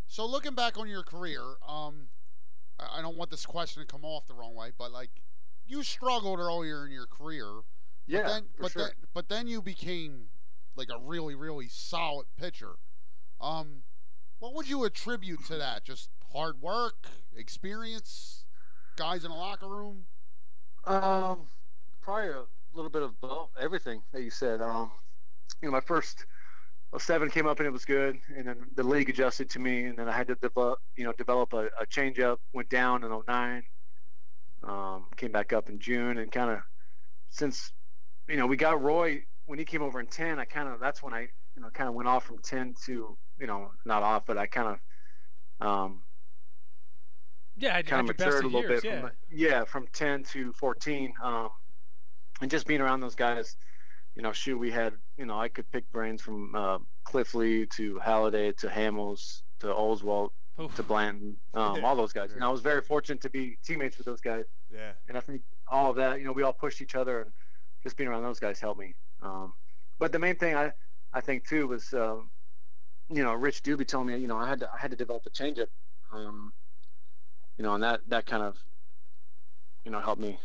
so looking back on your career, um, I I don't want this question to come off the wrong way, but like, you struggled earlier in your career. Yeah, But then, for but sure. then, but then you became like a really, really solid pitcher. Um, what would you attribute to that? Just hard work, experience, guys in the locker room. Um, probably a little bit of both, everything that you said. Um, you know, my first well, seven came up and it was good, and then the league adjusted to me, and then I had to develop, you know, develop a, a change up. Went down in 09, um, came back up in June, and kind of since you know we got Roy when he came over in 10, I kind of that's when I you know kind of went off from 10 to you know not off, but I kind of um, Yeah, at- at kind of your best matured a of little years, bit. From, yeah. the- yeah, from 10 to 14. Um, and just being around those guys, you know, shoot, we had, you know, I could pick brains from uh, Cliff Lee to Halliday to Hamels to Oswald to Blanton, um, all those guys. And I was very fortunate to be teammates with those guys. Yeah. And I think all of that, you know, we all pushed each other, and just being around those guys helped me. Um, but the main thing I, I think too was, um, you know, Rich Doobie told me, you know, I had to, I had to develop a changeup, um, you know, and that that kind of, you know, helped me.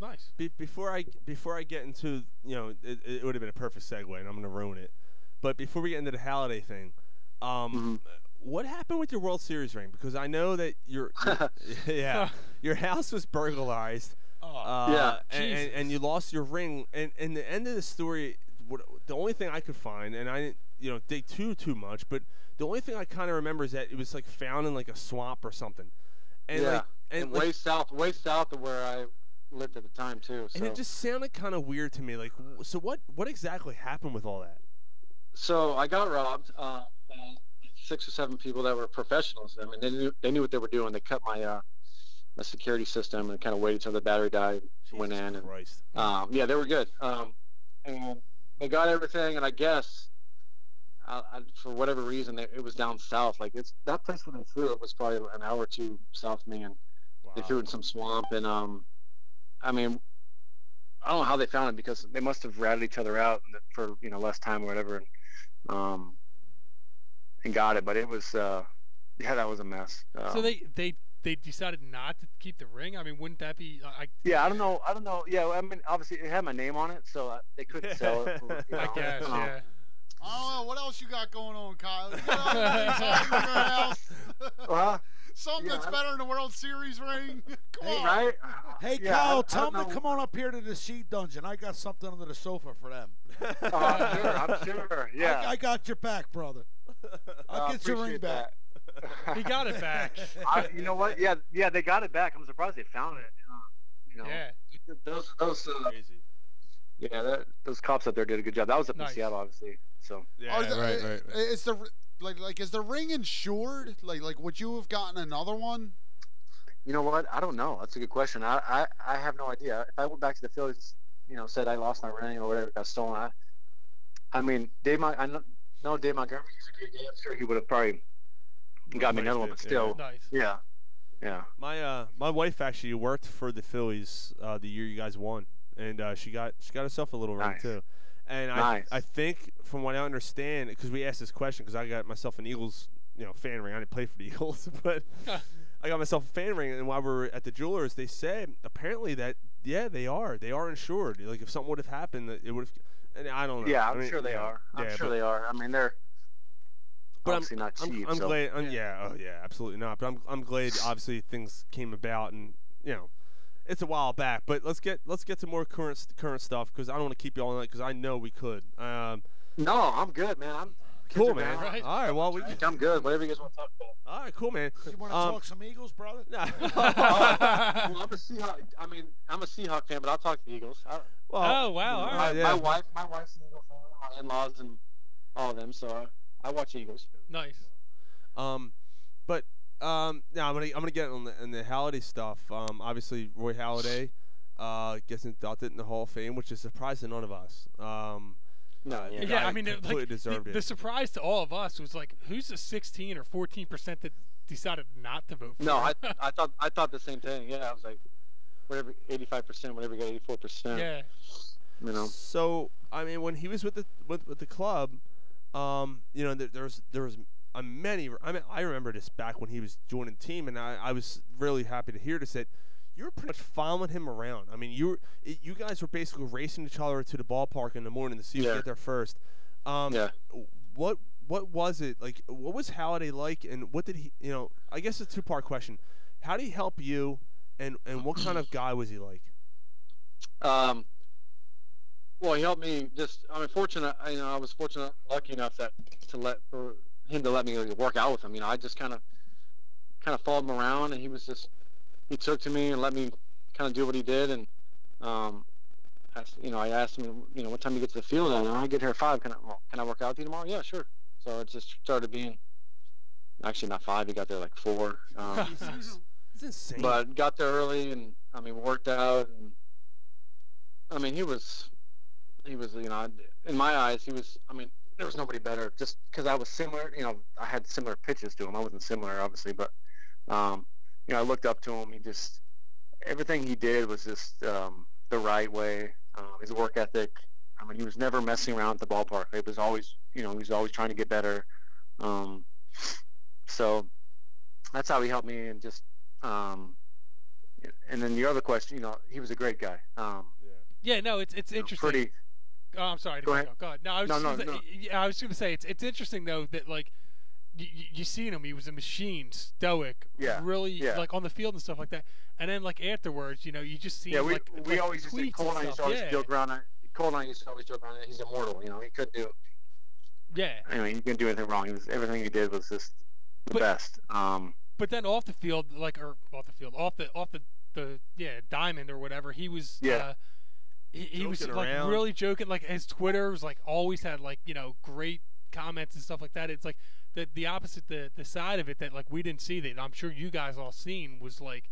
Nice. Be- before I before I get into you know it, it would have been a perfect segue and I'm gonna ruin it, but before we get into the Halliday thing, Mm-hmm. um, what happened with your World Series ring? Because I know that (laughs) your your- yeah your house was burglarized. uh, Yeah. and, and, Jesus. and you lost your ring. And and the end of the story, what, the only thing I could find, and I didn't you know dig too too much, but the only thing I kind of remember is that it was like found in like a swamp or something. And yeah. like and, and, like, way south, way south of where I lived at the time too. So. and it just sounded kind of weird to me. Like, w- so what? What exactly happened with all that? so I got robbed uh, by six or seven people that were professionals. I mean, they knew, they knew what they were doing. They cut my uh, my security system and kind of waited till the battery died, went in, and Christ. um, yeah, they were good. Um, and they got everything, and I guess I, I, for whatever reason, they, it was down south. Like it's that place where they threw it was probably an hour or two south of me, and (laughs) they threw it in some swamp. And um, I mean, I don't know how they found it because they must have ratted each other out for you know less time or whatever, and um, and got it. But it was uh, yeah, that was a mess. Um, so they they they decided not to keep the ring. I mean, wouldn't that be? I, I Yeah, I don't know. I don't know. Yeah, I mean, obviously it had my name on it, so uh, (laughs) they couldn't sell it. for, you I know, guess, um, yeah. I don't know what else you got going on, Kyle. You Oh, got other things (laughs) on your house? Uh-huh. Something Yeah, that's I- better than the World Series ring. (laughs) Come on. Hey, Yeah, I- I Kyle, don't tell them know. to come on up here to the sheet dungeon. I got something under the sofa for them. Oh, I'm sure. I'm sure. Yeah. (laughs) I, I got your back, brother. I'll Uh, get your ring appreciate back. that. (laughs) He got it (laughs) back. (laughs) Uh, I, you know what? Yeah, yeah, they got it back. I'm surprised they found it. Uh, you know, Yeah. Those, those, uh, yeah, that, those cops up there did a good job. That was up Nice. in Seattle, obviously. So. Are uh, the- i- Is the r- like like is the ring insured? Like like would you have gotten another one? You know what? I don't know. That's a good question. I, I, I have no idea. If I went back to the Phillies, you know, said I lost my ring or whatever got stolen, I, I mean, Dave, Mon- I know, no, Dave Montgomery is a good guy. I'm sure he would have probably got me another one, but Yeah. still, yeah, yeah. My uh, my wife actually worked for the Phillies uh, the year you guys won, and uh, she got she got herself a little ring Nice. too. And I Nice. I think from what I understand, because we asked this question, because I got myself an Eagles you know fan ring. I didn't play for the (laughs) Eagles, (laughs) but I got myself a fan ring. And while we were at the jewelers, they said apparently that yeah they are they are insured. Like if something would have happened, that it would have. And I don't know. Yeah, I I'm mean, sure they yeah, are. I'm yeah, sure but- they are. I mean, they're but obviously I'm, not I'm, cheap. I'm so. glad. I'm, yeah. Oh yeah. Absolutely not. But I'm I'm glad. Obviously things came about, and you know, it's a while back. But let's get let's get to more current st- current stuff because I don't want to keep you all night because I know we could. Um, No, I'm good, man. I'm kids cool, are man. down. All right. Well, we. I'm good. Whatever you guys want to talk about. All right. Cool, man. (laughs) You want to Um, talk some Eagles, brother? (laughs) well, I'm a Seahawk. I mean, I'm a Seahawk fan, but I'll talk to the Eagles. I, Well, Oh, wow, all My, right. my Yeah. wife, my wife's an Eagle fan, my in-laws, and all of them. So I, I watch Eagles. Nice. Um, but um, now I'm gonna I'm gonna get on the on the Halliday stuff. Um, obviously Roy Halladay, uh, gets inducted in the Hall of Fame, which is surprising to none of us. Um, no, yeah. I mean, it, completely like deserved the, it. the surprise to all of us was like, who's the 16 or 14 percent that decided not to vote for? No, I, him? I thought, I thought the same thing. Yeah, I was like, whatever, 85 percent, whatever you got, 84 percent. yeah. You know. So I mean, when he was with the with, with the club, um, you know, there, there was there was a many. I mean, I remember this back when he was joining the team, and I, I was really happy to hear this that you were pretty much following him around. I mean, you were it, you guys were basically racing each other to the ballpark in the morning to see who Yeah. could get there first. Um, Yeah. What what was it like? What was Halliday like, and what did he? You know, I guess it's a two part question. How did he help you, and and what kind of guy was he like? Um, well, he helped me. Just I'm mean, fortunate. I- You know, I was fortunate, lucky enough that to let for him to let me work out with him. You know, I just kind of kind of followed him around, and he was just he took to me and let me kind of do what he did. And um, I, s- you know, I asked him, you know, what time you get to the field? And I get here at five. Can I well, can I work out with you tomorrow? Yeah, sure. So it just started being actually not five. He got there like four. Um, It's insane. But got there early and I mean worked out and I mean he was he was you know in my eyes he was I mean there was nobody better just because I was similar you know I had similar pitches to him I wasn't similar obviously but um, you know I looked up to him he just everything he did was just um, the right way um, his work ethic I mean he was never messing around at the ballpark it was always you know he was always trying to get better um, so that's how he helped me and just um, and then the other question you know he was a great guy um, Yeah, no, it's it's interesting. pretty Oh, I'm sorry. to Go cut ahead. you off. Go ahead. No, I was No, just no, gonna say, no. yeah, I was gonna say it's it's interesting though that like you, you seen him, he was a machine, stoic, Yeah, really yeah. like on the field and stuff like that. And then like afterwards, you know, you just see yeah him, we, like, we like, always used tweets to and Cole and I used stuff. to always yeah. joke around it. Cole and I used to always joke around it. he's immortal you know he could do yeah. anyway he couldn't do anything wrong he was, everything he did was just the best um, But then off the field, like or off the field, off the off the the yeah diamond or whatever, he was Yeah. Uh, he, he was Joking like around. really joking. Like his Twitter was like always had like you know great comments and stuff like that. It's like the the opposite the the side of it that like we didn't see that I'm sure you guys all seen was like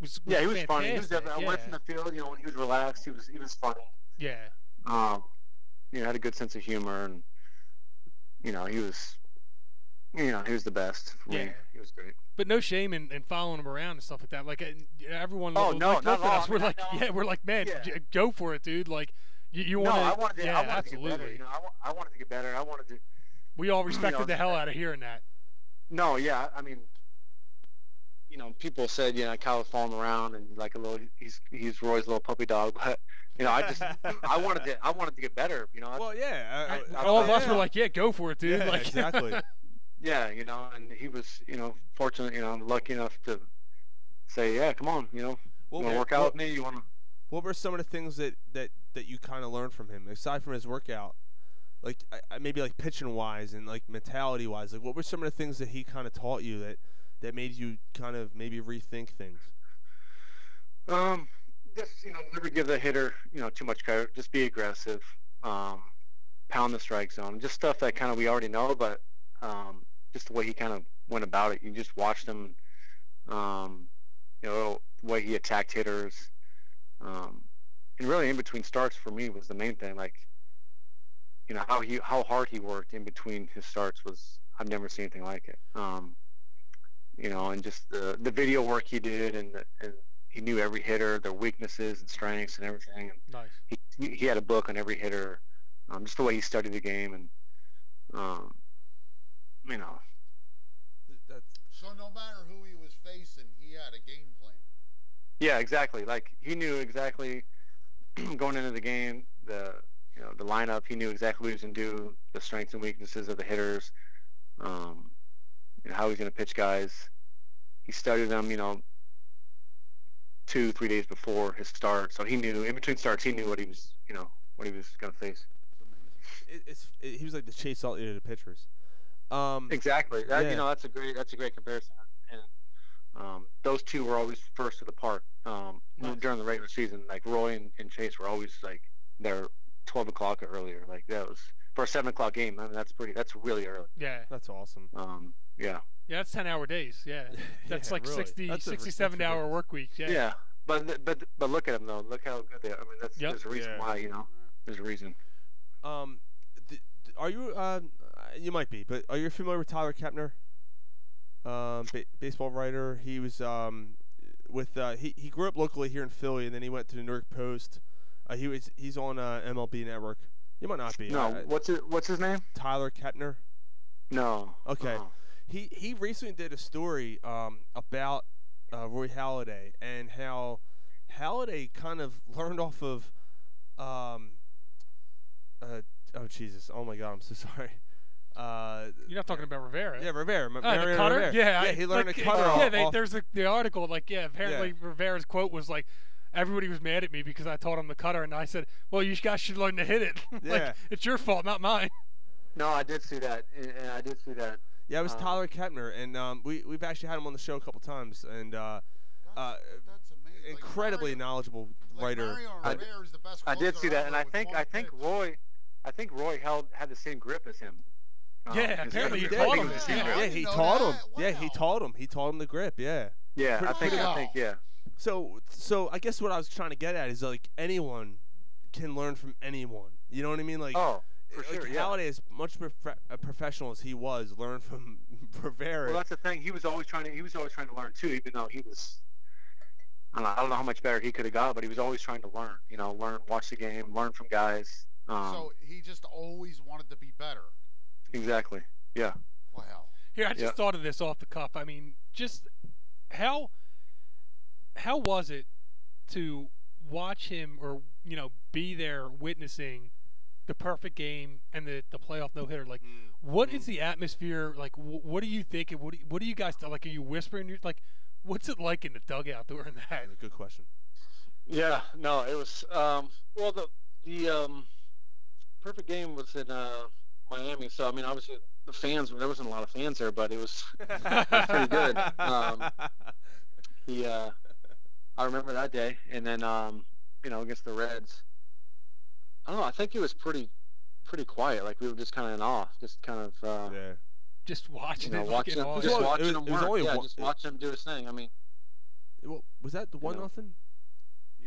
was, yeah he was funny he was fantastic, definitely yeah. away from the field you know when he was relaxed he was he was funny yeah um, you know, had a good sense of humor, and you know, he was, you know, he was the best. For Yeah. me. he was great. But no shame in, in following him around and stuff like that. Like and everyone, Oh, like, no, looked not up at all. us. I We're mean, I like, yeah, we're like, man, Yeah. j- go for it, dude. Like, you, you want no, I wanted to, yeah, I wanted absolutely. to get better. You know, I, wa- I wanted to get better. I wanted to. We all you respected know, the hell out of hearing that. No, yeah, I mean, you know, people said you know Kyle was following him around and like a little, he's he's Roy's little puppy dog, (laughs) but you know, I just I wanted to I wanted to get better. You know, I- Well, yeah. I, I, all of I- us were like, yeah, go for it, dude. (laughs) Yeah, like, (laughs) exactly. yeah, you know, and he was, you know, fortunate, you know, lucky enough to say, yeah, come on, you know, Well, you want yeah, to work out well- with me? You want to? What were some of the things that that that you kind of learned from him aside from his workout? Like I, I- maybe like pitching wise and like mentality wise. Like what were some of the things that he kind of taught you that that made you kind of maybe rethink things? Um, just you know, never give the hitter you know too much credit. Just be aggressive. Um, pound the strike zone. Just stuff that kind of we already know, but um, just the way he kind of went about it. You just watched him. Um, you know, the way he attacked hitters. Um, and really, in between starts for me was the main thing. Like, you know, how he how hard he worked in between his starts was I've never seen anything like it. Um, you know, and just the the video work he did, and, the, and he knew every hitter, their weaknesses and strengths and everything. And Nice. he- he, he had a book on every hitter, um, just the way he studied the game, and um, you know, So no matter who he was facing, he had a game plan. yeah, exactly. Like he knew exactly (clears throat) going into the game, the you know the lineup. He knew exactly what he was going to do, the strengths and weaknesses of the hitters, um, you know, how he's going to pitch guys. He studied them, you know, two three days before his start, so he knew in between starts he knew what he was, you know, what he was going to face. It, it's it, he was like the Chase Elliott of the pitchers. Um, Exactly. That, yeah. You know, that's a great that's a great comparison. And um, those two were always first to the park um, during the regular season. Like Roy and, and Chase were always like they're twelve o'clock or earlier. Like that was for a seven o'clock game. I mean, that's pretty. That's really early. Yeah. That's awesome. Um, yeah. Yeah, that's 10 hour days. Yeah. (laughs) That's Yeah, like really. sixty, That's a ri- that's sixty-seven 67 hour ridiculous. work week. Yeah. But th- but but look at them though. Look how good they are. I mean, that's Yep. there's a reason Yeah. why you know. There's a reason. Um, d- d- are you? Um, uh, you might be, but are you familiar with Tyler Kepner? Um, ba- baseball writer. He was um, with uh, he he grew up locally here in Philly, and then he went to the New York Post. Uh, he was he's on uh, MLB Network. You might not be. No. I- I- what's it, what's his name? Tyler Kepner. No. Okay. Uh-uh. He he recently did a story um, about uh, Roy Halladay and how Halladay kind of learned off of um, uh, oh Jesus oh my God I'm so (laughs) sorry. Uh, You're not talking about Rivera. yeah, Rivera. Ma- Oh, the Mariano cutter? Rivera. Yeah. I- he learned like, a cutter Yeah, off- they, off- there's the, the article. Like, yeah, apparently Rivera's quote was like, everybody was mad at me because I taught him the cutter. And I said, well, you guys should learn to hit it. (laughs) like, Yeah. it's your fault, not mine. No, I did see that, and, and I did see that. Yeah, it was uh, Um, Tyler Kepner, and um, we we've actually had him on the show a couple times, and uh, uh, incredibly knowledgeable writer. I, d- is the best I did closer see that, ever and I with think one I think Roy, I think Roy held had the same grip as him. Um, Yeah, his apparently he grip. I think taught it him. was the Yeah, same grip. he taught him. Yeah, he taught him. He taught him the grip. Yeah. Yeah, Pretty- I think pretty I think yeah. So so I guess what I was trying to get at is like anyone can learn from anyone. You know what I mean? Like Oh, for like sure, yeah. Halliday, as much prof- a professional as he was, learned from (laughs) Rivera. Well, that's the thing. He was always trying to. He was always trying to learn too, even though he was. I don't know, I don't know how much better he could have got, but he was always trying to learn. You know, learn, watch the game, learn from guys. Um, so he just always wanted to be better. exactly. Yeah. Wow. Here, I just Yeah. thought of this off the cuff. I mean, just how how was it to watch him or you know be there witnessing the perfect game and the the playoff no hitter? Hmm. Like, what is the atmosphere? Like, wh- what are you thinking? What do you, what do you guys like? Are you whispering? You're Like, what's it like in the dugout (laughs) during that? Good question. Yeah, no, it was. Um, well, the the um, perfect game was in uh, Miami, so I mean, obviously the fans. There wasn't a lot of fans there, but it was, it was pretty good. Um, (laughs) the uh, I remember that day, and then um, you know against the Reds. I don't know. I think it was pretty pretty quiet. Like we were just kind of in awe, just kind of uh, yeah. Just watching (laughs) you know, it, watching like, in him, awe. just watching was- him it was work. only yeah, one- just watching him do his thing. I mean, Well, was that the one nothing?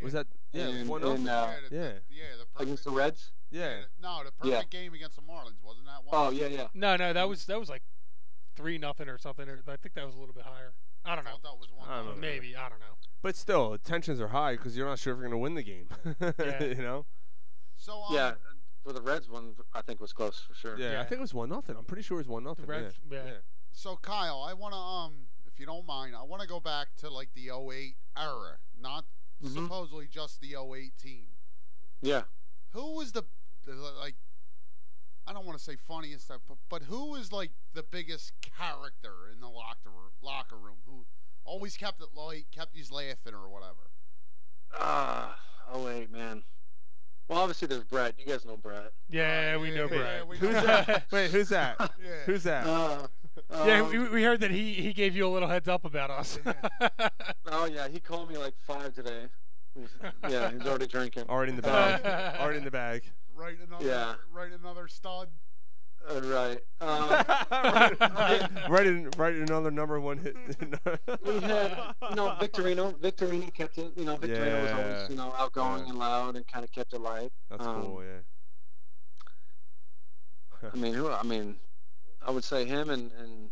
Was that yeah And- one and, nothing? uh, yeah. Yeah, the perfect. against the Reds. Yeah. No, the Yeah. perfect game against the Marlins wasn't that one? Oh, yeah, yeah. No, no, that was that was like three nothing or something. Or I think that was a little bit higher. I don't know. that was one. I don't know. Maybe I don't know. But still, tensions are high because you're not sure if you're gonna win the game. (laughs) Yeah. you know. So um, Yeah, for the Reds one, I think was close for sure. Yeah, I think it was one nothing. I'm pretty sure it was one nothing. Reds- yeah. yeah. So Kyle, I want to um, if you don't mind, I want to go back to like the 08 era, not Mm-hmm. supposedly just the 08 team. Yeah. Who was the the, like? I don't want to say funniest stuff, but, but who was like the biggest character in the locker room, locker room? Who always kept it light, kept you laughing or whatever? Ah, oh wait, man. Well, obviously there's Brett. You guys know Brett. Yeah, we know Brad. (laughs) Who's that? Wait, who's that? (laughs) Who's that? (laughs) Uh, yeah, um, we, we heard that he, he gave you a little heads up about us. (laughs) Oh yeah, he called me like (laughs) five today. yeah, he's already drinking. Already in the Uh, bag. (laughs) Already in the bag. Right another, Yeah. right another stud. Uh, right. right, Um, right in, right in another number one hit. (laughs) we had, you know, Victorino. Victorino kept it. You know, Victorino was Yeah. always, you know, outgoing Yeah. and loud and kind of kept it light. That's Um, cool. Yeah. I mean, who? I mean, I would say him and and,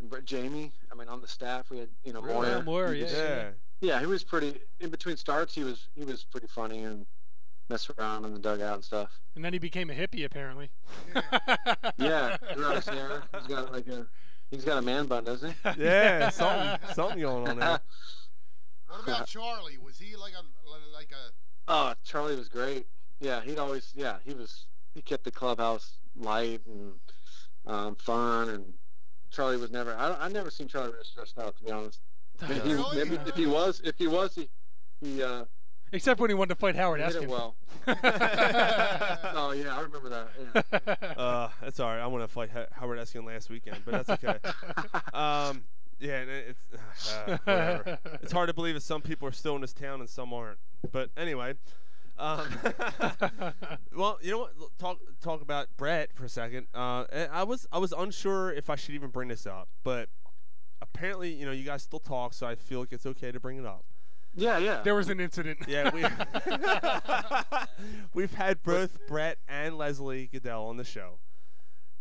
and Brett- Jamie. I mean, on the staff we had, you know, Really? Yeah, Moyer. Moyer, He was- yeah, yeah, yeah. Yeah, he was pretty. In between starts, he was he was pretty funny and mess around in the dugout and stuff. and then he became a hippie apparently. Yeah, he's got a hair. He's got like a he's got a man bun, doesn't he? Yeah, something, something going on (laughs) there. What about Charlie? Was he like a like a Oh, Charlie was great. Yeah, he'd always yeah he was he kept the clubhouse light and um, fun and Charlie was never I I never seen Charlie really stressed out to be honest. Maybe, he- Really? maybe if he was if he was he he uh, (laughs) Except when he wanted to fight Howard hit it Eskin. well. oh yeah, I remember that. Yeah. Uh, that's all right. I want to fight Ho- Howard Eskin last weekend, but that's okay. um, yeah, and it- it's (sighs) uh, whatever. It's hard to believe that some people are still in this town and some aren't. But anyway, um, (laughs) well, you know what? L- Talk talk about Brett for a second. Uh, and I was I was unsure if I should even bring this up, but apparently, you know, you guys still talk, so I feel like it's okay to bring it up. Yeah, yeah. (laughs) There was an incident. Yeah, we (laughs) we've had both Brett and Leslie Goodell on the show.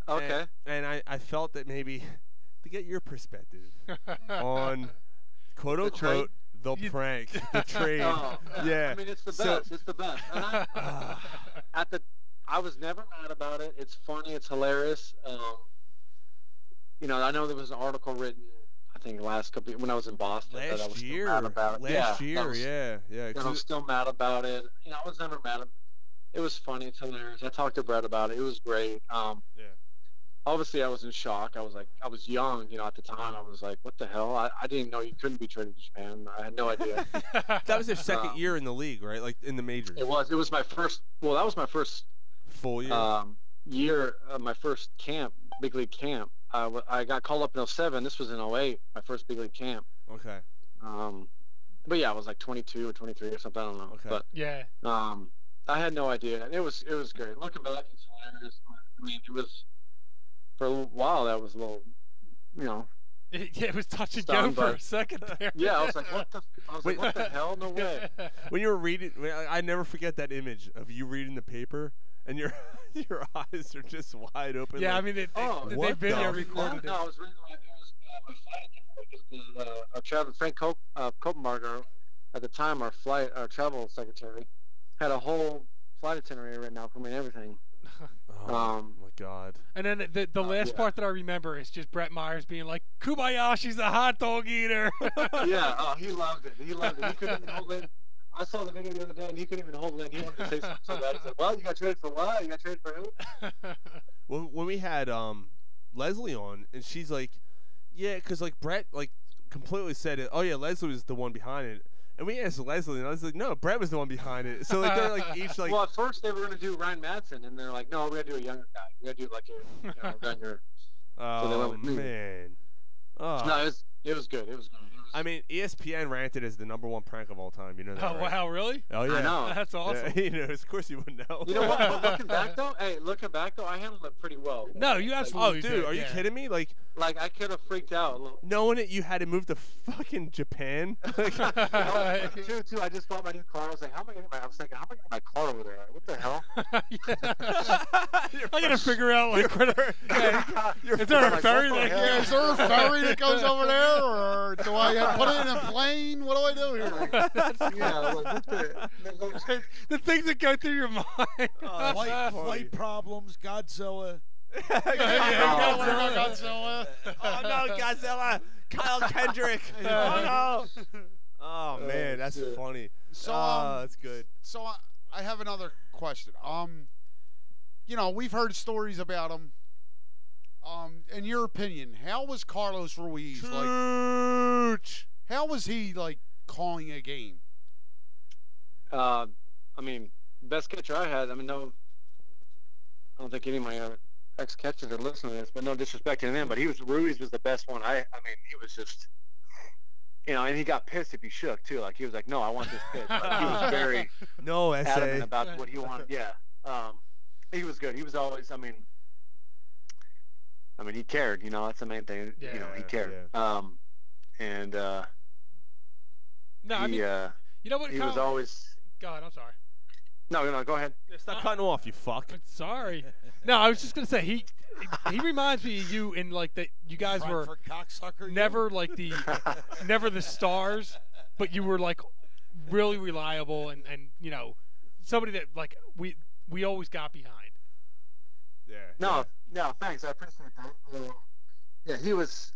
And- Okay. And, I, I felt that maybe to get your (laughs) perspective on quote The trade? unquote the, (laughs) prank, the trade. Oh, (laughs) yeah. I mean, it's the So- best. It's the best. And (sighs) I, at the, I was never mad about it. It's funny. It's hilarious. Um, you know, I know there was an article written. I think last couple when I was in Boston that I last was still year. mad about. Last yeah, that year, was- yeah, yeah. 'cause And I'm it- still mad about it. You know, I was never mad. At, it was funny. It's hilarious. I talked to Brett about it. It was great. Um, Yeah. Obviously, I was in shock. I was like, I was young, you know, at the time. I was like, what the hell? I, I didn't know you couldn't be traded to Japan. I had no idea. that was their second Um, year in the league, right? Like in the majors. It was. It was my first. Well, that was my first full year. Um, year, uh, my first camp, big league camp. I, w- I got called up in 07. This was in 08, my first big league camp. Okay. Um, but yeah, I was like 22 or 23 or something. I don't know. Okay. But (laughs) yeah. um, I had no idea. And It was it was great. Looking back, it's hilarious. I mean, it was for a little while that was a little, you know, yeah, it was touch and go Stunned for by- a second there. Yeah, I was like, what the? I was Wait. like, what the hell? (laughs) No way. (laughs) when you were reading, when I, I never forget that image of you reading the paper and your (laughs) your eyes are just wide open. Yeah, I like, mean, they- they- "What they video the recorded fuck?" No, I was reading it. It was uh, my flight attendant, which is the, uh, our travel Frank Cop- uh, Copenhagen at the time, our flight, our travel secretary, had a whole flight itinerary written out for me and everything. Oh, um, (laughs) my God. And then the, the last part that I remember is just Brett Myers being like, Kubayashi's a hot dog eater. (laughs) yeah, oh, he loved it. He loved it. He couldn't even hold in. I saw the video the other day, and he couldn't even hold in. He wanted to say something so bad. He's like, "Well, you got traded for what? You got traded for who?" when, when we had um Leslie on, and she's like, yeah, because like Brett like completely said it. Oh yeah, Leslie was the one behind it. And we asked Leslie, and I was like, no, Brett was the one behind it. So like they're like each like (laughs) well, at first they were gonna do Ryan Madsen, and they're like, "No, we're gonna do a younger guy. We're gonna do like a, you know, (laughs) a younger." oh so they went with me. man. Oh. No, it was it was good. It was good. I mean, E ESPN ranted as the number one prank of all time. You know that? Oh, right? wow, really? Oh I yeah, know. (laughs) That's Yeah, awesome. he knows. Of course, you would know. You know what? (laughs) But looking back though, hey, looking back though, I handled it pretty well. No, you oh, absolutely dude, did, are you yeah. kidding me? Like Like I could have freaked out. a (laughs) little. (laughs) knowing it, you had to move to fucking Japan. (laughs) I (laughs) was like, True too. I just bought my new car. I was like, "How am I gonna?" Get my, I was thinking, "How am I gonna get my car over there? What the (laughs) hell?" I gotta figure out like where the- yeah, (laughs) is there a like, ferry that what the hell? Yeah, is there a ferry that goes over there, or do I put it in a plane? What do I do here? yeah, like, what (laughs) the? the (laughs) things that go through (laughs) your mind? Oh, (laughs) flight, flight problems, (laughs) Godzilla. yeah, Godzilla. oh no, Godzilla! Kyle Kendrick. oh no. (laughs) Oh man, that's shit. funny. So, oh, um, that's good. So I, I have another question. Um, you know, we've heard stories about him. Um, in your opinion, how was Carlos Ruiz like? How was he like calling a game? Uh, I mean, best catcher I had. I mean, no, I don't think any of my uh, ex catchers are listening to this, but no disrespect to them. But he was Ruiz was the best one. I, I mean, he was just, you know, and he got pissed if he shook too. Like he was like, no, I want this pitch. Like, (laughs) he was very No essay. adamant about what he wanted. Yeah, um, he was good. He was always. I mean, I mean, he cared. You know, that's the main thing. you know, he Yeah, cared. Um, and uh, No, he, I mean, uh, you know what? he was Kyle- always. God, I'm sorry. No, no, go ahead. (laughs) (laughs) Stop cutting off, you fuck. Sorry. No, I was just gonna say he he reminds me of you in like that you guys were Frankfurt cocksucker, you? (laughs) never like the never the stars, but you were like really reliable and and you know somebody that like we we always got behind. Yeah. No, no, thanks. I appreciate that. Uh, yeah, he was.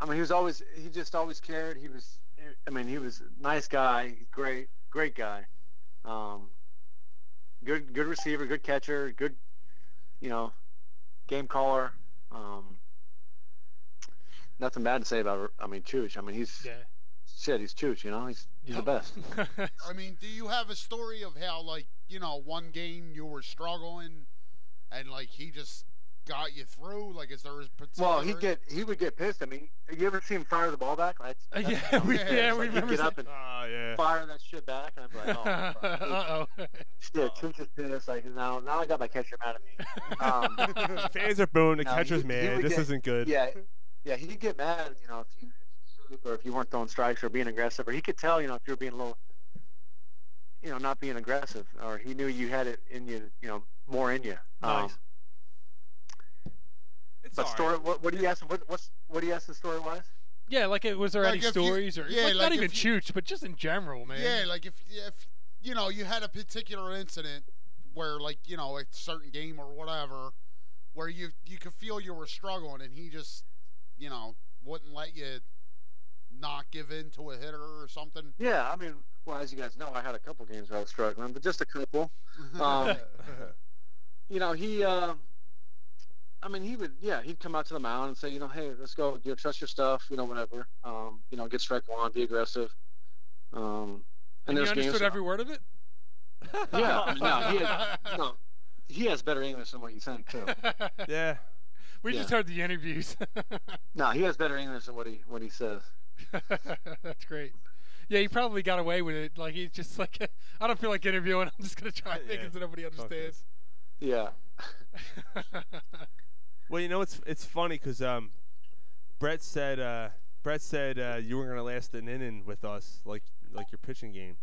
I mean, he was always. He just always cared. He was. I mean, he was a nice guy. Great, great guy. Um, good, good receiver, good catcher, good, you know, game caller. Um, nothing bad to say about. I mean, Chooch. I mean, he's yeah. shit. He's Chooch. You know, he's he's (laughs) the best. Oh, I mean, do you have a story of how like you know one game you were struggling, and like he just got you through? Like, is there a particular? Well, he'd get he would get pissed. I mean, you ever see him fire the ball back? Like, that's- Uh, Yeah, (laughs) that's- we- it's yeah, (laughs) like we he'd remember get that. up and Oh (laughs) yeah. fire that shit back, and I'm like, oh, (laughs) fuck. Uh oh. shit, Chooch is pissed. Like, now, now I got my catcher mad at me. Um, (laughs) Fans are booing. The no, catcher's he- he mad. would This get- isn't good. Yeah, yeah, he'd get mad, you know, if you if you or if you weren't throwing strikes or being aggressive, or he could tell, you know, if you were being a little, you know, not being aggressive, or he knew you had it in you, you know, more in you. Um, Nice. but story, what, what do you ask? What, what's what do you ask the story was? Yeah, like it was there Like any if you- stories or yeah, like, like not even if Chooch, but just in general, man. Yeah, like if if you know you had a particular incident where like you know a certain game or whatever, where you you could feel you were struggling and he just you know wouldn't let you not give in to a hitter or (laughs) something. Yeah, I mean, well, as you guys know, I had a couple games where I was struggling, but just a couple. Um, you know, he, uh, I mean, he would, yeah, he'd come out to the mound and say, you know, hey, let's go, you know, trust your stuff, you know, whatever, um, you know, get strike one, be aggressive. Um, and and, you there's understood games. every word of it. (laughs) yeah, I mean, no, he, had, no, he has better English than what he's saying (laughs) too. (laughs) yeah. We just Yeah. heard the interviews. (laughs) No, he has better English than what he what he says. That's great. Yeah, he probably got away with it. Like he's just like, (laughs) I don't feel like interviewing. (laughs) I'm just gonna try and make Yeah, it so nobody fuck understands. Yeah. Well, you know it's it's funny because um, Brett said uh, Brett said uh, you weren't gonna last an inning with us like like your pitching game.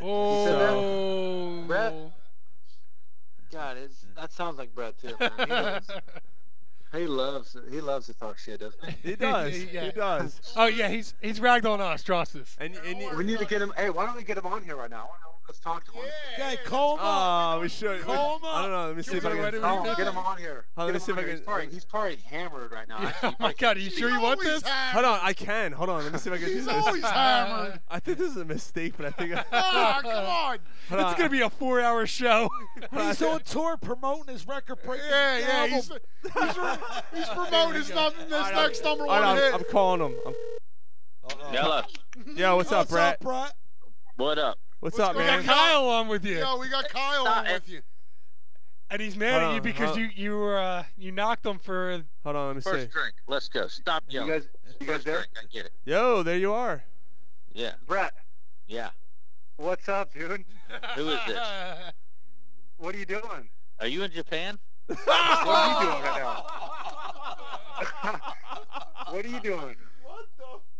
Oh, So- Brett. God, it's, that sounds like Brett too. Man. He, loves, he (laughs) loves he loves to talk shit, doesn't he? He does. He does. (laughs) Oh yeah, he's he's ragged on us, trust us. And, we need to get him. Hey, why don't we get him on here right now? Let's talk to him. Okay, call him up. Oh, we should. Call him I don't know. Let me see if I can. Oh, get him on here. Hold Get on, let me see him if I on here. can- He's probably, he's probably hammered right now. Actually, he Oh my probably God, are can't you speak. sure you want this? Hold on, I can. Hold on, let me see if I can do He's this. (laughs) always hammered. I think this is a mistake, but I think. I, Ah, Hold It's on. gonna be a four-hour show. He's on (laughs) tour promoting his record-breaking Yeah, yeah, album. he's, he's, he's promoting his, num- his next number All one right, hit. I'm, I'm calling him. I'm, Hello. yo, what's up, Brett? (laughs) What up? What's, up, we man? got Kyle on with you, Yo, we got Kyle on with you. and he's mad Hold Uh-huh. at you on, because hold- you you were uh, you knocked him for. Hold on, let me First see. drink. Let's go. Stop yelling. guys- you guys First there? drink. I get it. Yo, there you are. Yeah. Brett, Yeah. what's up, dude? Who is this? (laughs) What are you doing? Are you in Japan? (laughs) What are you doing right now? (laughs) what are you doing?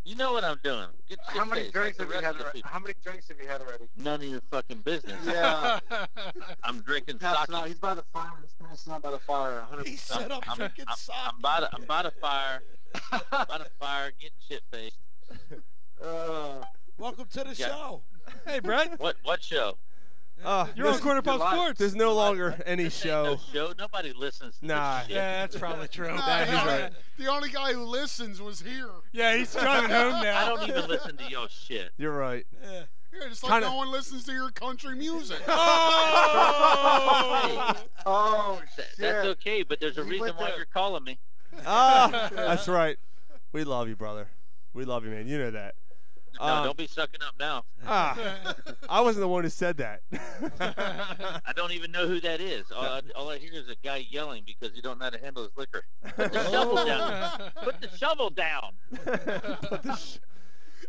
You know what I'm doing. Get How many shit-faced drinks have you had? like the rest of the alre- people. How many drinks have you had already? None of your fucking business. Yeah. (laughs) I'm drinking That's sake. not. He's by the fire. This man's not by the fire. 100%. He said I'm drinking sake. I'm by the, I'm by the (laughs) fire. I'm by the fire, getting shit faced. Uh, Welcome to the Yeah. show. (laughs) Hey, Brett. What what show? Uh, You're on Corner Pub Sports. There's no longer any (laughs) show. Show nobody listens. To Nah. This shit. Yeah, that's probably true. Nah, That is yeah, right. The only guy who listens was here. Yeah, he's driving home I now. don't (laughs) even listen to your shit. You're right. Yeah, just like Kinda- no one listens to your country music. Oh! oh, Th- shit. That's okay, but there's a He reason went why there. you're calling me. Ah, that's right. We love you, brother. We love you, man. You know that. No, Um, don't be sucking up now. ah, I wasn't the one who said that. I don't even know who that is. All I, all I hear is a guy yelling because he don't know how to handle his liquor. Put the shovel down. Put the shovel down. Put the sh- (laughs)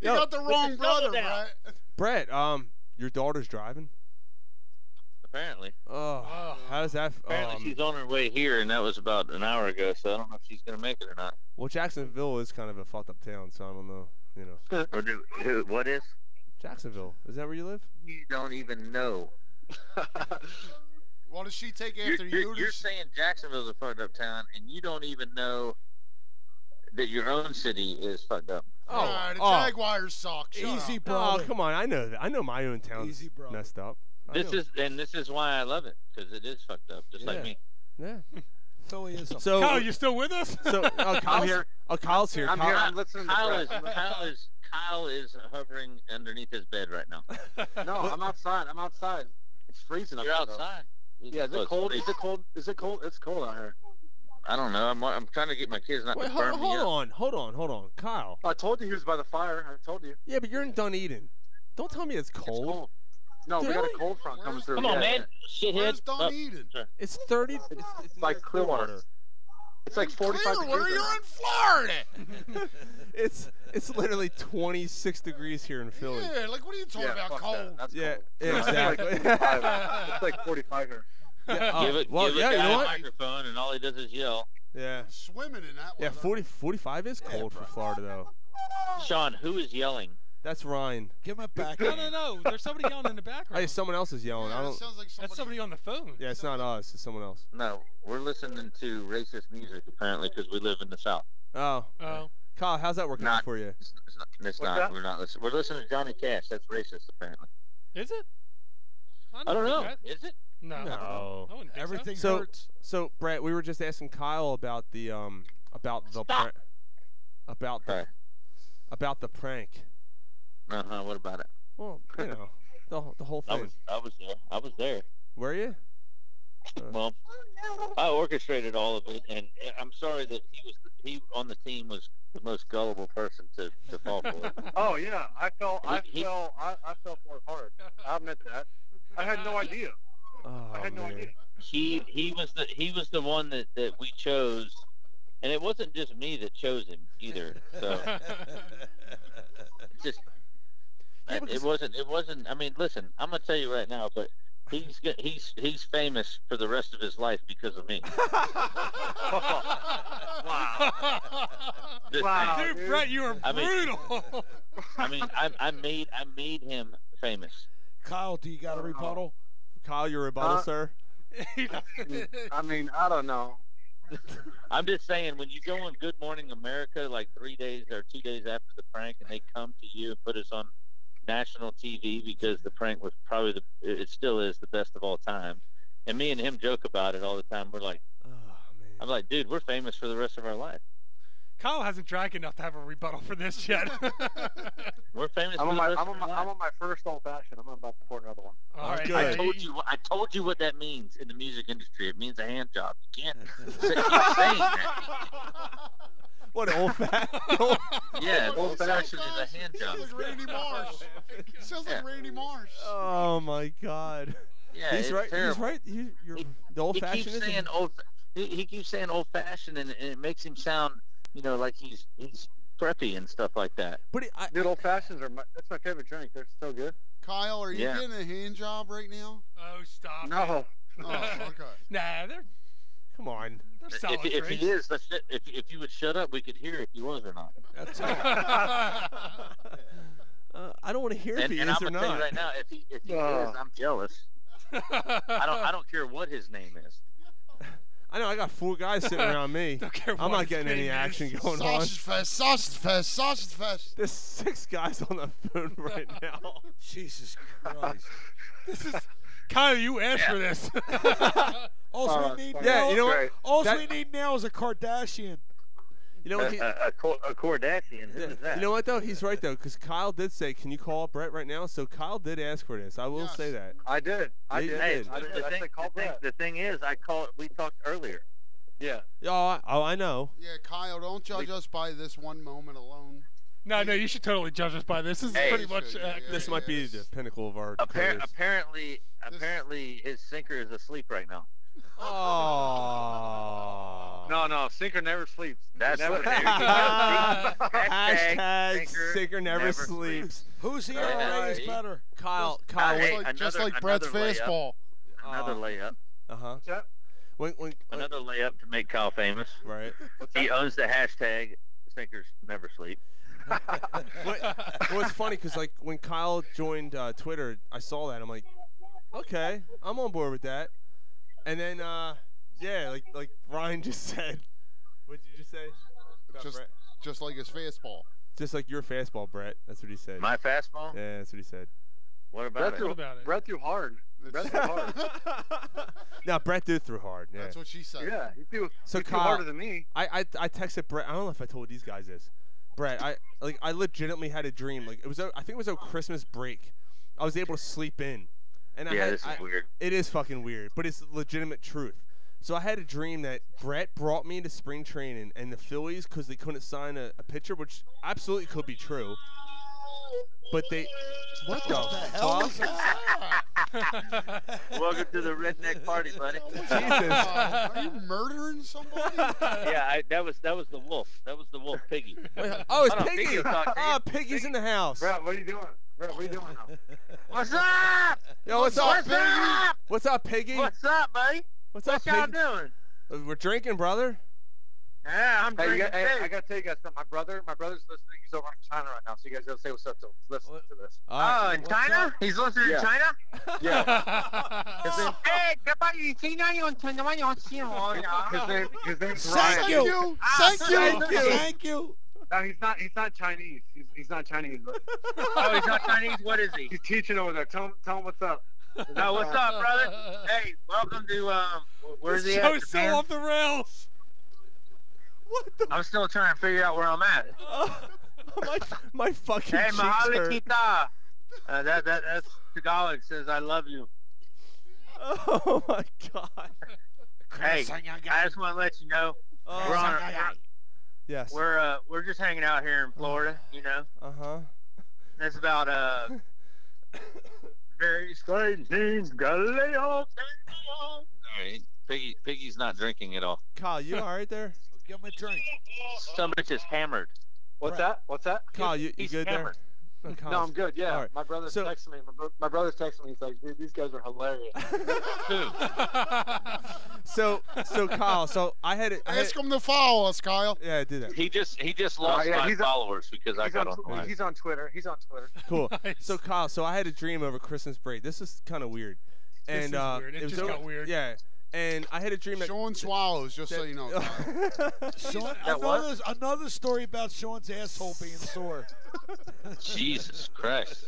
You Yo, got the wrong the brother, shovel down. Brett. Brett, um, your daughter's driving. Apparently, Oh, how does that? f- apparently Um, she's on her way here, and that was about an hour ago. So I don't know if she's gonna make it or (laughs) not. well, Jacksonville is kind of a fucked up town, so I don't know. You know, Or do, who, what is? Jacksonville is that where you live? You don't (laughs) even know. What does she take You're, after you? you're, you're Does she- saying Jacksonville's a fucked up town, and you don't even know that your own city is fucked up. Oh, Nah, the oh. Jaguars suck. Shut Easy, up. bro. Oh, come on. I know that. I know my own town's Easy, brother. messed up. I This know. is and this is why I love it because it is fucked up, just Yeah. like me. yeah. Phillyism. So Kyle, you Oh, still with us? so oh, Kyle's here. Oh, Kyle's here. I'm Kyle, here. I'm listening to Kyle is Brett. Kyle is Kyle is hovering underneath his bed right now. No, I'm outside. I'm outside. It's freezing up You're here, though. outside. Yeah, is Oh, it it's cold? Is freezing. it cold? Is it cold? It's cold out here. I don't know. I'm I'm trying to get my kids not Wait, to hold, burn hold me up. on, hold on, hold on, Kyle. I told you he was by the fire. I told you. Yeah, but you're in Dunedin. Don't tell me it's cold. cold. No, we got a Really? cold front coming through. Come on, yeah. man, shithead. Where's Oh, Dunedin? sorry. It's 30. It's, It's, it's like near Clearwater. It's like 45 Clearwater, degrees. you're in Florida. (laughs) It's it's literally 26 degrees here in Philly. Yeah, like what are you talking Yeah, about? fuck that. Cold. That's Yeah, cold. yeah, It's like exactly. 45. It's like 45 here. Yeah, Give oh, it, well, give yeah, a you guy know a what? microphone, and all he does is yell. Yeah, Swimming in that yeah. weather. 40, 45 is cold for Florida though. Sean, who is yelling? That's Ryan. Give him a back. No, no, no. There's somebody yelling in the background. Hey, someone else is yelling. I Yeah, that don't. sounds like somebody. (laughs) That's somebody on the phone. Yeah, it's not us. It's someone else. No, we're listening to racist music apparently because we live in the South. Oh, Oh. Kyle, how's that working out Not- for you? It's, it's not. It's What's not that? We're not listening. We're listening to Johnny Cash. That's racist apparently. Is it? I don't know. think that- Is it? No. (laughs) No. I wouldn't think so. Everything So- hurts. So Brett, we were just asking Kyle about the um about the Stop. pr- about the Sorry. about the prank. Uh huh. What about it? Well, you know, the whole- the whole I thing. was. I was there. I was there. Were you? Well, I orchestrated all of it, and I'm sorry that he was he on the team was the most gullible person to, to fall for (laughs) it. Oh yeah, I fell. I He- he- fell. I, I fell for it hard. I admit that. I had no idea. Oh, I had no man. idea. He he was the he was the one that, that we chose, and it wasn't just me that chose him either. So just Yeah, it- because- it wasn't it wasn't. I mean, listen, I'm gonna tell you right now, but He's go- he's he's famous for the rest of his life because of me. (laughs) wow. This wow. thing. Dude, Brett, you are I mean- brutal. I mean, I, I made I made him famous. Kyle, do you got a rebuttal? Kyle, your rebuttal, Huh? sir. I mean, I don't know. I'm just saying, when you go on Good Morning America, like three days or two days after the prank, and they come to you and put us on national TV because the prank was probably the it it still is the best of all time. And me and him joke about it all the time. We're like, Oh, (laughs) I'm like, dude, we're famous for the rest of our life. (laughs) Kyle hasn't drank enough to have a rebuttal for this yet. (laughs) We're famous I'm on for the my rest I'm of on my, our life. I'm on my first old fashioned. I'm about to pour another one. All right. I told you. I told you what that means in the music industry. It means a hand job. You can't say- keep saying that. What an old (laughs) fat. Yeah, old fashioned is a hand job. Sounds like Randy Marsh. (laughs) Oh, Sounds like Yeah. Randy Marsh. Oh my God. Yeah, he's it's right. He's terrible. right. You, you're the he old keeps fashioned. saying old. He, he keeps saying old fashioned, and, and it makes him sound, you know, like he's he's preppy and stuff like that. But I, Dude, old fashions are my, that's my favorite drink. They're so good. Kyle, are you Yeah. getting a hand job right now? Oh, stop. No. Oh, okay. Nah, they're Come on. they're If- solid If, if he drinks. is, let's, ju- if if you would shut up, we could hear if he was or not. That's (laughs) (laughs) Uh, I don't want to hear and, if he and is I'm or gonna not. tell you right now, if he if he Nah. is, I'm jealous. I don't I don't care what his name (laughs) is. I know I got four guys (laughs) sitting around me. care I'm what not his getting any name is. action going on. Sausage fest, sausage fest, sausage fest. There's six guys on the (laughs) phone right now. Jesus Christ. this (laughs) is (laughs) Kyle. You asked for this. All Uh, we need sorry. now, Yeah, you know what? All That- we need now is a Kardashian. You know (laughs) what? he- a, Cor- a Kardashian. Who is that? You know what though? He's right though, because Kyle did say, "Can you call Brett right now?" So Kyle did ask for this. I will say that. I did. I Yeah, you did. did. I did. the, I thing, said call the, thing, Brett. the thing is, I called. We talked earlier. Yeah. Oh, I, oh, I know. Yeah, Kyle, don't judge us by this one moment alone. no, no, you should totally judge us by this. This is Hey, pretty much. should, Uh, (laughs) yeah. This might be the pinnacle of our Appar- (laughs) careers. apparently, apparently, his sinker is asleep right now. Oh. No, no. Sinker never sleeps. That's never (laughs) (laughs) what. Hashtag sinker never, sleeps. Who's the Yeah. ERA is Hey. better? Kyle, Kyle, Kyle, hey, another, Just like another Brett's layup. fastball. Another Oh. layup. Uh huh. that? When, when, when, Another layup to make Kyle famous. (laughs) right. He owns the hashtag sinkers never sleep. What- well, it's funny because like when Kyle joined uh, Twitter, I saw that. I'm like, okay, I'm on board with that. And then, uh, yeah, like like Ryan just (laughs) said, what did you just say? About Just, Brett? just like his fastball. Just like your fastball, Brett. That's what he said. My fastball. yeah, that's what he said. What about Breath it? threw, (laughs) about it? Brett threw hard. Brett threw hard. (laughs) No, Brett did threw hard. Yeah. That's what she said. yeah, he threw, So he threw Kyle- harder than me. I, I I texted Brett. I don't know if I told these guys this. Brett, I like I legitimately had a dream. Like it was o- I think it was a Christmas break. I was able to sleep in, and I Yeah, had, this is I- weird. It is fucking weird, but it's legitimate truth. So I had a dream that Brett brought me into spring training, and the Phillies, because they couldn't sign a, a pitcher, which absolutely could be true, but they what the, hell fuck? is that? (laughs) Welcome to the redneck party, (laughs) buddy. Uh, are you murdering somebody? yeah, I, that was that was the wolf. That was the wolf piggy. Wait, Oh, it's Hold on, Piggy! Piggy will talk to you. Ah, Piggy's in the house. Brett, what are you doing? Brett, what are you doing (laughs) now? What's up? Yo, what's up, What's Piggy? up? What's up, Piggy? What's up, buddy? What's What up, y'all Piggy? doing? We're drinking, brother. Yeah, I'm Hey, you drinking got, hey, too. I gotta tell you guys something. My brother, my brother's listening. He's over in China right now, so you guys gotta say what's up to him. He's listening to this. All right. Oh, in China? He's listening Yeah. in China? Yeah. (laughs) His name- Hey, goodbye. See, now you want to know what you want to (laughs) see him on, Oh, His y'all. name, his name's Thank Ryan. you. Ah, Thank you. thank you. Thank you. No, he's not. He's not Chinese. He's, he's not Chinese. But (laughs) Oh, he's not Chinese? What is he? he's teaching over there. Tell him, tell him what's up. No, what's up, brother? Hey, welcome to, um, where's he at? show's so Japan? off the rails. (laughs) What the? (laughs) I'm still trying to figure out where (laughs) I'm at. my, my fucking Hey, cheeks Mahalo hurt. Kita. Uh, that, that, that's Tagalog. It says, I love you. Oh my god. Hey, I just want to let you know Oh. we're on a, Yes. we're uh, we're just hanging out here in Florida. You know, Uh huh. that's about (coughs) uh very strange things. Galileo. All right, Piggy Piggy's not drinking at all. Kyle, you all right (laughs) there? Give him a drink. Somebody just hammered. What's Brett. that? What's that? Kyle, you, you He's good there? hammered. No, No, I'm Collins. good. Yeah, All right. my brother's So- texting me. My, bro- my brother's texting me. He's like, "Dude, these guys are (laughs) hilarious." (laughs) So, so Kyle, so I had it. Ask him to follow us, Kyle. Yeah, do that. He just he just Oh, lost yeah, my he's on- followers because I he's got on on Tw- the line. He's on Twitter. He's on Twitter. Cool. (laughs) So Kyle, so I had a dream over Christmas break. This is kind of weird. This And is uh, weird. It was just over- got weird. Yeah. And I had a dream that (laughs) Sean swallows, just so you know. (laughs) Kyle. Sean, another, another story about Sean's asshole being sore. (laughs) Jesus Christ.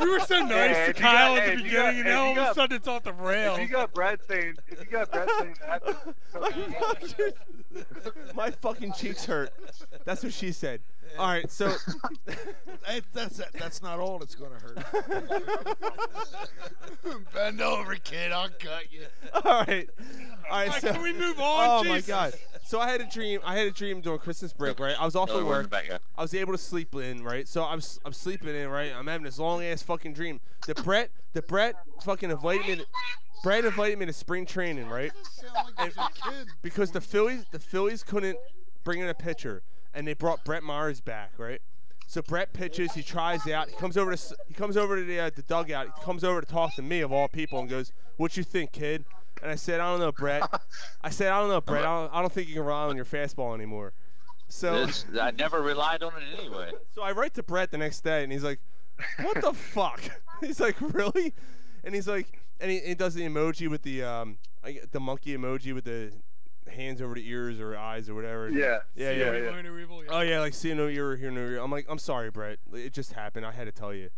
You were so nice Yeah, to if you Kyle got- at if the you beginning, got- and if now you all of a got- sudden it's off the rails. If you got Brad saying, if you got Brad saying that, (laughs) so my fucking cheeks hurt. That's what she said. All right, so (laughs) Hey, eh, that's that, that's not all that's gonna hurt. (laughs) Bend over, kid. I'll cut you. all right, all right. Mike, so, can we move on? Oh my Jesus. god. So I had a dream. I had a dream during Christmas break, right? I was off No, of we're in work. the back, yeah. I was able to sleep in, right? So I'm s- I'm sleeping in, right? I'm having this long ass fucking dream. The Brett, the Brett fucking invited me. To, Brett invited me to spring training, right? And- because the Phillies, the Phillies couldn't bring in a pitcher, and they brought Brett Myers back, right? So Brett pitches, he tries out, he comes over to s- he comes over to the, uh, the dugout, he comes over to talk to me of all people, and goes, "What you think, kid?" And I said, "I don't know, Brett." I said, "I don't know, Brett. I don't, I don't think you can rely on your fastball anymore." So. (laughs) This- I never relied on it anyway. So I write to Brett the next day, and he's like, "What the fuck?" (laughs) He's like, "Really?" And he's like, and he, he does the emoji with the um, I get the monkey emoji with the hands over the ears or eyes or whatever. Yeah. yeah, See yeah. no yeah. evil, hear no evil, yeah. Oh yeah, like see no ear, hear no ear. I'm like, I'm sorry, Brett. It just happened. I had to tell you.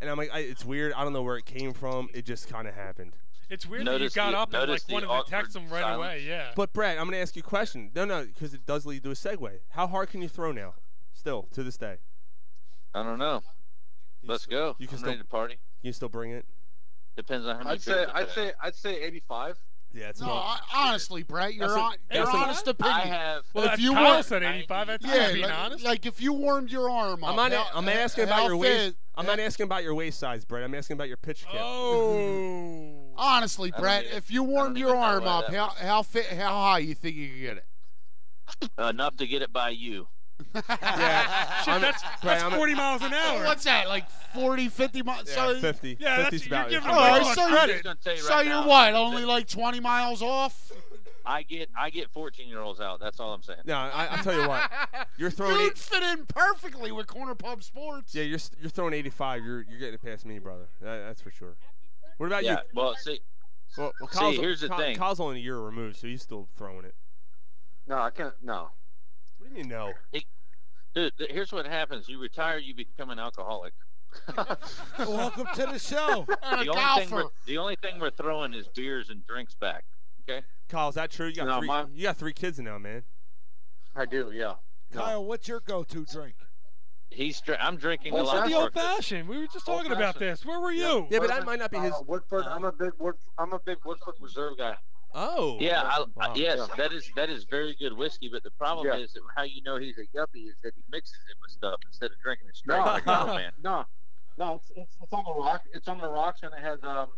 And I'm like, I, it's weird. I don't know where it came from. It just kind of happened. It's weird that you got up and like wanted to text him right away. Yeah. But Brett, I'm gonna ask you a question. No, no, because it does lead to a segue. How hard can you throw now? Still to this day. I don't know. Let's go. You can I'm still ready to party. You can still bring it. Depends on how many I'd say, beers I I'd have. say, I'd say 85. Yeah, it's No, I, honestly, Brett, your, That's a- hon- your that's a- honest opinion. I have- Well, if uh, that's you Kyle were, said 85, that's yeah, being like, honest. Like if you warmed your arm up. I'm not. how- I'm not asking how about your waist. fit- I'm not asking about your waist size, Brett. I'm asking about your pitch count. Oh. I Honestly, don't Brett, even- if you warmed your even know arm why up, that how how fit, how high you think you could get it? Enough to get it by you. Shit, that's, that's 40 miles an (laughs) hour. (laughs) What's that? Like 40, 50 miles? Yeah, so, 50. Yeah, that's- 50's you're about it. giving All way (laughs) Oh. right, too much so credit. You, I'm just gonna tell you so right you're now, what? Only like 20 miles (laughs) off? I get I get 14 year olds out. That's all I'm saying. No, I, I'll tell you what. You're throwing. You'd (laughs) eight- fit in perfectly with Corner Pub Sports. (laughs) yeah, you're s- you're throwing 85. You're you're getting it past me, brother. That, that's for sure. What about yeah. you? Well, see, Well, well See, Kyle's, here's the Kyle- thing. Kyle's only a year removed, so he's still throwing it. No, I can't. No. What do you mean no? dude, th- here's what happens. You retire, you become (laughs) an alcoholic. (laughs) Welcome to the show. the only thing we're, the only thing we're throwing is beers and drinks back. Okay. Kyle, is that true? You got No, three. my- You got three kids now, man. I do. Yeah. Kyle, what's your go-to drink? He's dr- I'm drinking a What's lot with of the old fashioned? We were just talking about Old-fashioned. this. Where were you? Yeah, but that might not be his. Uh, Woodford. I'm a big. Woodf I'm a big Woodford Reserve guy. Oh. Yeah, I, Wow. I, yes, Yeah. that is that is very good whiskey. But the problem Yeah. is that how you know he's a yuppie is that he mixes it with stuff instead of drinking it straight. like an old man. no, no. It's, it's, it's on the rock. It's on the rocks, and it has um,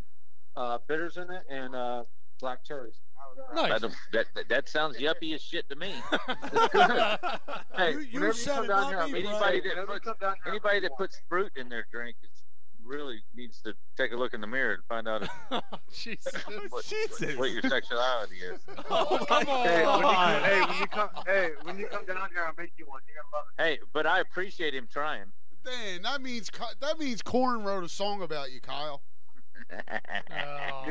uh, bitters in it and uh, black cherries. That, don't- that, that, that sounds yuppie as shit (laughs) to me. (laughs) Hey, You- you whenever said come it, down not here, I'm me, eating- bro. Anybody that whenever you come down here, I'm Anybody eating that puts fruit in their drink is, really needs to take a look in the mirror and find out if, (laughs) Jesus. what, what your sexuality is. (laughs) Oh, come on. Hey, when you come, hey, when you come, hey, when you come down here, I'll make you one. You're gonna love Hey, but I appreciate him trying. Damn, that means Ky- that means Corn wrote a song about you, (laughs) Kyle. You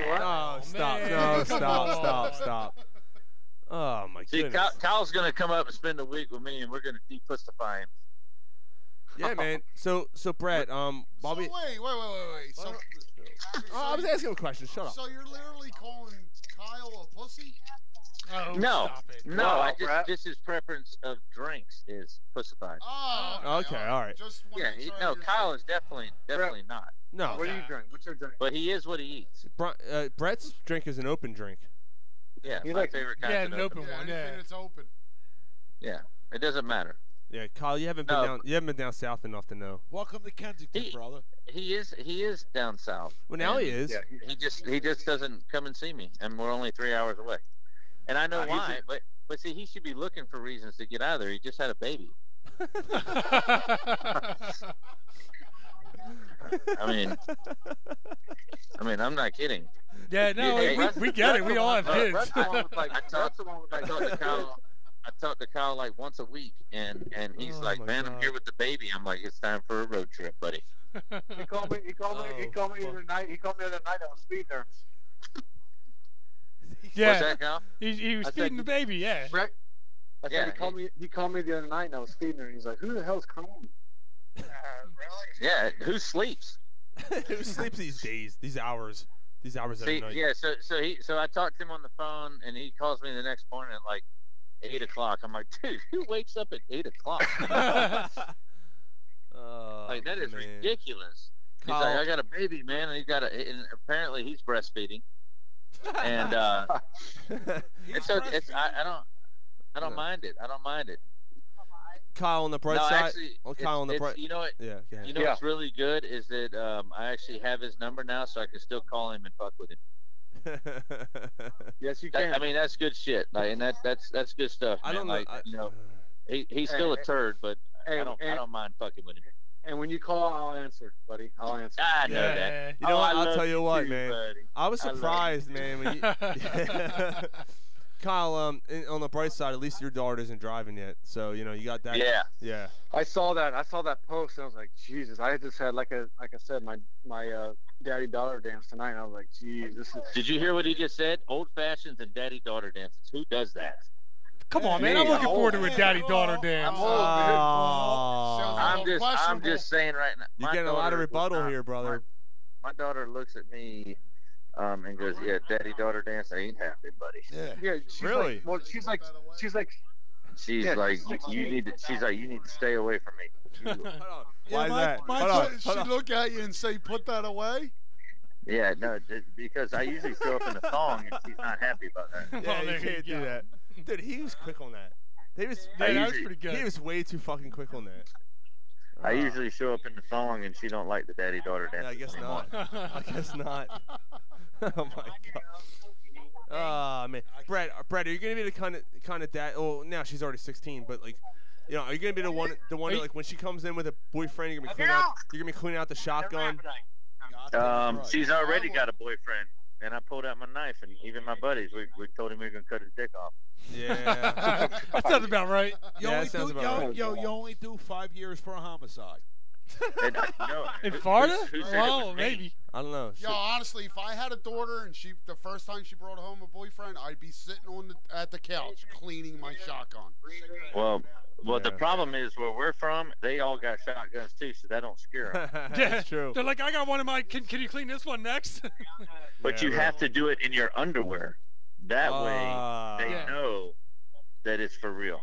what? Oh, stop! man. No, Come stop! Stop! on. Stop! Oh my See, goodness! Kyle, Kyle's gonna come up and spend a week with me, and we're gonna depussify him. (laughs) Yeah, man. So, so Brett, um, Bobby. So wait, wait, wait, wait, wait. So, Oh, I was asking him a question. Shut up. so you're literally calling Kyle a pussy? Oh, no, no, Wow, I just Brett. just his preference of drinks is pussified. Oh, Okay, all right. just wanted yeah, to he, try no, your- Kyle is definitely definitely not. No. What do you drink? What's your drink? But he is what he eats. Bri- uh, Brett's drink is an open drink. Yeah, You my like- favorite kind. Yeah, of an open Yeah, one. Yeah. anything that's open. Yeah, it doesn't matter. Yeah, Kyle, you haven't been No. down. You haven't been down south enough to know. Welcome to Kensington, He- brother. He is he is down south. Well, now he and is. Yeah, He just he just doesn't come and see me, and we're only three hours away. And I know Uh, he's why, a- but But see, he should be looking for reasons to get out of there. He just had a baby. I (laughs) mean, I mean, I'm not kidding. (laughs) Yeah, no, Hey, we- we- Russ- we get it. Russ We the all one- have uh, kids. Russ (laughs) the one with, like, I Russ talk- the one with, I like, talk to the Kyle. I talk to Kyle like once a week, and and he's Oh like, my "Man, I'm God. here with the baby." I'm like, "It's time for a road trip, buddy." He called me. He called me. Oh, He called Oh, me the other night. He called me the other night. I was feeding her. Yeah. that, Kyle? He, he was I said- feeding the baby, yeah. Right. I said, Yeah, he called me. He called me the other night, and I was feeding her. And he's like, "Who the hell's calling?" Uh, Yeah, who sleeps? (laughs) Who sleeps these days? These hours? These hours every See, night? yeah, so so he so I talked to him on the phone, and he calls me the next morning at like eight o'clock. I'm like, dude, who wakes up at (laughs) eight o'clock? Oh, like that is ridiculous. He's like, Kyle- I got a baby, man, and he got a, and apparently he's (laughs) breastfeeding, and uh, it's so it's I, I don't I don't No. mind it. I don't mind it. Kyle on the bright no, side. actually, oh, it's- Kyle on the it's- bright. You know what? Yeah. go ahead. (laughs) You know what's really good is that um, I actually have his number now, so I can still call him and fuck with him. yes, you can. That- I mean, that's good shit. Like, and that that's that's good stuff, man. I don't know, like, I- you know, he, he's still a Hey, turd, but I hey, don't I hey. don't mind fucking with him. And when you call, I'll answer, buddy. I'll (laughs) answer. I know that. You know Oh, I what? I'll love tell you what, too, man. buddy. I was love you surprised, too. man. When (laughs) (laughs) you, (laughs) Kyle, um, in- on the bright side, at least your daughter isn't driving yet, so you know you got that. Yeah. Yeah. I saw that. I saw that post, and I was like, Jesus. I just had like a like I said, my my uh, daddy daughter dance tonight. And I was like, Jeez, this is. Did you hear what he just said? Old fashions and daddy daughter dances. Who does that? Come on, man. I'm Me, looking I'm forward old. to a daddy daughter Oh, dance. I'm just I'm just saying right now. You're my getting a lot daughter of would rebuttal not- here, brother. My daughter looks at me um, and goes, "Yeah, daddy daughter dance. I ain't happy, buddy." Yeah. She's Really? Like, well, she's like, she's like, She's Yeah, like, she's like, "You "Hey, need to." She's like, "You need to stay away from me." (laughs) Why is that? My Hold on, daughter- hold she on. look at you and say, "Put that away." Yeah, no, d- because I usually show up in a thong, and she's not happy about that. Yeah, you can't do that, dude. He was quick on that. They was, dude, that I was usually- pretty good. He (laughs) was way too fucking quick on that. I usually show up in the thong, and she don't like the daddy daughter dance. Uh-huh. Yeah, I guess not. (laughs) I guess not. oh my god. Oh man, Brett, uh, Brett, are you gonna be the kind of kind of dad? Oh, now she's already 16, but like, you know, are you gonna be the one, the one that, like when she comes in with a boyfriend, you're gonna be cleaning out, you're gonna be cleaning out the shotgun. Um, she's already got a boyfriend, and I pulled out my knife, and even my buddies, we, we told him we were gonna cut his dick off. (laughs) Yeah. that sounds about right. You Yeah, only that sounds do, about yo, right. yo, you only do five years for a homicide. And I- (laughs) no, In who- who- Florida? who said it Oh, Wow, was me? maybe. I don't know. Yo, (laughs) honestly, if I had a daughter and she the first time she brought home a boyfriend, I'd be sitting on the at the couch cleaning my shotgun. Well, well, the Yeah. problem is where we're from, they all got shotguns too, so that don't scare (laughs) them. Yeah. They're like, I got one of my. Can, can you clean this one next? But Yeah, you right. Uh, have to do it in your underwear. That Ah. way, they Yeah. know that it's for real.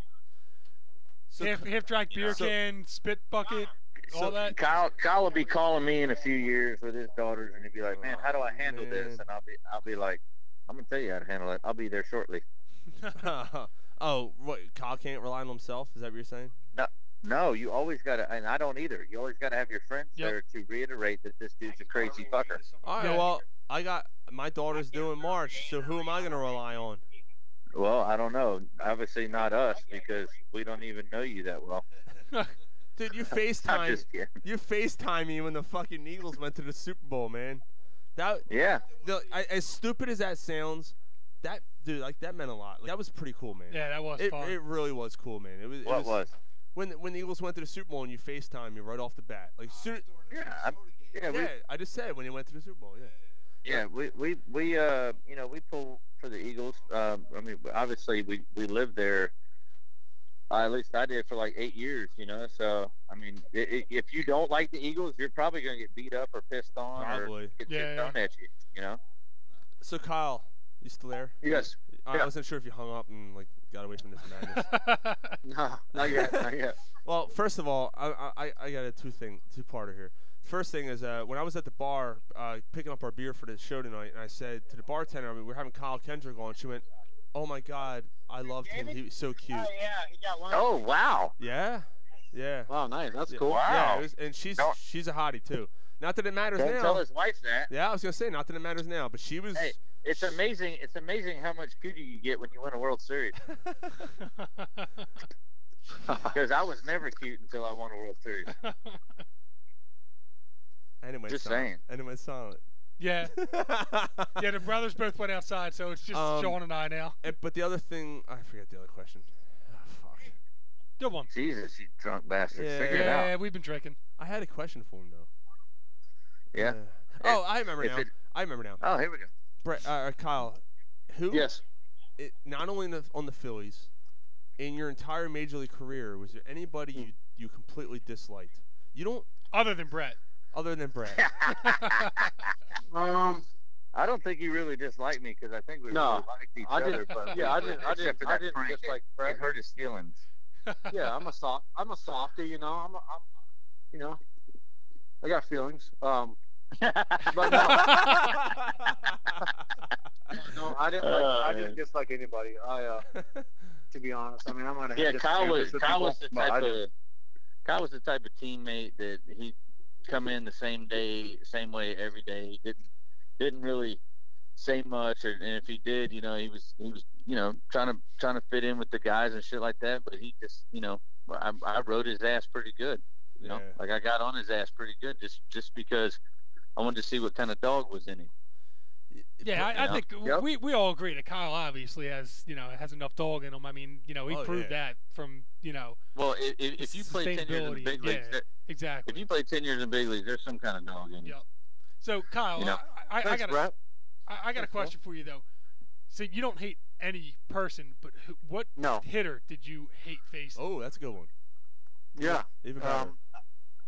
(laughs) half, half drank beer So- Ah, can, spit bucket, all that. Kyle, Kyle will be calling me in a few years with his daughters, and he'll be like, "Man, how Oh, do I handle this?" And I'll be, I'll be like, "I'm gonna tell you how to handle it. I'll be there shortly." (laughs) oh, what? Kyle can't rely on himself. Is that what you're saying? No, no, you always gotta, and I don't either. You always gotta have your friends there to reiterate that this dude's a crazy fucker. All right. Yeah. Well, I got my daughter's due in March, so who am I gonna rely on? Well, I don't know. Obviously not us because we don't even know you that well. Dude, you I'm FaceTime. just kidding. You FaceTime me when the fucking Eagles went to the Super Bowl, man. That yeah. The, I, as stupid as that sounds, that dude like that meant a lot. Like, that was pretty cool, man. Yeah, that was it, fun. It really was cool, man. It was. it What was? When the, when the Eagles went to the Super Bowl and you FaceTime me right off the bat, like soon. Yeah. I, yeah. We, yeah, I just said when they went to the Super Bowl. Yeah. Yeah, we we we uh you know we pull for the Eagles. Um, I mean, obviously we we lived there. Uh, at least I did for like eight years, you know. So I mean, i i if you don't like the Eagles, you're probably gonna get beat up or pissed on or Probably. get shit Yeah. thrown at you, you know. So Kyle, you still there? (laughs) Yes. I Yeah. wasn't sure if you hung up and like got away from this madness. no, not yet, not (laughs) yet. well, first of all, I I- I, I got a two thing two parter here. First thing is uh, when I was at the bar uh, picking up our beer for the show tonight, and I said to the bartender, I mean, we're having Kyle Kendrick on. She went, "Oh my God, I loved him. He was so cute." he got one. Oh wow. Yeah, yeah. Wow, nice. That's Yeah, cool. Yeah, it was- and she's Don't- she's a hottie too. Not that it matters Don't now. tell his wife that. Yeah, I was gonna say not that it matters now, but she was Hey. It's amazing. It's amazing how much cootie you get when you win a World Series. Because I was never cute until I won a World Series. Anyway, Just silent. saying. Anyway, silent. (laughs) (laughs) Yeah. yeah, the brothers both went outside, so it's just Um, Sean and I now. eh, But the other thing, I forget the other question. Ah, Good one. Jesus, you drunk bastard. Figure it yeah, out. we've been drinking. I had a question for him though. Yeah. Oh, I remember if now. it- I remember now. Oh, here we go. Bre- uh, uh, Kyle, who? Yes. It, not only in the, on the Phillies, in your entire major league career, was there anybody you, you completely disliked? You don't. Other than Brett. Other than Brett. (laughs) Um, I don't think you really disliked me because I think we No, really liked each I other. didn't- But yeah, I we- didn't- I except didn't- for I that didn't prank, dislike It hurt his feelings. yeah, I'm a soft. I'm a softy, you know. I'm, a, I'm you know, I got feelings. Um, but no. no, I didn't. Like, I Oh, (laughs) man. didn't dislike anybody. I, (laughs) uh, to be honest, I mean, I'm gonna. Yeah, have dis- Kyle was differences Kyle with was the people, but I type didn't- of Kyle was the type of teammate that he come in the same day, same way every day. He didn't didn't really say much, or, and if he did, you know, he was he was you know trying to trying to fit in with the guys and shit like that. But he just you know I, I rode his ass pretty good. You know, Yeah. like I got on his ass pretty good just just because I wanted to see what kind of dog was in him. Yeah, I, I Yeah. think w Yep. we, we all agree that Kyle obviously has you know has enough dog in him. I mean, you know, he Oh, proved yeah. that from you know. Well, if, if you play ten years in the sustainability, big leagues, yeah, there- exactly. if you play ten years in the big leagues, there's some kind of dog in you. Yep. So Kyle, You know. I, I, I Thanks, got a, Brett. I, I got a Thanks, question for you though. So you don't hate any person, but who, what No. hitter did you hate facing? Oh, that's a good one. Yeah. Even better. Um,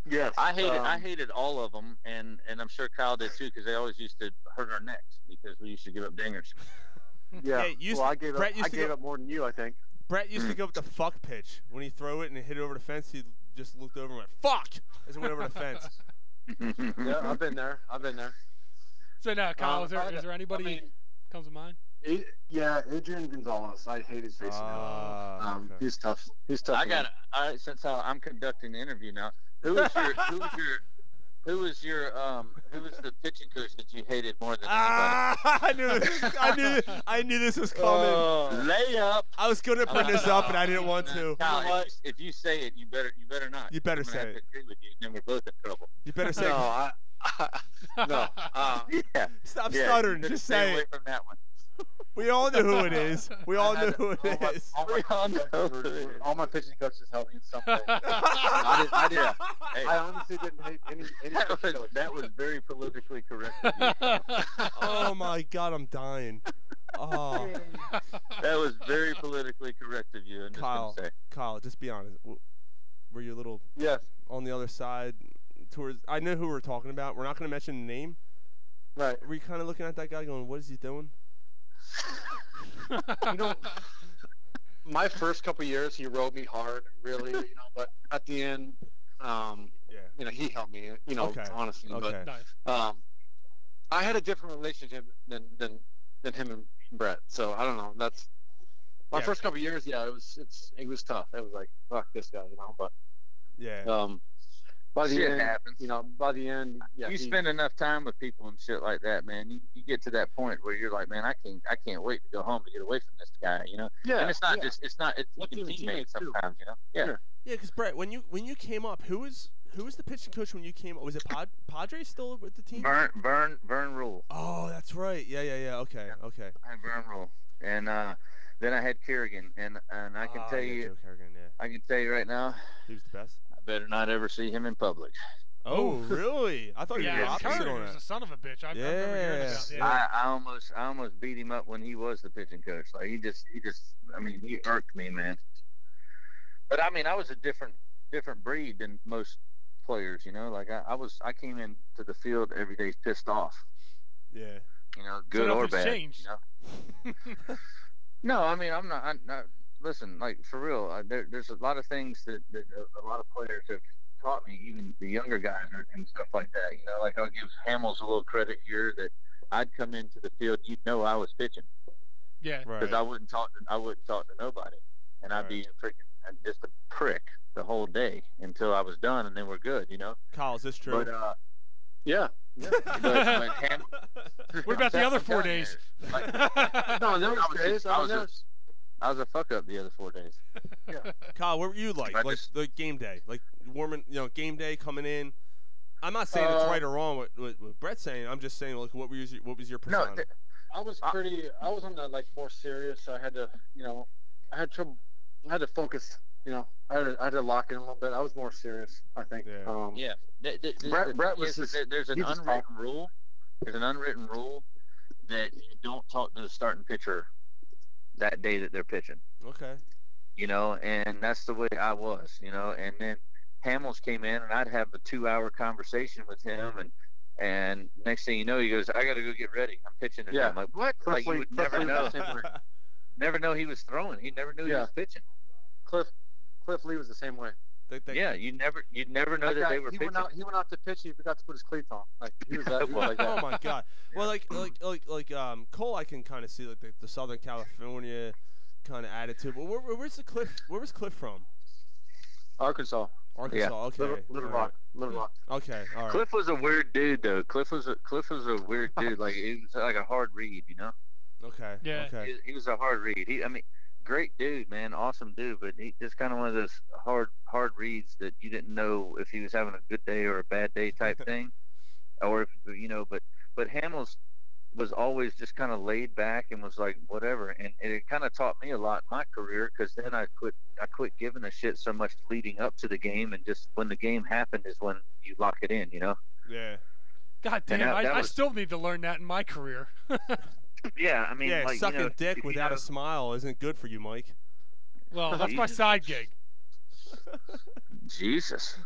yes. I hated I um, hated all of them, and and I'm sure Kyle did too, because they always used to hurt our necks because we used to give up dingers. (laughs) Yeah. Yeah, you used well, to- I gave Brett up. used I to gave go- up more than you, I think. Brett used to go (clears throat) with the fuck pitch. When he threw it and it hit it over the fence, he just looked over and went fuck as it went over (laughs) the fence. yeah, I've been there. I've been there. So now, Kyle, Um, is there, I- is there I anybody mean- comes to (laughs) mind? Ad- yeah, Adrian Gonzalez. I hated facing him. Ah, um, He's tough. He's tough. I man. got all right. Since I, I'm conducting the interview now, who was your who was your who was your um who was the pitching coach that you hated more than anybody? Ah, I knew this. I knew. I knew this was coming. Oh. Ah. Lay up. I was gonna bring this up and I didn't want to. Kyle, if you, if you say it, you better you better not. You better I'm gonna say have it. To agree with you, then we're both in trouble. You better say. No, I, (laughs) (laughs) no. Uh, yeah. Stop yeah, you stuttering. better Just stay say away it. from that one. We all knew who (laughs) it is. We all knew who it all Oh my- is. (laughs) all my We all pitching know coaches who it were- is. all my pitching coaches helped me in some (laughs) way. I, did, I, did, Hey. I honestly didn't hate any. any That pitching was, coach. that was very politically correct. of you. (laughs) Oh my god, I'm dying. Oh, (laughs) that was very politically correct of you. I'm just Kyle, gonna say. Kyle, just be honest. W- Were you a little Yes. on the other side? Towards, I know who we're talking about. We're not gonna mention the name. Right. Were you kind of looking at that guy, going, "What is he doing?" you know, my first couple years, he rode me hard, really. You know, but at the end, um, Yeah. you know, he helped me. You know, Okay. honestly, Okay. Nice. but um, I had a different relationship than than than him and Brett. So I don't know. That's my Yeah. first couple years. Yeah, it was it's it was tough. It was like fuck this guy, you know. But Yeah. um, by the Shit end, happens. you know, by the end, yeah, you he- spend enough time with people and shit like that, man. You, you get to that point where you're like, man, I can't, I can't wait to go home to get away from this guy, you know. Yeah, And it's not yeah. just, it's not, it's Let's even do the teammates teammates, too. sometimes, you know. Yeah. Sure. Yeah, because Brett, when you when you came up, who was who was the pitching coach when you came up? Was it Pod, Padres still with the team? Vern, Vern, Vern Rule. Oh, that's right. Yeah, yeah, yeah. Okay, okay. I had Vern Rule, and uh, then I had Kerrigan, and and I can Ah, tell yeah, you, Joe Kerrigan, yeah. I can tell you right now, He was the best. I better not ever see him in public. Oh, really? I thought you were Yeah, opposite Curry on was a that. son of a bitch. I, I remember hearing Yeah. about that. I, I almost I almost beat him up when he was the pitching coach. Like he just he just I mean he irked me, man. But I mean I was a different different breed than most players, you know. Like I, I was I came into the field every day pissed off, Yeah. you know, So good or nothing's bad. changed. You know? (laughs) No, I mean I'm not. I'm not listen, like for real, uh, there, there's a lot of things that, that a, a lot of players have taught me, even the younger guys and- and stuff like that. You know, like I'll give Hamels a little credit here that I'd come into the field, you'd know I was pitching yeah. Right. because I wouldn't talk. To, I wouldn't talk to nobody, and I'd be a freaking uh, just a prick the whole day until I was done, and then we're good. You know. (laughs) Kyle, is this true? But uh, Yeah. yeah. But, like, (laughs) hand- What about the other four days? Like- no, those I was days, just- I I was was just- I was a fuck up the other four days. (laughs) Kyle, what were you like? Like the game day, like warming, you know, game day coming in. I'm not saying Uh, it's right or wrong. What, what, what Brett's saying, I'm just saying, like, what was your, what was your persona? I was pretty. I was on the like more serious. So I had to, you know, I had trouble. I had to focus. You know, I had to, I had to lock in a little bit. I was more serious. I think. Um, Yeah. Th- th- th- Brett- the Brett thing was is that just- there- there's an he was unwritten talking. rule. There's an unwritten rule that you don't talk to the starting pitcher that day that they're pitching. Okay. You know, and that's the way I was. You know, and then Hamels came in, and I'd have a two-hour conversation with him, and and next thing you know, he goes, "I got to go get ready. I'm pitching today." Yeah. I'm like, "What?" Like you Cliff would Lee- never Cliff Lee (laughs) know. was the same way. (laughs) never know he was throwing. He never knew he Yeah. was pitching. Cliff Cliff Lee was the same way. yeah, you never you never know that guy- they were he pitching. Went out, he went out to pitch. He forgot to put his cleats on. Like he was that. he was like that. oh my (laughs) god. Well, like like like like um Cole, I can kind of see like the, the Southern California kind of attitude. Well, where, where- where's the Cliff? Where was Cliff from? Arkansas. Arkansas. Okay. Little- Little all right. Rock. Little Rock. Okay. All right. Cliff was a weird dude though. Cliff was a Cliff was a weird dude. Like it was like a hard read, you know. Okay. Yeah. Okay. He, he was a hard read. He, I mean, great dude, man, awesome dude, but he just kind of one of those hard hard reads that you didn't know if he was having a good day or a bad day type thing, or if you know. But but Hamels was always just kind of laid back and was like whatever, and, and it kind of taught me a lot in my career because then I quit I quit giving a shit so much leading up to the game, and just when the game happened is when you lock it in, you know. Yeah. God damn, And that- I, that I was- still need to learn that in my career. Yeah, I mean, yeah, like, you sucking know, if dick you without know- a smile isn't good for you, Mike. (laughs) Well, that's my Jesus. side gig. (laughs) (laughs) Jesus.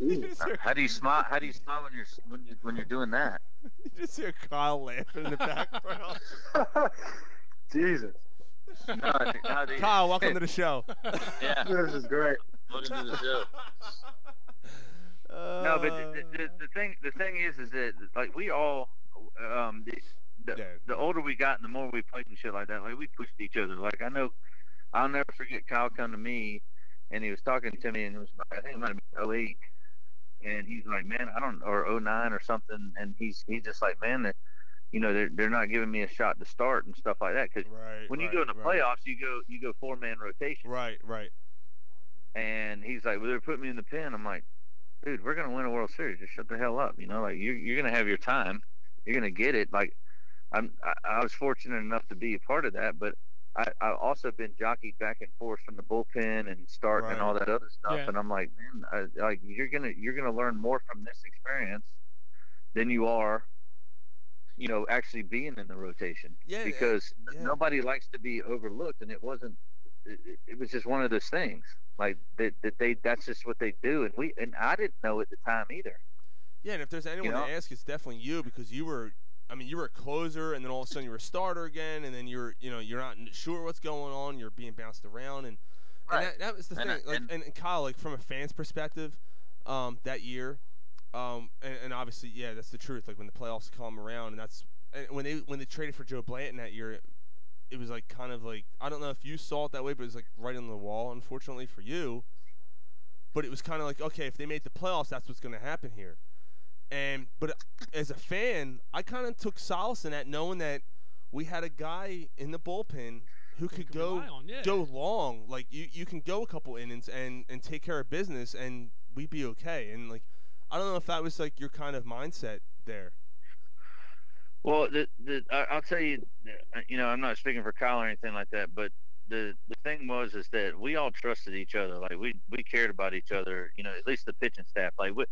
You just hear- How do you smile? How do you smile when you're s- when you when you're doing that? (laughs) you just hear Kyle laughing in the background. Jesus. No, no, dude. Kyle, welcome to the (laughs) show. Yeah. This is great. Welcome to the show. Uh, no, but the, the, the thing the thing is is that like we all um the the, the older we got and the more we played and shit like that, like we pushed each other. Like I know I'll never forget Kyle come to me and he was talking to me and it was I think it might have been 08 and he's like, Man, I don't or 09 or something and he's he's just like, Man, that you know, they're they're not giving me a shot to start and stuff like that. Because Right, when you right, go in the right. playoffs, you go you go four man rotation. Right, right. And he's like, "Well, they're putting me in the pen." I'm like, "Dude, we're gonna win a World Series. Just shut the hell up. You know, like you're you're gonna have your time. You're gonna get it. Like, I'm I, I was fortunate enough to be a part of that, but I I've also been jockeyed back and forth from the bullpen and starting and Right. all that other stuff. Yeah. And I'm like, man, I, like you're gonna you're gonna learn more from this experience than you are, you know, actually being in the rotation. Yeah, because n- nobody likes to be overlooked, and it wasn't. It, it- it was just one of those things. Like that, that they that's just what they do, and we and I didn't know at the time either. Yeah, and if there's anyone know? to ask, it's definitely you because you were, I mean, you were a closer, and then all of a sudden you were a starter again, and then you're, you know, you're not n- sure what's going on. You're being bounced around, and and that, that was the And I- thing. like, and, and Kyle, like from a fan's perspective, um, that year, um, and, and obviously, yeah, that's the truth. Like when the playoffs come around, and that's and when they when they traded for Joe Blanton that year, it was like kind of like I don't know if you saw it that way, but it was like right on the wall. Unfortunately for you, but it was kind of like okay, if they made the playoffs, that's what's going to happen here. And but as a fan, I kind of took solace in that knowing that we had a guy in the bullpen who could go rely on, yeah. go long. Like you, you can go a couple innings and and take care of business, and we'd be okay. And like I don't know if that was like your kind of mindset there. Well, the, the I- I'll tell you, uh, you know, I'm not speaking for Kyle or anything like that, but the the thing was is that we all trusted each other. Like we we cared about each other. You know, at least the pitching staff. Like we,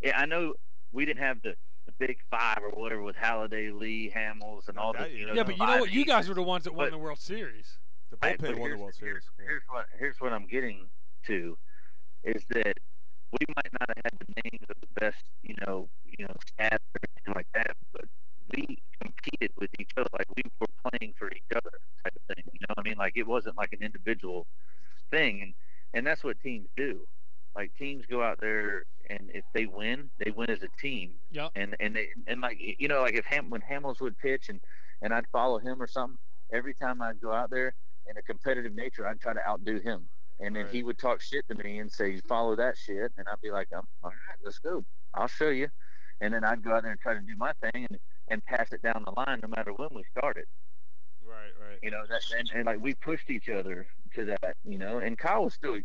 yeah, I know we didn't have the, the big five or whatever with Halliday, Lee, Hamels, and all the. You know, yeah, but you know what? You five- guys were the ones that won but- the World Series. (laughs) The Right, bullpen but won the here's- World Series. here's what here's what I'm getting to is that we might not have had the names of the best, you know, you know, staff or anything like that, but we competed with each other, like we were playing for each other type of thing. You know what I mean? Like it wasn't like an individual thing and, and that's what teams do. Like teams go out there and if they win, they win as a team. Yep. And and they and like you know, like if Ham when Hamels would pitch and, and I'd follow him or something, every time I'd go out there in a competitive nature, I'd try to outdo him. And then he would talk shit to me and say, "Follow that shit," and I'd be like, "I'm "Um, all right, let's go." I'll show you. And then I'd go out there and try to do my thing and, and pass it down the line no matter when we started. Right, right. You know, that, and, and like we pushed each other to that, you know. And Kyle was still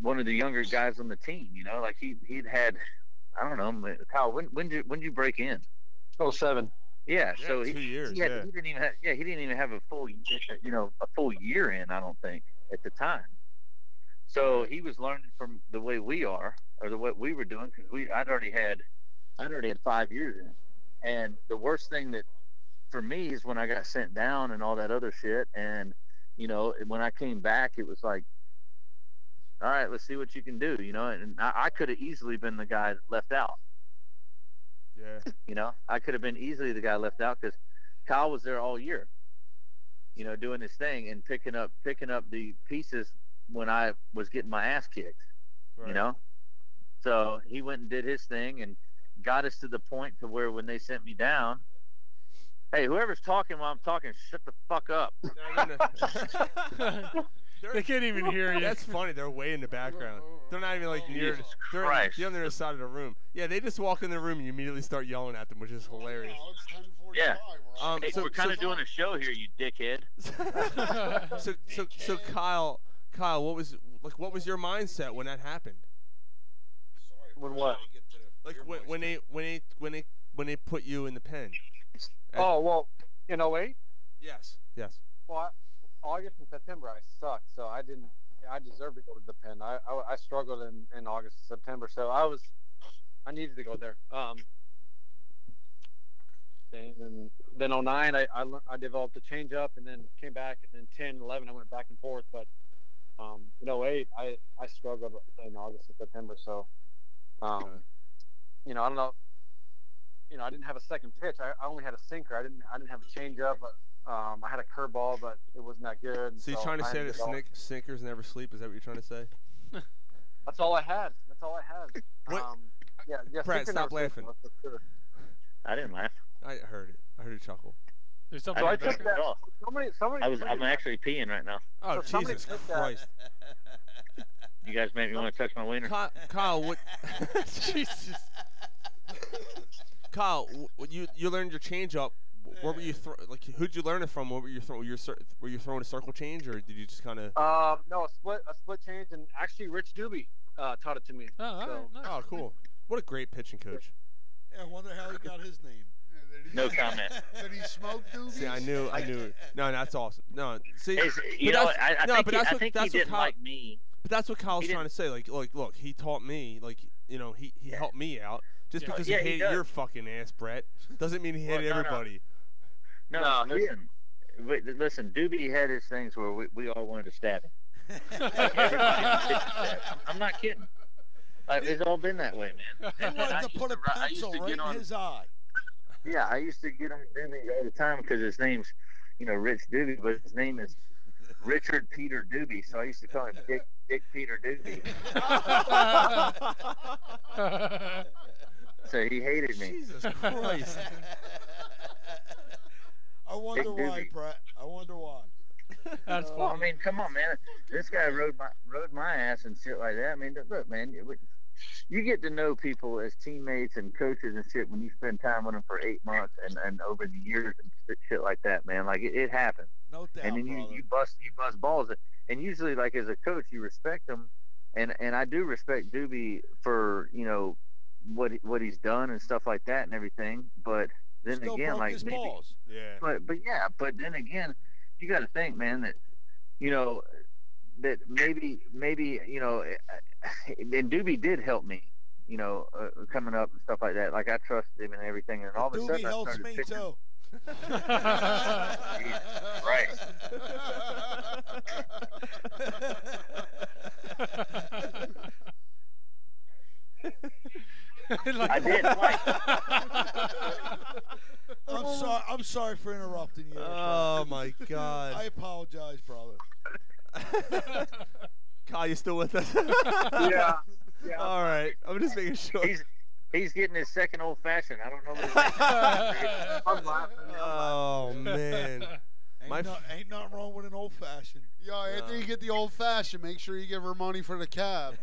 one of the younger guys on the team, you know. Like he he'd had, I don't know, man, Kyle. When when did when did you break in? Oh seven. Yeah, Yeah, so he, two years, he, had, yeah. he didn't even have, yeah he didn't even have a full y- uh, you know a full year in I don't think at the time. So he was learning from the way we are or the what we were doing because we I'd already had I'd already had five years in, and the worst thing that for me is when I got sent down and all that other shit and you know when I came back it was like all right let's see what you can do you know and I, I could have easily been the guy left out. Yeah. You know, I could have been easily the guy left out because Kyle was there all year. You know, doing his thing and picking up picking up the pieces when I was getting my ass kicked. You Right. know, so he went and did his thing and got us to the point to where when they sent me down, hey, whoever's talking while I'm talking, shut the (laughs) fuck up. (laughs) (laughs) they can't even hear you. That's funny. They're way in the (laughs) background. They're not even like near. Jesus they're on- Christ. they're on the other side of the room. Yeah, they just walk in the room and you immediately start yelling at them, which is hilarious. Yeah. Um, Hey, so- we're kind so- of doing a show here, you dickhead. so, (laughs) so, so Kyle, Kyle, what was like? What was your mindset when that happened? When what? Like when, when they when they when they when they put you in the pen? Oh well, in 08? Yes. Yes. Well, I, August and September I sucked, so I didn't. I deserved to go to the pen. I, I, I struggled in, in August and September, so I was. I needed to go there. Um. And then 09, I, I, lear- I developed a change up and then came back. And then 10, 11, I went back and forth. But um, in 08, I, I struggled in August and September. So, um, you know, I don't know. You know, I didn't have a second pitch. I, I only had a sinker. I didn't I didn't have a change up. Um, I had a curveball, but it wasn't that good. Oh, So you're trying to I had say that develop- snick, sinkers never sleep? Is that what you're trying to say? That's all I had. That's all I had. What? Um, yeah, yeah. Brad, sinker stop never laughing. failed, that's for sure. I didn't laugh. I heard it. I heard it chuckle. There's something I in the didn't background. laugh at Somebody, somebody. I was tweeted I'm that. actually peeing right now. Oh So somebody Jesus did that. Christ! (laughs) You guys made me want to touch my wiener. Kyle, Kyle what? (laughs) Jesus. Kyle, wh- you you learned your change up. Where were you thro- like? Who'd you learn it from? What were you throwing? Were you, cir- were you throwing a circle change, or did you just kind of? Um, no, a split, a split change, and actually Rich Doobie uh, taught it to me. Oh, so. Oh, cool! What a great pitching coach. Yeah, I wonder how he got his name. (laughs) No comment. Did he smoke (laughs) doobies? See, I knew, I knew. it. No, that's awesome. No, see, It's- you but know that's- what, I- I no, think but he- that's I what, think he that's what didn't Kyle, like me. But that's what Kyle's He trying to say. Like, like, look, he taught me. Like, you know, he he helped me out. Just Yeah. because Yeah, he he hated does. your fucking ass, Brett, doesn't mean he Well, hated no, no. everybody. No, listen. Wait, listen, Doobie had his things where we, we all wanted to stab (laughs) him. I'm not kidding. Like, it's all been that way, man. He And- and I wanted to used put a ri- I used pencil to right get in on- his eye. (laughs) Yeah, I used to get on Doobie all the time because his name's, you know, Rich Doobie, but his name is Richard Peter Doobie, so I used to call him Dick Dick Peter (laughs) Doobie. so he hated me. Jesus Christ. I wonder Big why, doobie. Brett. I wonder why. That's Well, I mean, come on, man. This guy rode my rode my ass and shit like that. I mean, look, man, it would- you get to know people as teammates and coaches and shit when you spend time with them for eight months and, and over the years and shit- shit like that, man. Like it, it happens. No doubt, And then you, brother. you bust you bust balls, and usually like as a coach, you respect them, and and I do respect Doobie for you know what he- what he's done and stuff like that and everything. But then Still again, broke like his maybe- balls. Yeah. but but yeah, but then again, you got to think, man, that you know that maybe maybe you know, eh, and Doobie did help me, you know, uh, coming up and stuff like that. Like I trust him and everything, and all of a Doobie sudden I helps started me picking- too. Jesus Christ. (laughs) (laughs) I (laughs) did. I'm sorry. I'm sorry for interrupting you. Oh, brother. my God. I apologize, brother. (laughs) (laughs) Kyle, you still with us? yeah. yeah. All right. I'm just making sure. (laughs) He's he's getting his second old fashioned. I don't know. What it is. I'm laughing. Oh man. Ain't, My no, f- ain't nothing wrong with an old fashioned. Yo, after you get the old fashioned, make sure you give her money for the cab.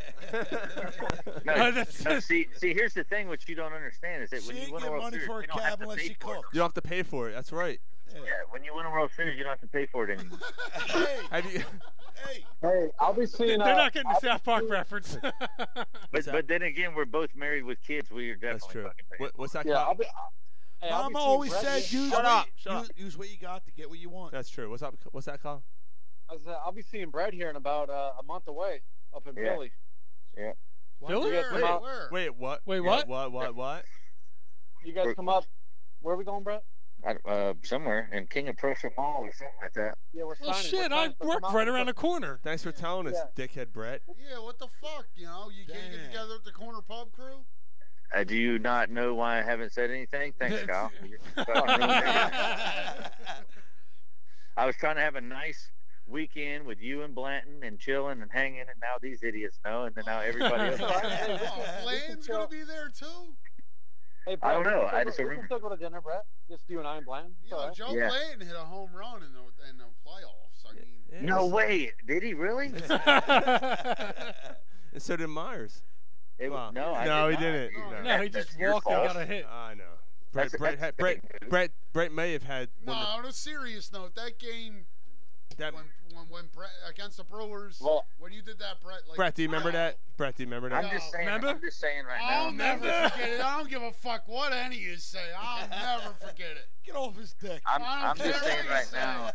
No, no, see, see, here's the thing: what you don't understand is that when She you ain't win a getting World money Series, for a you don't have cab to unless pay she for it. cooks. You don't have to pay for it. That's right. Yeah, when you win a World Series, you don't have to pay for it anymore. Have you? (laughs) (laughs) Hey, I'll be They're seeing. uh, not getting the I'll be South Park seeing- reference. (laughs) But, but then again, we're both married with kids. We are definitely fucking paying. What, what's that? Yeah, called? I'll be. I- hey, I'll be Mama seeing always Brett- said, use Shut what up, you- shut use, use what you got to get what you want. That's true. What's up? What's that called? I was, uh, I'll be seeing Brad here in about uh, a month away up in Yeah. Philly. Yeah. Philly? You guys, come Wait, out, wait, what? Wait, Yeah, what? What? What? What? you guys come up. Where are we going, Brett? I- uh, somewhere in King of Prussia Mall or something like that. Yeah, we're Well, signing. shit, we're I signing for work Vermont. right around the (laughs) corner. (laughs) Thanks for telling us, dickhead Brett. yeah, what the fuck? You know, you can't get together at the corner (laughs) pub crew. Uh, do you not know why I haven't said anything? Thanks, (laughs) Kyle. You're fucking ruining it. I was trying to have a nice weekend with you and Blanton and chilling and hanging, and now these idiots know, and then now (laughs) everybody else. Land's gonna be there too. Hey, I Brett, we don't can still know. I go- we just can remember. still go to dinner, Brett. Just you and I and Bland. It's Yo, all right. Joe Yeah. Blanton hit a home run in the in the playoffs. I mean, No way. Did he really? And (laughs) so did Myers. It Wow. was, no, I no, did he not. didn't. No, Ah, No, he just walked and got (laughs) a hit. I know. Brett, That's- Brett, that's had, Brett, big. Brett, Brett may have had. no. one of On a serious note, that game the- that. when when, when Brett, against the Brewers, Well- when you did that, Brett. Like, Brett, do you remember I- that? Brett, do you remember that? I'm just saying. Remember? I'm just saying right now. I'll never (laughs) forget it. I don't give a fuck what any of you say. I'll never forget it. Get off his dick. I'm, I I'm don't just care saying what you right say. now,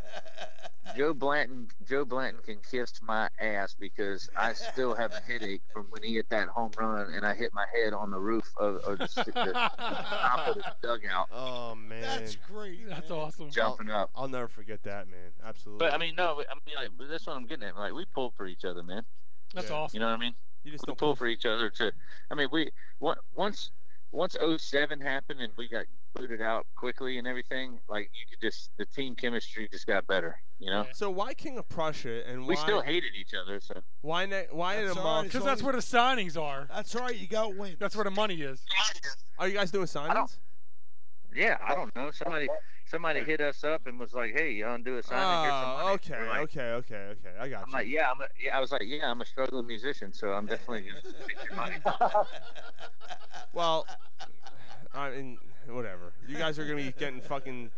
Joe Blanton, Joe Blanton can kiss my ass because I still have a headache from when he hit that home run and I hit my head on the roof of, of the, the top of the (laughs) dugout, Oh man. That's great. That's awesome. jumping up. I'll never forget that, man. Absolutely. But I mean, no, I mean, like, but that's what I'm getting at. Like, we pull for each other, man. That's Yeah. awesome. You know what I mean? you just We don't pull for each other to. I mean, we on- once once 07 happened and we got booted out quickly and everything. Like, you could just the team chemistry just got better. You know, So why King of Prussia and why? we still hated each other. So why ne- Why in a That's all month? right. Because that's where the signings are. That's all right. You got wins. That's where the money is. Are you guys doing signings? Yeah, I don't know. Somebody somebody hit us up and was like, "Hey, you undo a sign and here's some money." Oh, okay, We're like- okay, okay, okay. I got I'm you. like, yeah, I'm a, yeah. I was like, yeah, I'm a struggling musician, so I'm definitely gonna take (laughs) your money. Well, I mean, whatever. You guys are gonna be getting fucking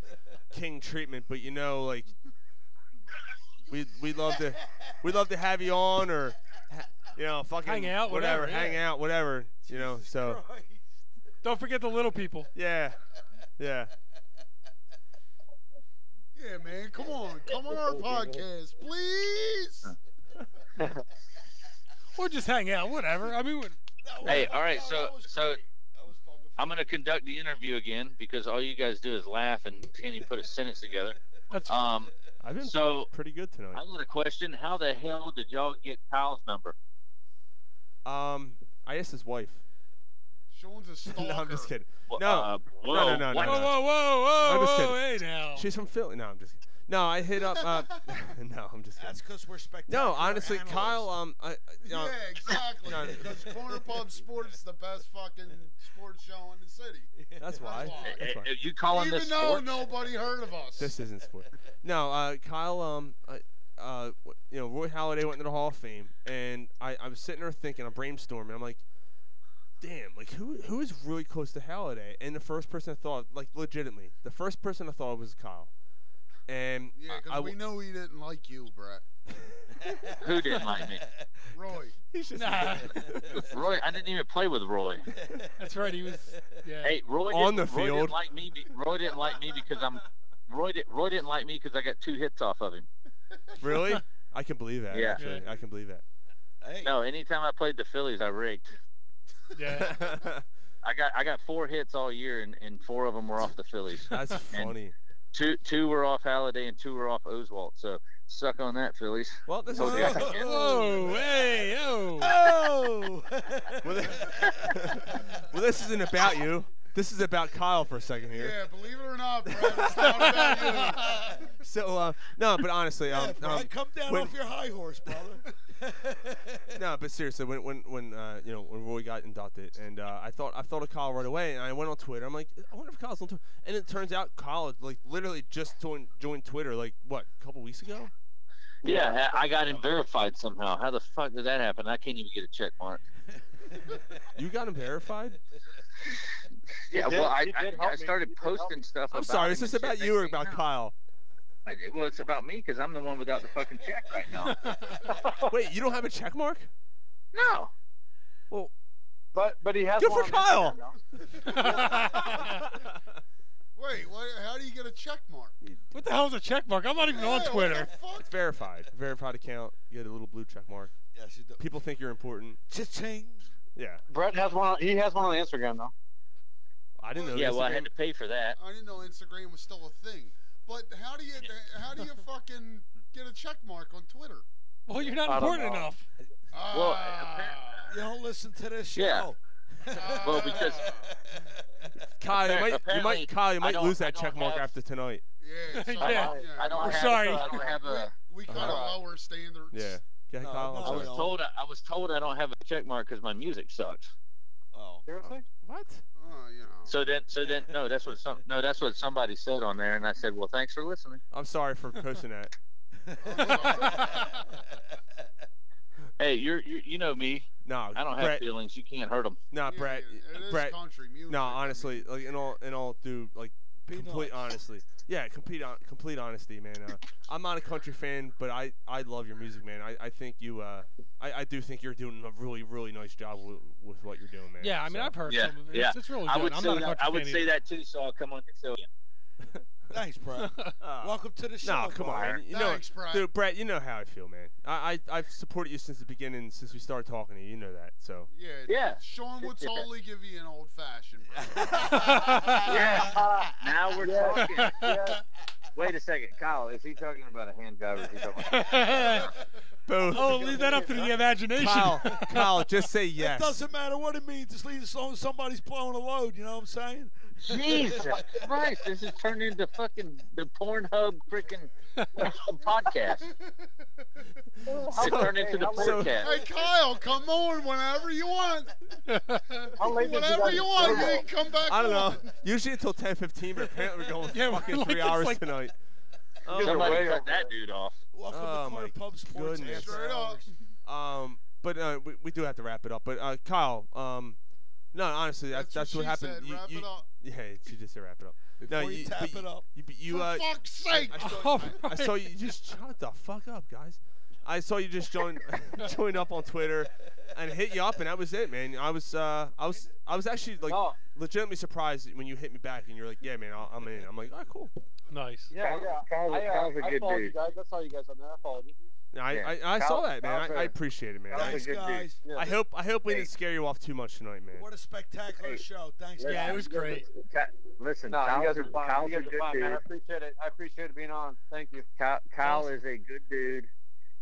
king treatment, but you know, like, we we love to we love to have you on or ha- you know fucking Hang out, whatever, hang yeah. out, whatever. You know, so Don't forget the little people. yeah, yeah. Yeah, man. Come on, come on our podcast, please. Or just hang out, whatever. I mean, what- Hey, all right, so so I'm gonna conduct the interview again because all you guys do is laugh and can't even put a sentence together. that's Um, I've been so pretty good tonight. I got a question. How the hell did y'all get Kyle's number? Um, I asked his wife. (laughs) Sean's a stalker. no, I'm just kidding. Well, No, uh, no, whoa, no, no, what? Eh, whoa, no. whoa, whoa, I'm whoa, just whoa, kidding. hey now. She's from Philly. No, I'm just kidding. No, I hit up. Uh, (laughs) no, I'm just kidding. That's because we're spectacular. No, honestly, analysts. Kyle. Um, I, I- you know, Yeah, exactly. No. Because Corner Pub Sports is the best fucking sports show in the (laughs) city. that's why. why. That's Uh, why. Are you calling Even this though sports? nobody heard of us. This isn't sport. No, uh, Kyle. Um, I, uh, w- you know, Roy Halladay went into the Hall of Fame, and I, I was sitting there thinking, I'm brainstorming. I'm like, damn, like who, who is really close to Halladay? And the first person I thought, like, legitimately, the first person I thought was Kyle. And yeah, I- I because we w- know he didn't like you, Brett. Who didn't (laughs) like me? Roy. (laughs) he's just (laughs) Nah. Roy, I didn't even play with Roy. That's right. He was. Yeah. Hey, Roy On didn't, the Roy field. didn't like me. be- Roy didn't like me because I'm. Roy, di- Roy didn't like me because I got two hits off of him. (laughs) really, I can believe that. Yeah. actually, I can believe that. Hey, No, anytime I played the Phillies, I rigged. Yeah. I got I got four hits all year, and, and four of them were off the Phillies. That's And- funny. Two two were off Halliday, and two were off Oswalt. So suck on that, Phillies. Well, this Told you I is. could (laughs) get- Whoa, hey, yo. Oh. Well, th- well, this isn't about you. This is about Kyle for a second here. Yeah, believe it or not, Brett, it's not about (laughs) you. So uh, no, but honestly, um, Brad, um, come down when- (laughs) off your high horse, brother. no, but seriously, when when when uh, you know when Roy got inducted, and uh, I thought I thought of Kyle right away, and I went on Twitter. I'm like, I wonder if Kyle's on Twitter. And it turns out Kyle had, like literally just joined, joined Twitter like what a couple weeks ago. (laughs) Yeah, I I got him verified somehow. How the fuck did that happen? I can't even get a check mark. You got him verified? Yeah, did- well, I, you I, did help I me. started posting stuff. I'm about sorry, him is this and shit about that you or came about out. Kyle? I did- Well, it's about me because I'm the one without the fucking check right (laughs) now. Wait, you don't have a check mark? no. Well, but but he Good for Kyle. Wait, what, how do you get a check mark? What the hell's a check mark? I'm not even on Twitter. It's verified. Verified account. You get a little blue check mark. Yes, you do. People think you're important. Cha-ching. Yeah. Brett has one. On, he has one on Instagram though. I didn't know. yeah, well, I had to pay for that. I didn't know Instagram was still a thing. But how do you how (laughs) do you fucking get a check mark on Twitter? Well, you're not important enough. Well, Oh, Ah, (laughs) you don't listen to this show. Yeah. well, because Kyle, you Appar- might, you apparently might, Kyle, you I might don't- lose I that don't check mark have- after tonight. Yeah. I so- don't- I don't We're have- sorry. I don't have a- We got Uh-huh. lower standards. Yeah. Yeah, Kyle. I'm I was sorry. told I, I was told I don't have a check mark because my music sucks. Oh. Seriously? What? Oh, you know. So then, so then, no, that's what some, no, that's what somebody said on there, and I said, well, thanks for listening. I'm sorry for posting that. Hey, you're, you you know me. No, I don't have Brett- feelings. You can't hurt them. Nah, Uh, Brett. it is Brett. country music, No, honestly, like in all, in all, dude, like complete honestly. Yeah, complete, on, complete honesty, man. Uh, I'm not a country fan, but I, I love your music, man. I, I think you, uh, I, I do think you're doing a really, really nice job with, with what you're doing, man. Yeah, I mean, So- I've heard Yeah, some of it. yeah. It's, it's really I good. would I'm say not a that, country I would fan say either. that too. So I'll come on your show. again. Thanks, (laughs) Brett. Welcome to the show. No, Oh. come Brett. on. You know, Dude, Brett, you know how I feel, man. I, I, I've supported you since the beginning, since we started talking to you. You know that, so. Yeah. Yeah. Sean would Yeah. totally give you an old fashioned. (laughs) Yeah. Now we're Yeah. talking. Yeah. Wait a second, Kyle. Is he talking about a hand job? Or is he talking (laughs) Both. Oh, leave that up to the (laughs) imagination. Kyle, Kyle, just say yes. It doesn't matter what it means. Just leave as long as somebody's blowing a load. You know what I'm saying? Jesus (laughs) Christ! This has turned into fucking the Pornhub (laughs) freaking podcast. So- it turned into the So- podcast. Hey Kyle, come on whenever you (laughs) want. late did you whenever guys you want, you go? can come back. I don't on. know. Usually until 10:15, but apparently we're going Yeah, fucking we're three like- it's hours like- tonight. Um, Somebody cut that dude off. Welcome Oh, to Corner my Pub Sports. goodness. After Straight Hours. Um, but uh, we, we do have to wrap it up. But uh, Kyle, um, no, honestly, that's That's that's what what, she happened. said, You- wrap you- it up. Yeah, she just said wrap it up. no, Before you tap but it up. You, but you, For uh, fuck's sake! I (laughs) saw, I, I saw you just shut the fuck up, guys. I saw you just join joined up on Twitter and hit you up, and that was it, man. I was uh, I was I was actually like legitimately surprised when you hit me back, and you're like, yeah, man, I'll, I'm in. I'm like, oh, cool. Nice. Yeah, yeah. Kyle's a- I, uh, Kyle's a I good followed you dude. guys. I saw you guys on there. I followed you. I, Yeah. I, I saw Kyle's- that, man. Kyle's I, I a- appreciate it, man. Kyle's a Thanks, good dude. guys. Yeah. I hope I hope we didn't scare you off too much tonight, man. What a spectacular show. Thanks, Yeah, guys. it was great. Ky- Listen, No, you Kyle's guys a, are fine. Kyle's You a guys good are fine, man. I dude. appreciate it. I (laughs) appreciate being on. Thank you. Kyle, Kyle is a good dude,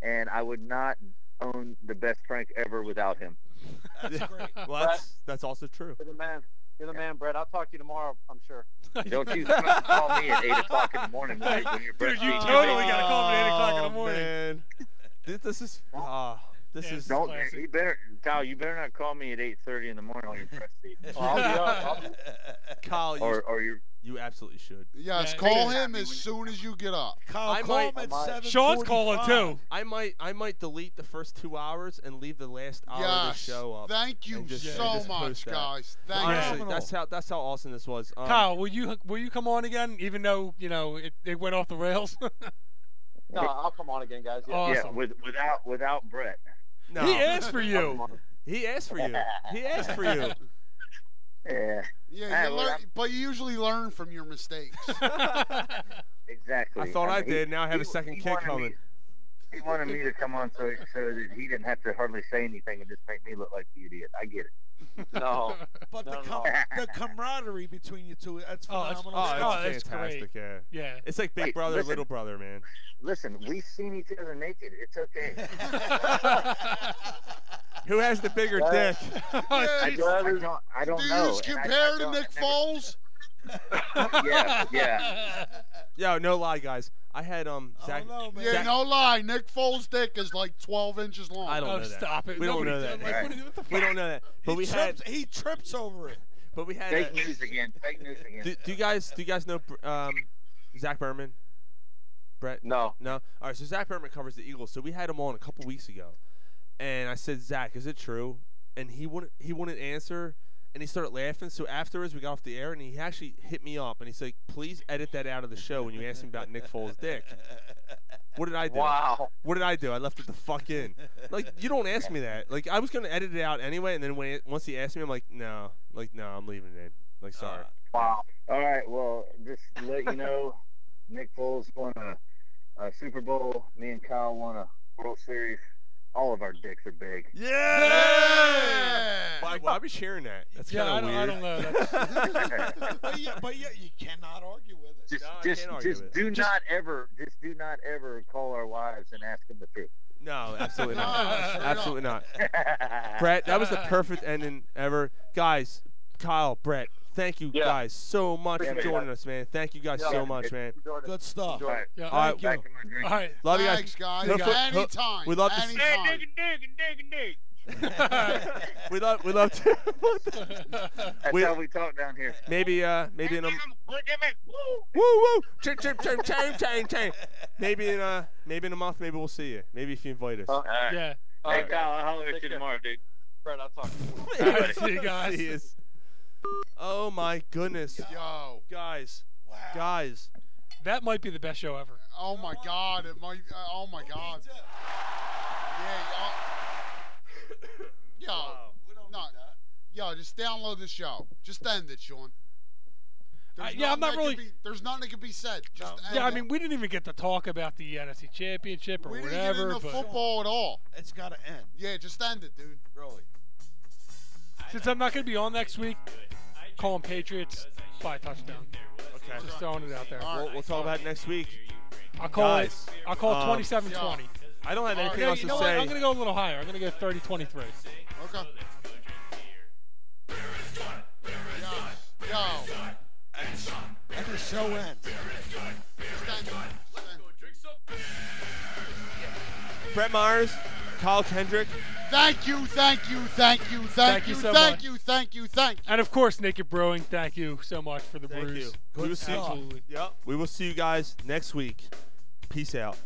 and I would not own the best prank ever without him. (laughs) That's great. well, that's that's also true. You're the man. You're the man, Brett. I'll talk to you (laughs) tomorrow. I'm sure. Don't you fucking call me at eight o'clock in the morning right, when you're Dude, you breastfeeding. totally got to call me at 8 o'clock in the Oh, morning. Man. This, this is ah, this Yeah, is (laughs) Don't you better Kyle, you better not call me at eight thirty in the morning while you're breastfeeding. Well, I'll be up. I'll be- Kyle. You, or or you're you absolutely should. Yes, Yeah, call it him as soon as you get up. Kyle, I Oh, call might- him I at might- seven. Sean's calling too. I might I might delete the first two hours and leave the last hour of Yes. the show up. Thank you and just- and so just much, post that. guys. Thank Honestly, you. that's how that's how awesome this was. Um, Kyle, will you will you come on again? Even though you know it, it went off the rails. (laughs) No, I'll come on again, guys. Yeah. yeah, awesome. with without without Brett. no, He asked for you. (laughs) he asked for you. He asked (laughs) for you. Yeah. Yeah, Hey, you well, learn, I'm- but you usually learn from your (laughs) mistakes. (laughs) Oh, Exactly. I thought I mean, he- did. Now I have a he- second he kid wanted me- coming. He wanted me to come on so so that he didn't have to hardly say anything and just make me look like the idiot. I get it. No. But the, No, com- no. the camaraderie between you two, that's Oh, it's- phenomenal. Oh, Oh, it's that's fantastic. Yeah. Yeah. It's like Big Wait, Brother, listen. Little Brother, man. Listen, we've seen each other naked. It's (laughs) okay. Who has the bigger Well, dick? (laughs) I Yeah, don't, I don't, I don't do you know. just and I- I compare to don't- Nick Foles? (laughs) (laughs) Yeah, yeah. Yo, no lie, guys. I had um Zach. Yeah, Zach- no lie. Nick Foles' dick is like 12 inches long. Oh, I don't know that. We don't know that. Right. We don't know that. But we had. he trips over it. But we had. Fake a- news again. Fake news again. Do, do you guys do you guys know Br- um, Zach Berman? Brett? No. No. All right. So Zach Berman covers the Eagles. So we had him on a couple weeks ago, and I said, Zach, is it true? And he wouldn't he wouldn't answer, and he started laughing. So afterwards, we got off the air, and he actually hit me up, and he's like, please edit that out of the show when you asked him about Nick Foles' dick. What did I do? Wow. What did I do? I left it the fuck in. Like you don't ask me that. Like I was gonna edit it out anyway, and then when it, once he asked me, I'm like, no, like no, I'm leaving it in. Like sorry. Wow. All right. Well, just to let you know, Nick Foles won a, a Super Bowl. Me and Kyle won a World Series. All of our dicks are big. Yeah. Why, why are we sharing that? That's Yeah, kind of I weird. don't- I don't know. That's- but yeah, but yeah, you cannot argue with (laughs) it. Just, just, just do not ever, just do not ever call our wives and ask them the (laughs) (laughs) truth. no, absolutely not. absolutely not. Brett, that was the perfect ending ever, guys. Kyle, Brett, thank you Yeah. guys so much for Appreciate it. joining us, man. Thank you guys Yeah. so much, man. Good stuff. All right. Yeah. All right. Thank you. All right. Love you guys. Thanks, guys. Hope- hope- Anytime. We'd love to. s- Anytime. (laughs) We love. We love to. what the- That's how we talk down (laughs) here. Maybe uh maybe in a woo woo chirp chirp chirp chirp chirp chirp. Maybe in uh maybe in a month maybe we'll see you. Maybe if you invite us. (laughs) All right. Yeah. Hey, Kyle, I'll holler at you tomorrow, dude. Brett, I'll talk. All right, See you guys. see yous. Oh my goodness. Yo. Guys. Guys. That might be the best show ever. Oh my God! It might. uh, Oh my God! (coughs) Yeah, yo. Yo, no, yo, just download the show. Just end it, Sean. I- yeah, nothing I'm not that really- could Be, there's nothing that can be said. Just end Yeah, I it. mean, we didn't even get to talk about the NFC Championship or we didn't whatever. get into but football at all. It's gotta end. Yeah, just end it, dude. Really. Since I'm not going to be on next week, call 'em Patriots by a touchdown. Okay. Just throwing it out there. We'll, we'll talk about it next week. I'll call it- Guys, I'll call it um, 27-20. I don't have You anything know- else Oh, you to know what? say. I'm going to go a little higher. I'm going to go 30 23. Okay. Yo. And the show ends. Brett Myers, Kyle Kendrick. Thank you, thank you, thank you, thank, Thank you you, so thank much. you, thank you, thank you. And of course, Naked Brewing, thank you so much for the Thank brews. you. We will see Absolutely. We will see you guys next week. Peace out.